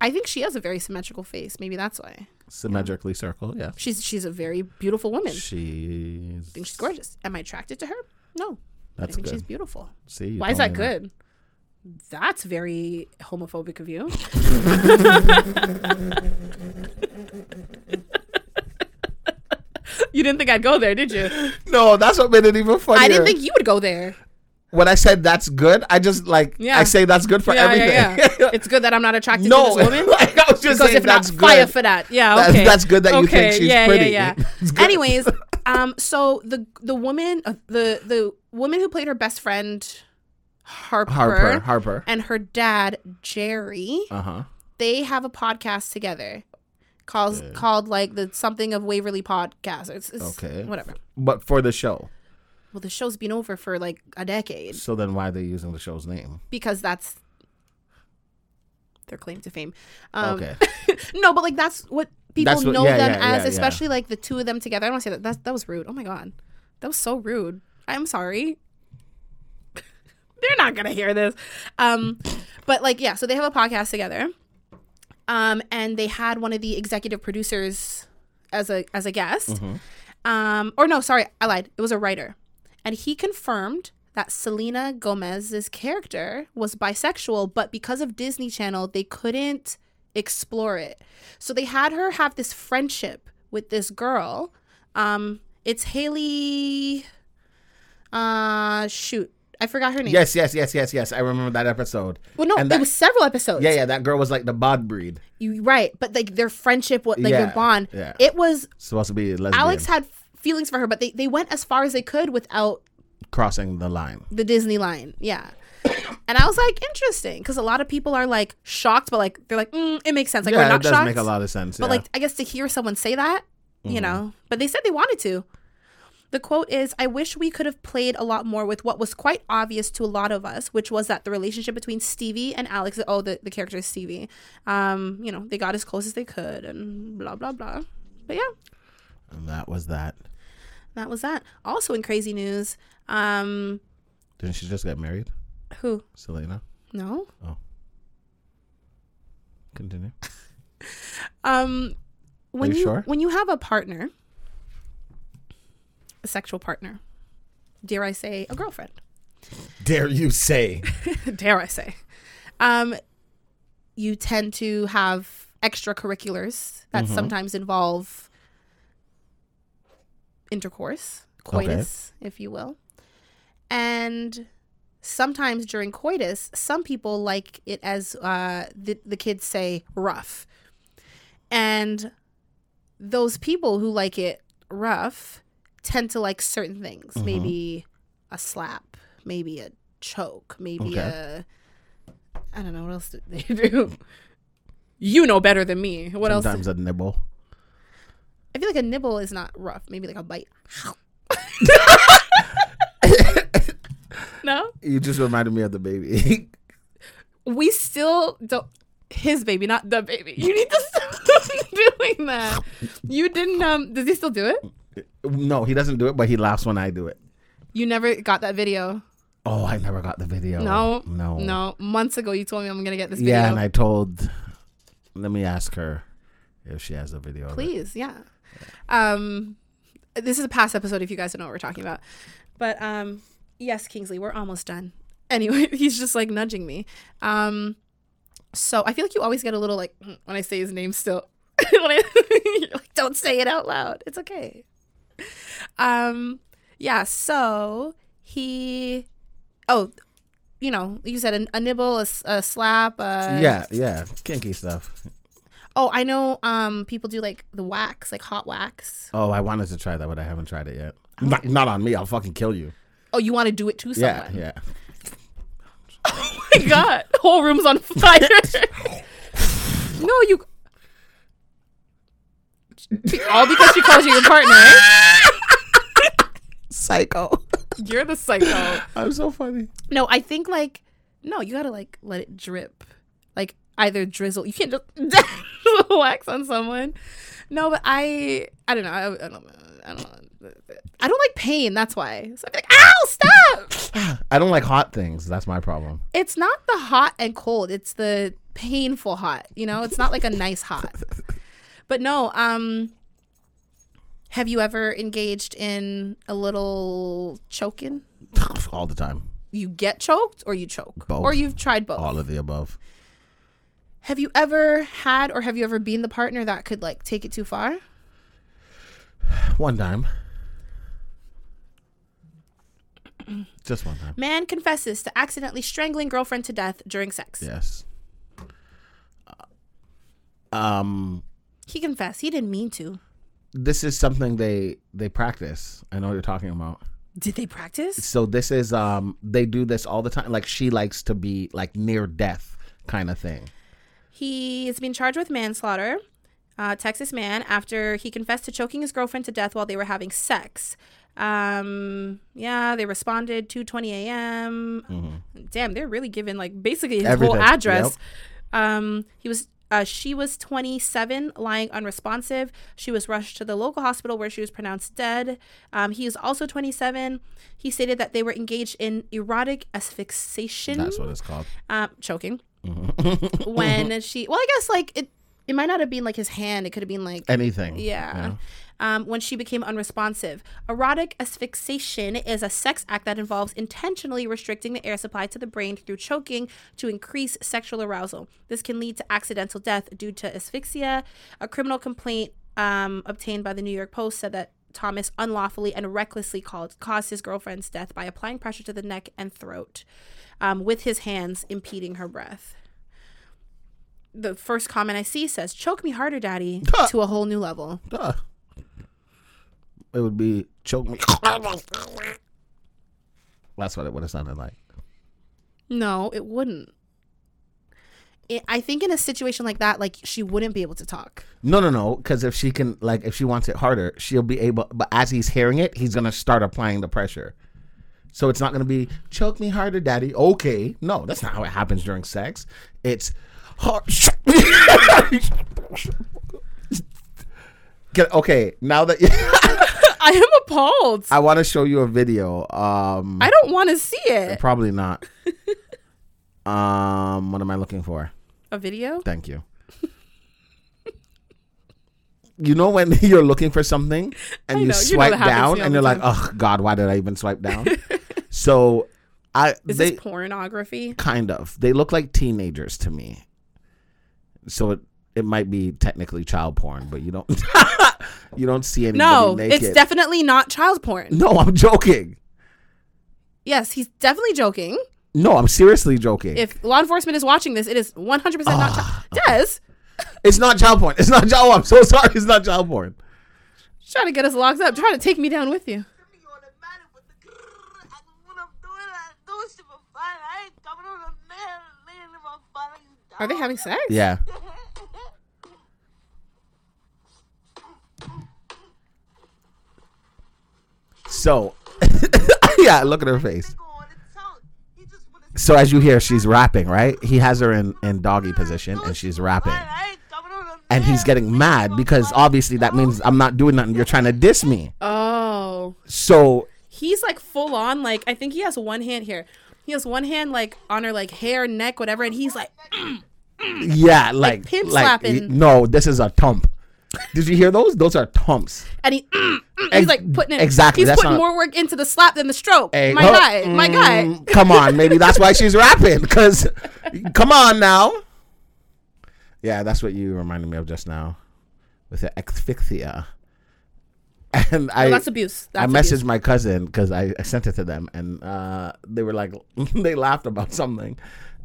Speaker 1: I think she has a very symmetrical face. Maybe that's why
Speaker 2: symmetrically circle. Yeah.
Speaker 1: she's she's a very beautiful woman.
Speaker 2: She's
Speaker 1: think she's gorgeous. Am I attracted to her? No. I
Speaker 2: that's
Speaker 1: think
Speaker 2: good.
Speaker 1: she's beautiful.
Speaker 2: See, you
Speaker 1: Why is
Speaker 2: told
Speaker 1: that
Speaker 2: me
Speaker 1: good? That's very homophobic of you. you didn't think I'd go there, did you?
Speaker 2: No, that's what made it even funnier.
Speaker 1: I didn't think you would go there.
Speaker 2: when I said that's good, I just like
Speaker 1: Yeah.
Speaker 2: I say that's good for
Speaker 1: Yeah,
Speaker 2: everything.
Speaker 1: yeah, yeah. It's good that I'm not attracted
Speaker 2: no,
Speaker 1: to this woman.
Speaker 2: like I was just
Speaker 1: Because
Speaker 2: saying
Speaker 1: if not,
Speaker 2: that's
Speaker 1: fire
Speaker 2: good.
Speaker 1: for that. Yeah,
Speaker 2: That's-
Speaker 1: okay.
Speaker 2: that's good that you think she's
Speaker 1: yeah,
Speaker 2: pretty.
Speaker 1: Yeah, yeah.
Speaker 2: It's good.
Speaker 1: Anyways, um, so the the woman, uh, the the woman who played her best friend, Harper,
Speaker 2: Harper, Harper.
Speaker 1: and her dad Jerry,
Speaker 2: Uh huh.
Speaker 1: they have a podcast together, calls called like the something of Waverly podcast. It's, it's
Speaker 2: Okay.
Speaker 1: whatever.
Speaker 2: But for the show,
Speaker 1: Well, the show's been over for like a decade
Speaker 2: so then why are they using the show's name?
Speaker 1: because that's their claim to fame. Um,
Speaker 2: okay.
Speaker 1: no, but like that's what people
Speaker 2: That's what-
Speaker 1: know
Speaker 2: yeah,
Speaker 1: them
Speaker 2: yeah,
Speaker 1: as,
Speaker 2: yeah, yeah.
Speaker 1: especially like the two of them together. I don't want to say that. That that was rude. Oh my god, that was so rude. I'm sorry. They're not gonna hear this. Um, but like yeah, so they have a podcast together. Um, and they had one of the executive producers as a as a guest. Um, or no, sorry, I lied. It was a writer, and he confirmed that Selena Gomez's character was bisexual, but because of Disney Channel, they couldn't explore it. So they had her have this friendship with this girl. Um, it's Haley. Uh, shoot, I forgot her name.
Speaker 2: Yes, yes, yes, yes, yes. I remember that episode.
Speaker 1: Well, no,
Speaker 2: and
Speaker 1: it
Speaker 2: that,
Speaker 1: was several episodes.
Speaker 2: yeah, yeah. That girl was like the bod breed,
Speaker 1: You right, but like their friendship, what like
Speaker 2: Yeah,
Speaker 1: their bond.
Speaker 2: yeah.
Speaker 1: It was
Speaker 2: supposed to be lesbian,
Speaker 1: Alex had feelings for her, but they they went as far as they could without
Speaker 2: crossing the line.
Speaker 1: the Disney line. Yeah. And I was like, interesting, because a lot of people are like shocked, but like they're like, mm, it makes sense. Like we're
Speaker 2: yeah,
Speaker 1: not
Speaker 2: it does
Speaker 1: shocked,
Speaker 2: make a lot of sense.
Speaker 1: but
Speaker 2: yeah. Mm-hmm.
Speaker 1: like I guess to hear someone say that, you know, but they said they wanted to. The quote is I wish we could have played a lot more with what was quite obvious to a lot of us, which was that the relationship between Stevie and Alex, oh, the, the character is Stevie, um, you know, they got as close as they could and blah, blah, blah. But yeah,
Speaker 2: And that was that.
Speaker 1: that was that. Also in crazy news, um,
Speaker 2: Didn't she just get married,
Speaker 1: who?
Speaker 2: Selena? Oh.
Speaker 1: No?
Speaker 2: Continue.
Speaker 1: Um, when
Speaker 2: you sure?
Speaker 1: when you have a partner, a sexual partner, dare I say a girlfriend?
Speaker 2: Dare you say?
Speaker 1: dare I say? Um, you tend to have extracurriculars that
Speaker 2: Mm-hmm.
Speaker 1: sometimes involve intercourse,
Speaker 2: Okay.
Speaker 1: coitus, if you will, and sometimes during coitus, some people like it as uh, the the kids say rough, and those people who like it rough tend to like certain things. Maybe a slap, maybe a choke, maybe
Speaker 2: Okay.
Speaker 1: a I don't know what else did they do. You know better than me. What else?
Speaker 2: Sometimes a nibble.
Speaker 1: I feel like a nibble is not rough. Maybe like a bite. no,
Speaker 2: You just reminded me of the baby.
Speaker 1: we still don't. His baby, not the baby. You need to stop doing that. You didn't. Um, does he still do it?
Speaker 2: no, he doesn't do it, but he laughs when I do it.
Speaker 1: You never got that video.
Speaker 2: Oh, I never got the video.
Speaker 1: No,
Speaker 2: no,
Speaker 1: no. Months ago, you told me I'm gonna get this video.
Speaker 2: Yeah, and I told. Let me ask her if she has the video. of it.
Speaker 1: please yeah um this is a past episode if you guys don't know what we're talking about but um yes kingsley we're almost done anyway he's just like nudging me um so i feel like you always get a little like "Mm," when i say his name still when I, you're like don't say it out loud it's okay um yeah so he oh you know you said a, a nibble a, s- a slap a,
Speaker 2: Yeah, yeah, kinky stuff.
Speaker 1: oh i know um people do like the wax like hot wax
Speaker 2: Oh, I wanted to try that, but I haven't tried it yet. Not, not on me. I'll fucking kill you.
Speaker 1: Oh, you want to do it to
Speaker 2: Yeah,
Speaker 1: someone?
Speaker 2: yeah.
Speaker 1: Oh my god, whole room's on fire. no, you. All because she calls you your partner. eh?
Speaker 2: Psycho.
Speaker 1: You're the psycho.
Speaker 2: I'm so funny.
Speaker 1: No, I think like no, you gotta like let it drip, like either drizzle. You can't just wax on someone. No, but I I don't know. I, I don't. I don't. know. I don't like pain. That's why. So I'm like, ow, stop.
Speaker 2: I don't like hot things. That's my problem.
Speaker 1: it's not the hot and cold it's the painful hot you know it's not like a nice hot but no um have you ever engaged in a little choking
Speaker 2: All the time.
Speaker 1: you get choked or you choke
Speaker 2: Both.
Speaker 1: or you've tried both
Speaker 2: All of the above.
Speaker 1: have you ever had or have you ever been the partner that could like take it too far
Speaker 2: One time. Just one time.
Speaker 1: man confesses to accidentally strangling girlfriend to death during sex
Speaker 2: Yes. Uh, Um,
Speaker 1: he confessed he didn't mean to
Speaker 2: this is something they they practice. I know what you're talking about.
Speaker 1: did they practice
Speaker 2: So this is um they do this all the time. Like she likes to be like near death kind of thing.
Speaker 1: He has been charged with manslaughter, uh, Texas man, after he confessed to choking his girlfriend to death while they were having sex. Um, yeah, they responded 2:20 a.m. Damn, they're really giving like basically his
Speaker 2: Mm-hmm. Everything,
Speaker 1: whole address. Um, he was. Uh, she was 27, lying unresponsive. She was rushed to the local hospital where she was pronounced dead. Um, he is also 27. He stated that they were engaged in erotic asphyxiation
Speaker 2: That's what it's called.
Speaker 1: um, choking when she well i guess like it it might not have been like his hand it could have been like
Speaker 2: Anything.
Speaker 1: yeah um, when she became unresponsive erotic asphyxiation is a sex act that involves intentionally restricting the air supply to the brain through choking to increase sexual arousal this can lead to accidental death due to asphyxia a criminal complaint um, obtained by the new york post said that Thomas unlawfully and recklessly called, caused his girlfriend's death by applying pressure to the neck and throat um, with his hands impeding her breath. The first comment I see says, Choke me harder, daddy, to a whole new level.
Speaker 2: Duh. It would be choke me. That's what it would have sounded like.
Speaker 1: No, it wouldn't. i I think in a situation like that, like she wouldn't be able to talk.
Speaker 2: No, no, no. Because if she can, like, if she wants it harder, she'll be able. But as he's hearing it, he's gonna start applying the pressure. So it's not gonna be choke me harder, daddy. Okay, no, that's not how it happens during sex. It's hard. Get, okay, now that
Speaker 1: I am appalled. I,
Speaker 2: I want to show you a video. Um,
Speaker 1: don't want to see it.
Speaker 2: probably not. um, what am I looking for?
Speaker 1: A video?
Speaker 2: Thank you. you know when you're looking for something and
Speaker 1: I know, you
Speaker 2: you
Speaker 1: know
Speaker 2: swipe
Speaker 1: that happens to
Speaker 2: down
Speaker 1: me
Speaker 2: and
Speaker 1: all
Speaker 2: you're
Speaker 1: the
Speaker 2: like, oh God, why did I even swipe down? so I
Speaker 1: Is
Speaker 2: they
Speaker 1: this pornography?
Speaker 2: kind of they look like teenagers to me. So it it might be technically child porn, but you don't you don't see anybody
Speaker 1: No,
Speaker 2: naked.
Speaker 1: it's definitely not child porn.
Speaker 2: no, I'm joking.
Speaker 1: Yes, he's definitely joking.
Speaker 2: No, I'm seriously joking.
Speaker 1: If law enforcement is watching this, it is 100% not child. Des,
Speaker 2: it's not child porn. It's not child. I'm so sorry. It's not child porn.
Speaker 1: try to get us locked up. Try to take me down with you.
Speaker 3: me on the matter with the grrrr. I know what I'm doing. I do shit for fun. I ain't coming on the man laying in my fucking dog.
Speaker 1: Are they having sex?
Speaker 2: Yeah. So, yeah, look at her face.
Speaker 3: Go on and talk. He just wanna
Speaker 2: So as you hear, she's rapping, right? He has her in in doggy position and she's rapping,
Speaker 3: fun. I ain't coming on the man.
Speaker 2: and he's getting mad because obviously that means I'm not doing nothing. You're trying to diss me.
Speaker 1: Oh.
Speaker 2: So
Speaker 1: He's like full on, like, I think he has one hand here. He has one hand, like, on her, like, hair, neck, whatever. And he's like,
Speaker 2: yeah, like
Speaker 1: pimp
Speaker 2: like,
Speaker 1: slapping.
Speaker 2: no, this is a thump. Did you hear those? Those are thumps.
Speaker 1: and he, mm, mm, he's like putting in
Speaker 2: exactly,
Speaker 1: He's
Speaker 2: that's
Speaker 1: putting
Speaker 2: not-
Speaker 1: more work into the slap than the stroke.
Speaker 2: Hey,
Speaker 1: my
Speaker 2: oh,
Speaker 1: guy, my guy.
Speaker 2: mm, Come on, maybe that's why she's rapping. Cause, come on now. Yeah, that's what you reminded me of just now, with the asphyxia. And I,
Speaker 1: Oh, that's abuse. That's
Speaker 2: I
Speaker 1: abuse.
Speaker 2: messaged my cousin because I, I sent it to them, and uh, they were like, they laughed about something,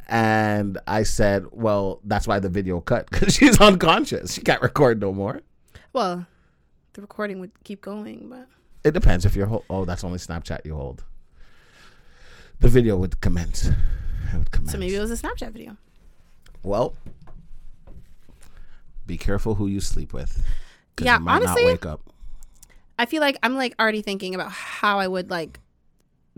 Speaker 2: and I said, well, that's why the video cut because she's unconscious. She can't record no more.
Speaker 1: Well, the recording would keep going, but
Speaker 2: It depends if you're. Ho- oh, that's only Snapchat you hold. The video would commence. It would commence.
Speaker 1: so maybe it was a Snapchat video.
Speaker 2: Well, be careful who you sleep with. 'cause
Speaker 1: Yeah,
Speaker 2: you might
Speaker 1: honestly-
Speaker 2: not wake up.
Speaker 1: I feel like I'm like already thinking about how I would like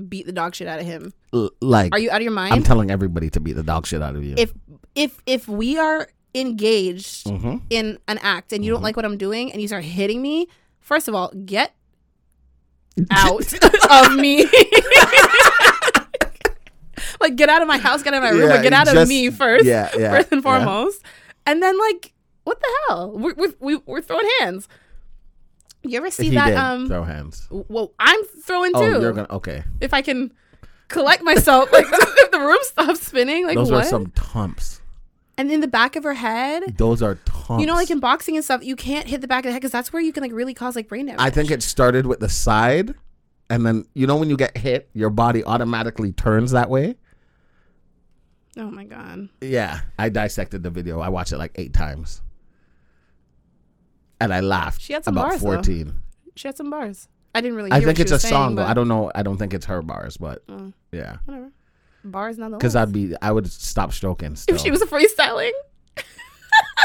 Speaker 1: beat the dog shit out of him.
Speaker 2: L- like
Speaker 1: Are you out of your
Speaker 2: I'm
Speaker 1: mind?
Speaker 2: telling everybody to beat the dog shit out of you.
Speaker 1: if if if we are engaged
Speaker 2: Mm-hmm.
Speaker 1: in an act and you don't like what I'm doing and you start hitting me, first of all, get out of me. like get out of my house, get out of my room,
Speaker 2: Yeah,
Speaker 1: but get out of
Speaker 2: just-
Speaker 1: me first.
Speaker 2: yeah, yeah,
Speaker 1: first and
Speaker 2: yeah.
Speaker 1: foremost. And then like what the hell? We're we're, we- we're throwing hands. You ever see
Speaker 2: If you
Speaker 1: that
Speaker 2: did,
Speaker 1: um
Speaker 2: throw hands.
Speaker 1: well, I'm throwing too.
Speaker 2: Oh, you're gonna okay.
Speaker 1: if I can collect myself, like if the room stops spinning, like
Speaker 2: Those
Speaker 1: what?
Speaker 2: are some thumps.
Speaker 1: and in the back of her head,
Speaker 2: Those are thumps.
Speaker 1: you know, like in boxing and stuff, you can't hit the back of the head because that's where you can like really cause like brain damage.
Speaker 2: I think it started with the side, and then you know when you get hit, your body automatically turns that way.
Speaker 1: oh my god,
Speaker 2: Yeah, I dissected the video. I watched it like eight times, and I laughed.
Speaker 1: She had some
Speaker 2: about
Speaker 1: bars, though.
Speaker 2: fourteen.
Speaker 1: she had some bars. I didn't really.
Speaker 2: I
Speaker 1: hear what
Speaker 2: think
Speaker 1: she
Speaker 2: it's a
Speaker 1: was saying,
Speaker 2: song though.
Speaker 1: but Mm.
Speaker 2: I don't know. I don't think it's her bars, but yeah,
Speaker 1: Whatever. Bars nonetheless.
Speaker 2: because I'd be I would stop stroking. Still.
Speaker 1: if she was freestyling,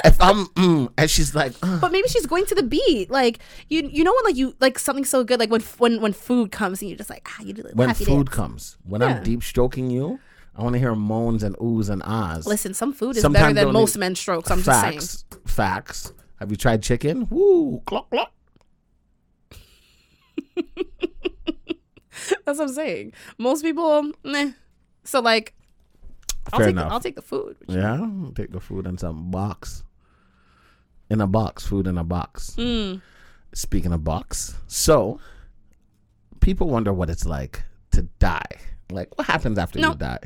Speaker 2: if I'm mm, and she's like, "Ugh."
Speaker 1: but maybe she's going to the beat. Like you, you know when like you like something so good, like when when when food comes and you're just like ah, you do like
Speaker 2: when
Speaker 1: happy
Speaker 2: food
Speaker 1: dance.
Speaker 2: comes, when
Speaker 1: Yeah.
Speaker 2: I'm deep stroking you, I want to hear moans and oohs and ahs.
Speaker 1: Listen, some food is
Speaker 2: Sometimes
Speaker 1: better
Speaker 2: don't
Speaker 1: than most
Speaker 2: even-
Speaker 1: men's strokes. I'm
Speaker 2: facts,
Speaker 1: just saying.
Speaker 2: facts. Have you tried chicken? Woo, clock clock.
Speaker 1: That's what I'm saying. Most people, meh. So like, I'll
Speaker 2: Fair
Speaker 1: take the,
Speaker 2: enough.
Speaker 1: I'll take the food.
Speaker 2: Yeah, take the food in some box. In a box, food in a box.
Speaker 1: Mm.
Speaker 2: Speaking of box, so people wonder what it's like to die. Like, what happens after
Speaker 1: No.
Speaker 2: you die?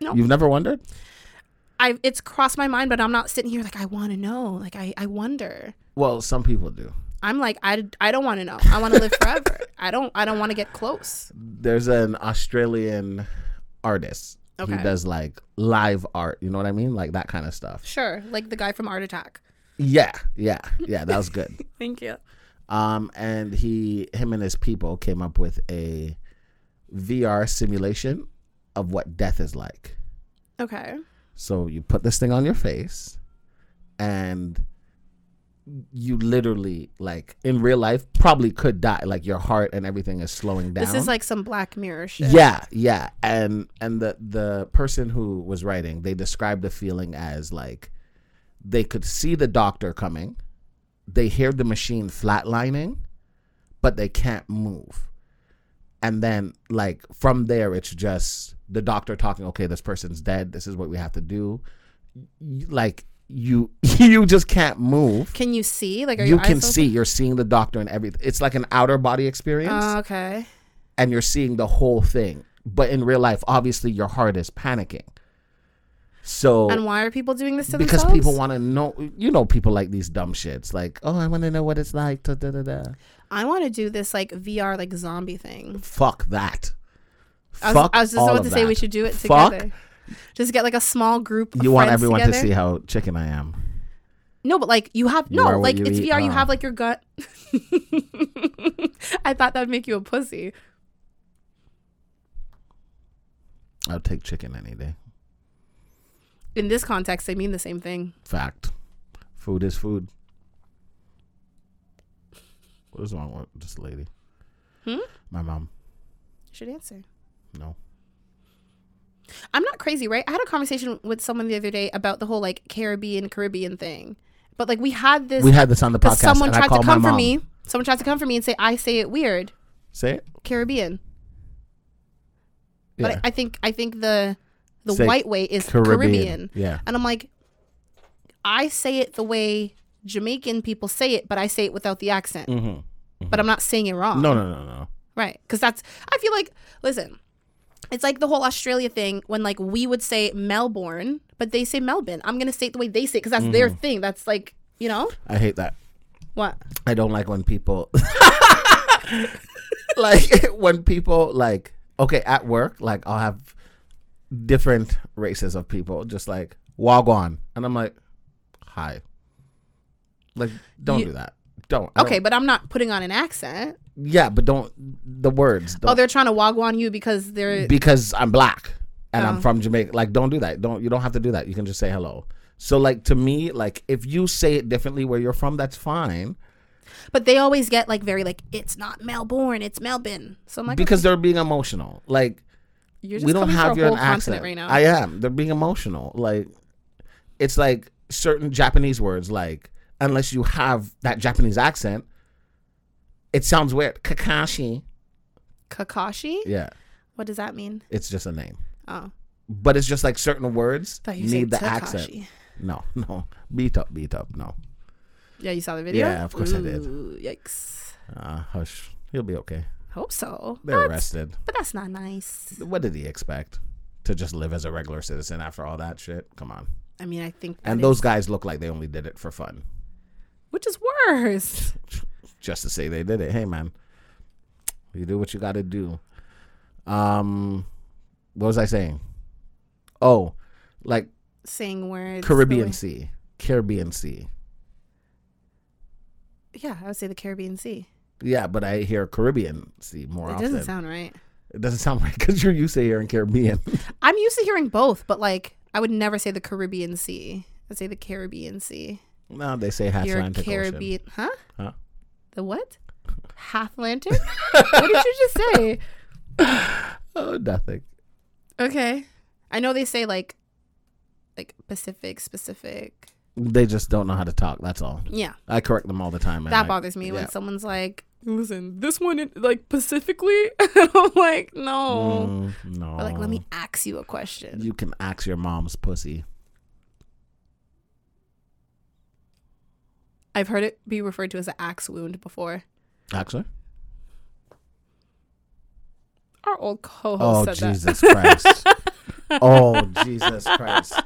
Speaker 1: No.
Speaker 2: You've never wondered?
Speaker 1: I it's crossed my mind, but I'm not sitting here like I want to know. Like I I wonder.
Speaker 2: Well, some people do.
Speaker 1: I'm like I, I don't want to know. I want to live forever. I don't I don't want to get close.
Speaker 2: There's an Australian artist. He
Speaker 1: Okay.
Speaker 2: does like live art. You know what I mean? Like that kind of stuff.
Speaker 1: Sure, like the guy from Art Attack.
Speaker 2: Yeah, yeah, yeah. That was good.
Speaker 1: Thank you.
Speaker 2: um, and he, him, and his people came up with a VR simulation of what death is like.
Speaker 1: Okay.
Speaker 2: So you put this thing on your face, and you literally, like in real life, probably could die. Like your heart and everything is slowing down.
Speaker 1: This is like some Black Mirror shit.
Speaker 2: Yeah, yeah. And and the the person who was writing, they described the feeling as like they could see the doctor coming, they hear the machine flatlining, but they can't move. And then like from there it's just the doctor talking, okay, this person's dead. This is what we have to do. Y- Like you you just can't move.
Speaker 1: Can you see? Like, are
Speaker 2: You
Speaker 1: your
Speaker 2: can
Speaker 1: eyes
Speaker 2: see, you're seeing the doctor and everything. It's like an outer body
Speaker 1: Open?
Speaker 2: experience
Speaker 1: Oh, okay.
Speaker 2: and you're seeing the whole thing. But in real life, obviously, your heart is panicking. So
Speaker 1: And why are people doing this to
Speaker 2: because
Speaker 1: themselves?
Speaker 2: people want to know, you know, people like these dumb shits, like, oh, I want to know what it's like. Da, da, da, da.
Speaker 1: I want to do this like VR like zombie thing.
Speaker 2: Fuck that.
Speaker 1: I was,
Speaker 2: Fuck
Speaker 1: I was just
Speaker 2: all
Speaker 1: about
Speaker 2: of
Speaker 1: to say we
Speaker 2: that.
Speaker 1: should do it
Speaker 2: Fuck
Speaker 1: together. Just get like a small group. Of
Speaker 2: You want
Speaker 1: friends
Speaker 2: everyone
Speaker 1: together.
Speaker 2: to see how chicken I am.
Speaker 1: No, but like you have
Speaker 2: You
Speaker 1: no,
Speaker 2: are what
Speaker 1: like
Speaker 2: you
Speaker 1: it's
Speaker 2: eat.
Speaker 1: VR. You
Speaker 2: Oh.
Speaker 1: have like your gut. I thought that would make you a pussy.
Speaker 2: I'll take chicken any day.
Speaker 1: In this context, they mean the same thing.
Speaker 2: Fact. Food is food. What is wrong with this lady?
Speaker 1: Hmm?
Speaker 2: My mom.
Speaker 1: Should answer.
Speaker 2: No.
Speaker 1: I'm not crazy, right? I had a conversation with someone the other day about the whole like Caribbean Caribbean thing, but like we had this.
Speaker 2: We had this on the
Speaker 1: because
Speaker 2: podcast.
Speaker 1: someone
Speaker 2: and I
Speaker 1: tried to
Speaker 2: called my
Speaker 1: come for
Speaker 2: mom.
Speaker 1: me. Someone tried to come for me and say I say it weird
Speaker 2: Say it.
Speaker 1: Caribbean,
Speaker 2: Yeah.
Speaker 1: but I, I think I think the the
Speaker 2: Say
Speaker 1: white way is
Speaker 2: Caribbean.
Speaker 1: Caribbean.
Speaker 2: Yeah.
Speaker 1: And I'm like, I say it the way Jamaican people say it, but I say it without the accent.
Speaker 2: Mm-hmm.
Speaker 1: But I'm not saying it wrong.
Speaker 2: No, no, no, no.
Speaker 1: Right. Because that's, I feel like, listen, it's like the whole Australia thing when like we would say Melbourne, but they say Melbourne. I'm going to say it the way they say it because that's their
Speaker 2: Mm-hmm.
Speaker 1: thing. That's like, you know,
Speaker 2: I hate that.
Speaker 1: what?
Speaker 2: I don't like when people like when people like okay at work like I'll have different races of people just like wagwan and I'm like hi like don't
Speaker 1: You-
Speaker 2: do that don't I
Speaker 1: Okay,
Speaker 2: don't-
Speaker 1: but I'm not putting on an accent.
Speaker 2: yeah but don't the words
Speaker 1: Oh,
Speaker 2: don't,
Speaker 1: they're trying to wagwan you because they're.
Speaker 2: because I'm black and
Speaker 1: Oh.
Speaker 2: I'm from Jamaica like don't do that don't you don't have to do that you can just say hello so like to me like if you say it differently where you're from that's fine
Speaker 1: but they always get like very like, it's not Melbourne, it's Melbourne. So I'm like,
Speaker 2: because they're being emotional like
Speaker 1: you're just
Speaker 2: we don't
Speaker 1: coming
Speaker 2: have
Speaker 1: for
Speaker 2: your
Speaker 1: a whole
Speaker 2: an
Speaker 1: continent
Speaker 2: accent
Speaker 1: right now.
Speaker 2: I am. They're being emotional. Like it's like certain Japanese words. Like unless you have that Japanese accent, it sounds weird. Kakashi.
Speaker 1: Kakashi?
Speaker 2: Yeah,
Speaker 1: What does that mean?
Speaker 2: it's just a name,
Speaker 1: Oh,
Speaker 2: but it's just like certain words
Speaker 1: thought you
Speaker 2: need the
Speaker 1: said
Speaker 2: accent.
Speaker 1: Takashi.
Speaker 2: No, no, beat up, beat up. No,
Speaker 1: Yeah, you saw the video.
Speaker 2: Yeah, of course I did.
Speaker 1: Ooh, Yikes.
Speaker 2: uh, hush. He'll be okay.
Speaker 1: Hope so.
Speaker 2: They're
Speaker 1: That's-
Speaker 2: arrested.
Speaker 1: But that's not nice.
Speaker 2: What did he expect? To just live as a regular citizen after all that shit? Come on.
Speaker 1: I mean, I think. that
Speaker 2: And
Speaker 1: is-
Speaker 2: those guys look like they only did it for fun.
Speaker 1: which is worse.
Speaker 2: just to say they did it. Hey man, you do what you got to do. Um, what was I saying? Oh, like
Speaker 1: Saying words. the
Speaker 2: Caribbean
Speaker 1: way-
Speaker 2: Sea, Caribbean Sea.
Speaker 1: Yeah, I would say the Caribbean Sea.
Speaker 2: Yeah, but I hear Caribbean Sea more
Speaker 1: it
Speaker 2: often.
Speaker 1: doesn't sound right.
Speaker 2: it doesn't sound right because you're used to hearing Caribbean.
Speaker 1: I'm used to hearing both, but like, I would never say the Caribbean Sea. I'd say the Caribbean Sea.
Speaker 2: no, they say half
Speaker 1: You're a
Speaker 2: Atlantic Ocean.
Speaker 1: Caribbean. Huh?
Speaker 2: Huh?
Speaker 1: The what? Half Atlantic? what did you just say?
Speaker 2: Oh, nothing.
Speaker 1: Okay. I know they say like, like Pacific, specific.
Speaker 2: They just don't know how to talk. That's all.
Speaker 1: Yeah.
Speaker 2: I correct them all the time. and
Speaker 1: That
Speaker 2: I-
Speaker 1: bothers me when
Speaker 2: yeah.
Speaker 1: someone's like, "Listen, this one in- like specifically," and I'm like, "No."
Speaker 2: Mm, no.
Speaker 1: Oh. Or like, "Let me ask you a question."
Speaker 2: You can ask your mom's pussy.
Speaker 1: I've heard it be referred to as an axe wound before.
Speaker 2: Actually.
Speaker 1: Our old co-host
Speaker 2: Oh
Speaker 1: said
Speaker 2: Jesus Christ! oh Jesus Christ!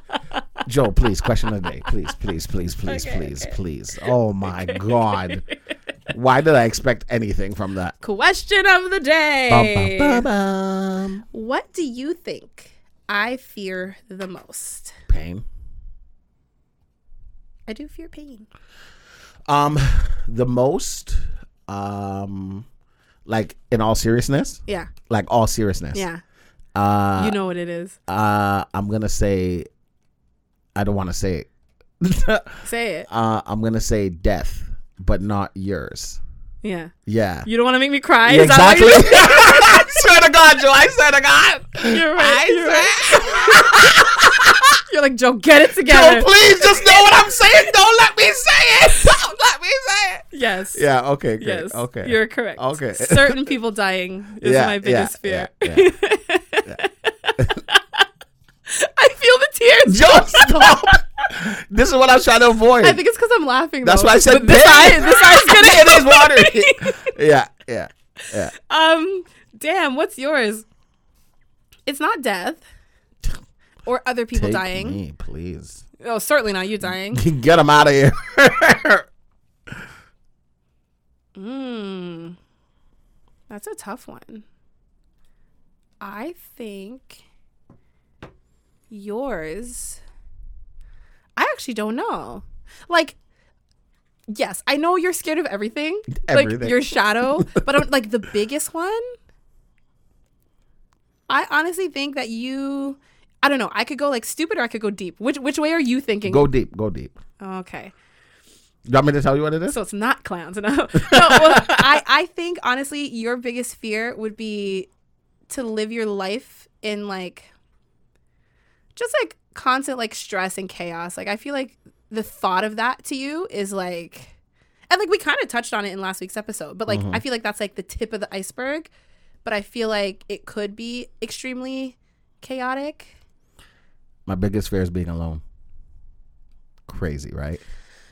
Speaker 2: Joe, please question of the day, please, please, please, please, please, please. Oh my God! Why did I expect anything from that?
Speaker 1: that. Question of the day:
Speaker 2: Bum, bum, bum, bum.
Speaker 1: What do you think I fear the most?
Speaker 2: Pain.
Speaker 1: I do fear pain.
Speaker 2: Um, the most. Um, like in all seriousness,
Speaker 1: Yeah,
Speaker 2: like all seriousness.
Speaker 1: yeah.
Speaker 2: Uh,
Speaker 1: you know what it is.
Speaker 2: uh, I'm gonna say I don't want to say it.
Speaker 1: Say it.
Speaker 2: uh, I'm gonna say death, but not yours.
Speaker 1: Yeah.
Speaker 2: Yeah.
Speaker 1: You don't want to make me cry?
Speaker 2: Yeah,
Speaker 1: Is that what
Speaker 2: exactly.
Speaker 1: you're doing?
Speaker 2: I swear to God, Joe. I swear to God.
Speaker 1: You're right.
Speaker 2: I
Speaker 1: You're, right.
Speaker 2: swear.
Speaker 1: you're like, Joe, get it
Speaker 2: Joe,
Speaker 1: together.
Speaker 2: please just know what I'm saying. Don't let me say it. Don't let me say it.
Speaker 1: Yes.
Speaker 2: Yeah. Okay. Great.
Speaker 1: Yes.
Speaker 2: Okay.
Speaker 1: You're correct.
Speaker 2: Okay.
Speaker 1: Certain people dying is
Speaker 2: Yeah,
Speaker 1: my biggest
Speaker 2: yeah,
Speaker 1: fear.
Speaker 2: yeah,
Speaker 1: I feel the tears.
Speaker 2: Joe, stop. this is what I'm trying to avoid.
Speaker 1: I think it's because I'm laughing.
Speaker 2: That's
Speaker 1: though.
Speaker 2: why I said
Speaker 1: But this
Speaker 2: dead.
Speaker 1: eye, this eye's
Speaker 2: it is
Speaker 1: getting
Speaker 2: water. yeah. Yeah. Yeah.
Speaker 1: Um, damn. What's yours? It's not death or other people
Speaker 2: Take
Speaker 1: dying.
Speaker 2: me, please.
Speaker 1: Oh, certainly not you dying.
Speaker 2: Get him out of here.
Speaker 1: Mm, that's a tough one. I think yours. I actually don't know. Like, yes, I know you're scared of everything,
Speaker 2: Everything.
Speaker 1: like your shadow, but I'm, like the biggest one. I honestly think that you. I don't know. I could go like stupid or I could go deep. Which which way are you thinking?
Speaker 2: go deep. Go deep.
Speaker 1: okay.
Speaker 2: You want me to tell you what it is?
Speaker 1: So it's not clowns. No, no well, I, I think honestly, your biggest fear would be to live your life in like just like constant like stress and chaos. Like I feel like the thought of that to you is like and like we kind of touched on it in last week's episode, but like I feel like that's like the tip of the iceberg. But I feel like it could be extremely chaotic.
Speaker 2: My biggest fear is being alone. Crazy, right?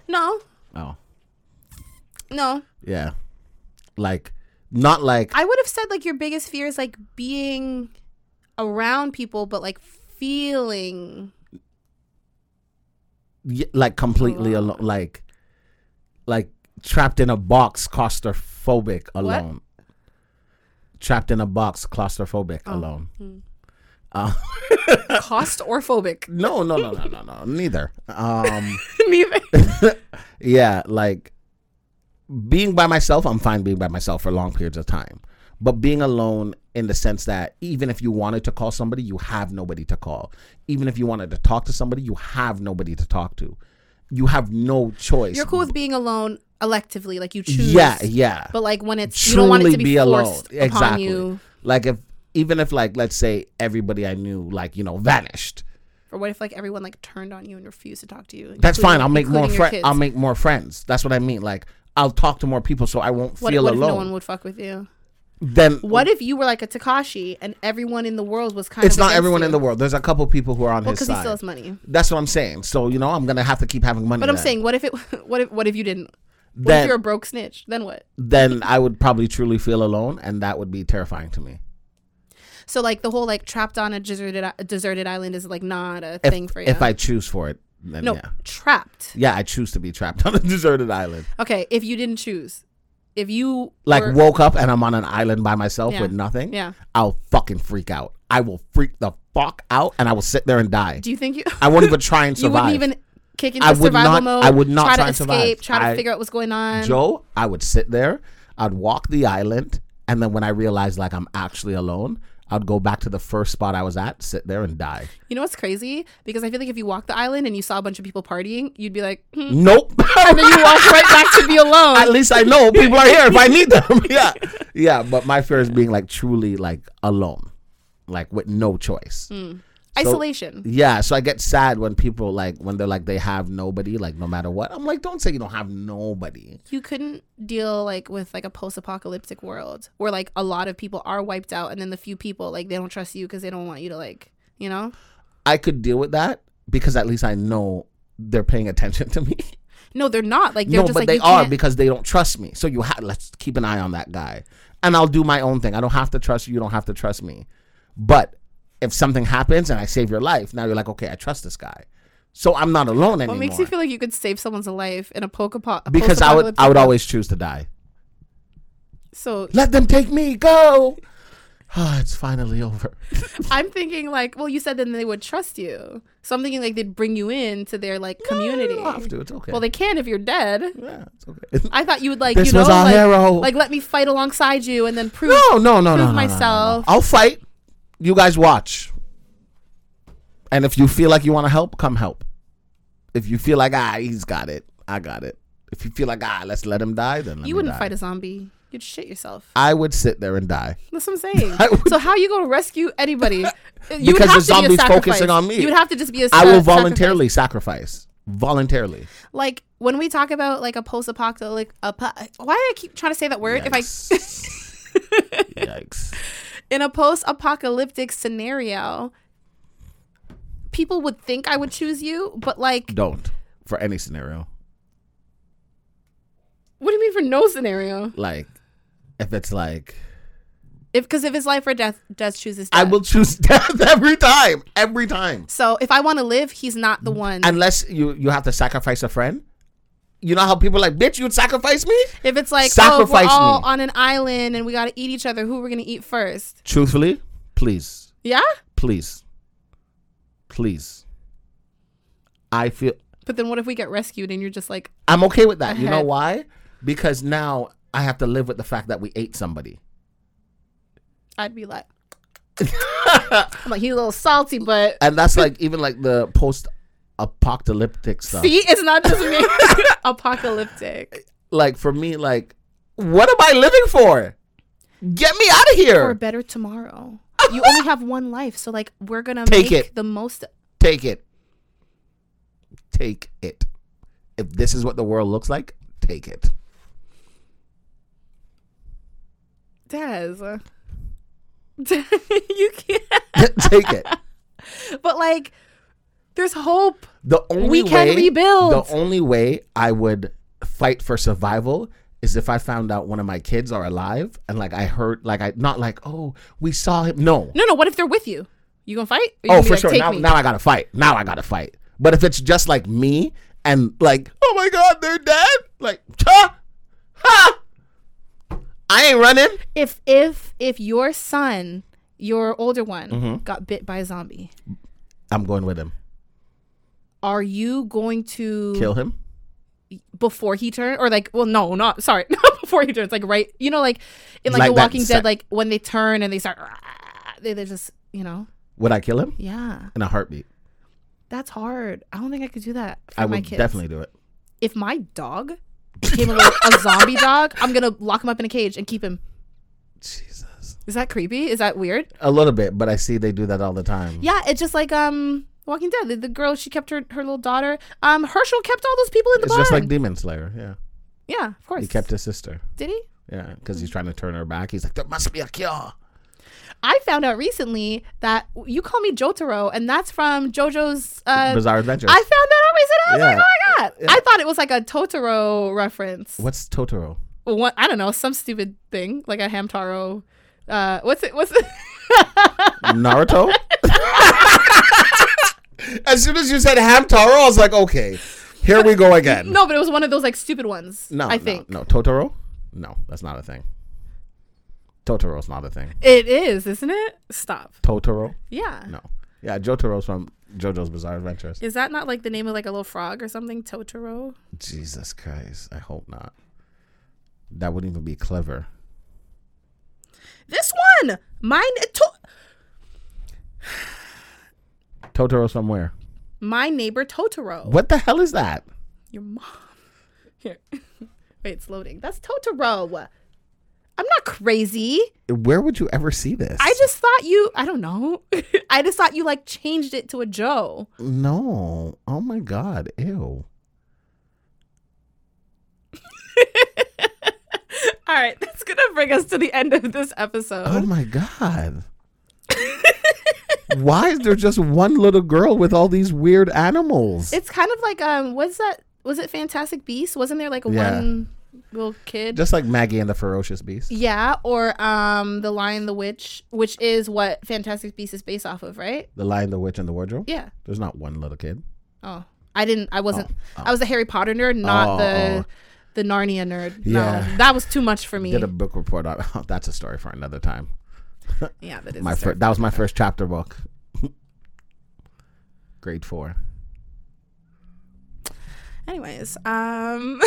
Speaker 1: No,
Speaker 2: Oh,
Speaker 1: no.
Speaker 2: yeah. Like, not like
Speaker 1: I would have said like your biggest fear is like being around people, but like feeling.
Speaker 2: y- like completely
Speaker 1: Oh.
Speaker 2: alone, like, like trapped in a box, claustrophobic alone. Trapped in a box, claustrophobic
Speaker 1: Oh.
Speaker 2: alone.
Speaker 1: Cost or phobic.
Speaker 2: No, no, no, no, no, no. Neither. Um,
Speaker 1: Neither.
Speaker 2: yeah, like being by myself, I'm fine being by myself for long periods of time. But being alone in the sense that even if you wanted to call somebody, you have nobody to call. Even if you wanted to talk to somebody, you have nobody to talk to. You have no choice.
Speaker 1: You're cool with being alone electively, like you choose.
Speaker 2: Yeah, yeah.
Speaker 1: But like when it's you don't want it to be, forced upon
Speaker 2: Exactly.
Speaker 1: you.
Speaker 2: Like if even if like let's say everybody I knew like, you know, vanished.
Speaker 1: Or what if like everyone like turned on you and refused to talk to you?
Speaker 2: That's
Speaker 1: including-
Speaker 2: fine. I'll make more
Speaker 1: including your
Speaker 2: friends. I'll
Speaker 1: kids?
Speaker 2: make more friends. That's what I mean. Like I'll talk to more people so I won't
Speaker 1: What,
Speaker 2: feel
Speaker 1: what if
Speaker 2: alone.
Speaker 1: no one would fuck with you?
Speaker 2: then
Speaker 1: What if you were like a Takashi and everyone in the world was kind
Speaker 2: it's
Speaker 1: of
Speaker 2: not everyone in the world. There's a couple people who are on his
Speaker 1: because
Speaker 2: side.
Speaker 1: he still has money.
Speaker 2: That's what I'm saying. So you know, I'm gonna have to keep having money.
Speaker 1: But I'm
Speaker 2: then.
Speaker 1: saying, what if it? What if? What if you didn't? What if
Speaker 2: then
Speaker 1: you're a broke snitch? Then what?
Speaker 2: then I would probably truly feel alone, and that would be terrifying to me.
Speaker 1: So like the whole like trapped on a deserted a deserted island is like not a
Speaker 2: If,
Speaker 1: thing for you.
Speaker 2: if I choose for it, then
Speaker 1: no
Speaker 2: yeah,
Speaker 1: trapped.
Speaker 2: yeah, I choose to be trapped on a deserted island.
Speaker 1: Okay, if you didn't choose, if you
Speaker 2: Like
Speaker 1: were-
Speaker 2: woke up and I'm on an island by myself
Speaker 1: Yeah.
Speaker 2: with nothing.
Speaker 1: Yeah.
Speaker 2: I'll fucking freak out. I will freak the fuck out, and I will sit there and die.
Speaker 1: do you think you
Speaker 2: I won't even try and
Speaker 1: you
Speaker 2: survive.
Speaker 1: wouldn't even kick into
Speaker 2: I would
Speaker 1: survival
Speaker 2: not-
Speaker 1: mode?
Speaker 2: I would not
Speaker 1: try,
Speaker 2: try
Speaker 1: to
Speaker 2: and survive.
Speaker 1: escape. Try to
Speaker 2: I-
Speaker 1: figure out what's going on.
Speaker 2: Joe, I would sit there, I'd walk the island, and then when I realized like I'm actually alone, I'd go back to the first spot I was at, sit there and die.
Speaker 1: you know what's crazy? Because I feel like if you walked the island and you saw a bunch of people partying, you'd be like, hmm.
Speaker 2: Nope.
Speaker 1: and then you walk right back to be alone.
Speaker 2: At least I know people are here if I need them. yeah. Yeah. But my fear is being like truly like alone. Like with no choice.
Speaker 1: Isolation.
Speaker 2: Yeah. So I get sad when people like when they're like they have nobody, like no matter what. I'm like, don't say you don't have nobody.
Speaker 1: you couldn't deal like with like a post-apocalyptic world where like a lot of people are wiped out and then the few people like they don't trust you because they don't want you to like you know
Speaker 2: I could deal with that because at least I know they're paying attention to me.
Speaker 1: no they're not like they're
Speaker 2: no,
Speaker 1: just
Speaker 2: but
Speaker 1: like
Speaker 2: they
Speaker 1: you
Speaker 2: are
Speaker 1: can't-
Speaker 2: because they don't trust me. So you ha- let's keep an eye on that guy, and I'll do my own thing. I don't have to trust you. You don't have to trust me. But if something happens and I save your life, now you're like, okay, I trust this guy, so I'm not alone anymore.
Speaker 1: what makes you feel like you could save someone's life in a poke
Speaker 2: because I would, I would always choose to die.
Speaker 1: so
Speaker 2: Let them take me. Go. Ah, it's finally over.
Speaker 1: i'm thinking like well you said then they would trust you so i'm thinking like they'd bring you in to their like community
Speaker 2: You don't have to. It's okay.
Speaker 1: well they can if you're dead
Speaker 2: yeah, it's okay.
Speaker 1: i thought you would like
Speaker 2: This
Speaker 1: you know
Speaker 2: was our
Speaker 1: like,
Speaker 2: hero.
Speaker 1: like let me fight alongside you and then prove
Speaker 2: No, no, no, no, no, no, no, no.
Speaker 1: myself.
Speaker 2: I'll fight. You guys watch. And if you feel like you want to help, come help. If you feel like ah, he's got it, I got it. If you feel like ah, let's let him die, then let
Speaker 1: You
Speaker 2: me
Speaker 1: wouldn't
Speaker 2: die.
Speaker 1: fight a zombie. You'd shit yourself.
Speaker 2: I would sit there and die.
Speaker 1: That's what I'm saying.
Speaker 2: I would-
Speaker 1: so how you going to rescue anybody? You would
Speaker 2: Because
Speaker 1: have
Speaker 2: the
Speaker 1: to be a
Speaker 2: zombie's
Speaker 1: sacrifice.
Speaker 2: focusing on me.
Speaker 1: You would have to just be a
Speaker 2: I
Speaker 1: sa-
Speaker 2: will
Speaker 1: sacrifice.
Speaker 2: voluntarily sacrifice. Voluntarily.
Speaker 1: Like when we talk about like a post-apocalyptic, apo- why do I keep trying to say that word?
Speaker 2: Yikes.
Speaker 1: If I
Speaker 2: Yikes.
Speaker 1: in a post-apocalyptic scenario, people would think I would choose you, but like,
Speaker 2: Don't for any scenario.
Speaker 1: what do you mean for no scenario?
Speaker 2: Like if it's like
Speaker 1: If because if it's life or death, Des chooses. Death.
Speaker 2: I will choose death every time. Every time.
Speaker 1: So if I want to live, he's not the one.
Speaker 2: Unless you you have to sacrifice a friend. You know how people are like, bitch, you'd sacrifice me?
Speaker 1: if it's like,
Speaker 2: Sacrifice
Speaker 1: oh, we're all
Speaker 2: me.
Speaker 1: on an island and we got to eat each other, who we're gonna eat first?
Speaker 2: Truthfully, please.
Speaker 1: Yeah,
Speaker 2: Please. Please. I feel
Speaker 1: but then what if we get rescued and you're just like,
Speaker 2: I'm okay with that. You know
Speaker 1: Ahead.
Speaker 2: why? Because now I have to live with the fact that we ate somebody.
Speaker 1: I'd be like, I'm like, he's a little salty, but
Speaker 2: And that's like even like the post apocalyptic stuff.
Speaker 1: see, it's not just me. Apocalyptic
Speaker 2: Like for me, like, what am I living for? Get me out of
Speaker 1: for a
Speaker 2: here.
Speaker 1: better tomorrow. You only have one life, so like, we're gonna
Speaker 2: Take
Speaker 1: make
Speaker 2: it.
Speaker 1: the most.
Speaker 2: Take it. Take it. If this is what the world looks like, take it.
Speaker 1: Des, you can't.
Speaker 2: take it.
Speaker 1: But like, there's hope.
Speaker 2: The only
Speaker 1: can
Speaker 2: way
Speaker 1: rebuild.
Speaker 2: The only way I would fight for survival is if I found out one of my kids are alive and like I heard like I not like oh we saw him no
Speaker 1: No, no. What if they're with you? You gonna fight? Or you
Speaker 2: oh
Speaker 1: gonna be
Speaker 2: for
Speaker 1: like,
Speaker 2: sure
Speaker 1: "Take
Speaker 2: now
Speaker 1: me"?
Speaker 2: now I gotta fight now I gotta fight but if it's just like me and like oh my god they're dead like ha ha I ain't running
Speaker 1: if if if your son, your older one,
Speaker 2: Mm-hmm.
Speaker 1: got bit by a zombie,
Speaker 2: I'm going with him
Speaker 1: are you going to
Speaker 2: kill him
Speaker 1: before he turns, or like, well, no, not sorry, not before he turns, like right, you know, like in like,
Speaker 2: Like
Speaker 1: The
Speaker 2: that
Speaker 1: Walking
Speaker 2: sec-
Speaker 1: Dead, like when they turn and they start, "Ah," they they just you know,
Speaker 2: would I kill him
Speaker 1: yeah,
Speaker 2: in a heartbeat
Speaker 1: that's hard. I don't think I could do that for
Speaker 2: I
Speaker 1: my
Speaker 2: would
Speaker 1: kids.
Speaker 2: definitely do it
Speaker 1: If my dog became a, little, a zombie dog, I'm gonna lock him up in a cage and keep him.
Speaker 2: Jesus
Speaker 1: Is that creepy? Is that weird?
Speaker 2: a little bit but I see they do that all the time
Speaker 1: Yeah, it's just like um Walking Dead. The, the girl she kept her her little daughter. Um, Herschel kept all those people in the
Speaker 2: it's
Speaker 1: barn.
Speaker 2: just like Demon Slayer yeah.
Speaker 1: yeah, of course.
Speaker 2: He kept his sister.
Speaker 1: Did he?
Speaker 2: Yeah, because he's trying to turn her back. He's like, there must be a cure.
Speaker 1: I found out recently that you call me Jotaro, and that's from JoJo's. Uh,
Speaker 2: Bizarre Adventure.
Speaker 1: I found that out recently. I was
Speaker 2: Yeah.
Speaker 1: like, oh my god! I thought it was like a Totoro reference.
Speaker 2: What's Totoro?
Speaker 1: One, I don't know, some stupid thing like a Hamtaro. Uh, what's it? What's it?
Speaker 2: Naruto? as soon as you said Hamtaro, I was like, okay, here we go again.
Speaker 1: no, but it was one of those like stupid ones.
Speaker 2: no,
Speaker 1: I think
Speaker 2: No, no. Totoro? No, that's not a thing. Totoro's not a thing.
Speaker 1: it is, isn't it? Stop.
Speaker 2: Totoro?
Speaker 1: Yeah.
Speaker 2: No. Yeah, Jotaro's from JoJo's Bizarre Adventures.
Speaker 1: Is that not like the name of like a little frog or something? Totoro.
Speaker 2: Jesus Christ. I hope not. That wouldn't even be clever.
Speaker 1: This one, mine, to-
Speaker 2: Totoro's from where?
Speaker 1: my neighbor Totoro.
Speaker 2: What the hell is that?
Speaker 1: Your mom. Here, wait, it's loading. That's Totoro. I'm not crazy.
Speaker 2: Where would you ever see this?
Speaker 1: I just thought you. I don't know. I just thought you like changed it to a Joe.
Speaker 2: No. Oh my god. Ew.
Speaker 1: All right, that's gonna bring us to the end of this
Speaker 2: Oh
Speaker 1: episode.
Speaker 2: my god. Why is there just one little girl with all these weird animals?
Speaker 1: It's kind of like um, what's that? Was it Fantastic Beasts? Wasn't there like
Speaker 2: Yeah.
Speaker 1: one little kid?
Speaker 2: just like Maggie and the Ferocious Beast.
Speaker 1: yeah, or um, the Lion, the Witch, which is what Fantastic Beasts is based off of, right?
Speaker 2: The Lion, the Witch, and the Wardrobe.
Speaker 1: Yeah.
Speaker 2: There's not one little kid.
Speaker 1: Oh, I didn't. I wasn't. I was a Harry Potter nerd,
Speaker 2: Oh,
Speaker 1: not the
Speaker 2: oh.
Speaker 1: the Narnia nerd.
Speaker 2: Yeah.
Speaker 1: No, that was too much for me.
Speaker 2: Did a book report on. that's a story for another time.
Speaker 1: yeah, that is
Speaker 2: My
Speaker 1: a
Speaker 2: fir-
Speaker 1: story.
Speaker 2: that was my first chapter book. Grade four.
Speaker 1: Anyways, um,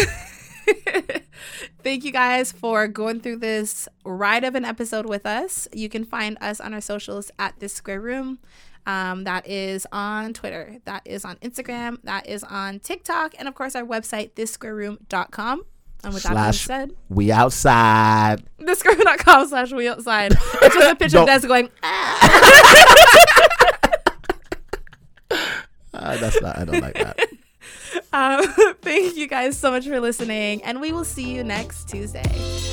Speaker 1: thank you guys for going through this ride of an episode with us. You can find us on our socials at this square room. Um, that is on Twitter. That is on Instagram. That is on TikTok. And of course, our website, thissquareroom.com. And with
Speaker 2: Slash,
Speaker 1: that being said,
Speaker 2: we outside.
Speaker 1: thissquareroom.com slash we outside. It's just a picture
Speaker 2: Don't.
Speaker 1: of Des going, ah.
Speaker 2: Uh, that's not. I don't like that.
Speaker 1: um, Thank you guys so much for listening. And we will see you next Tuesday.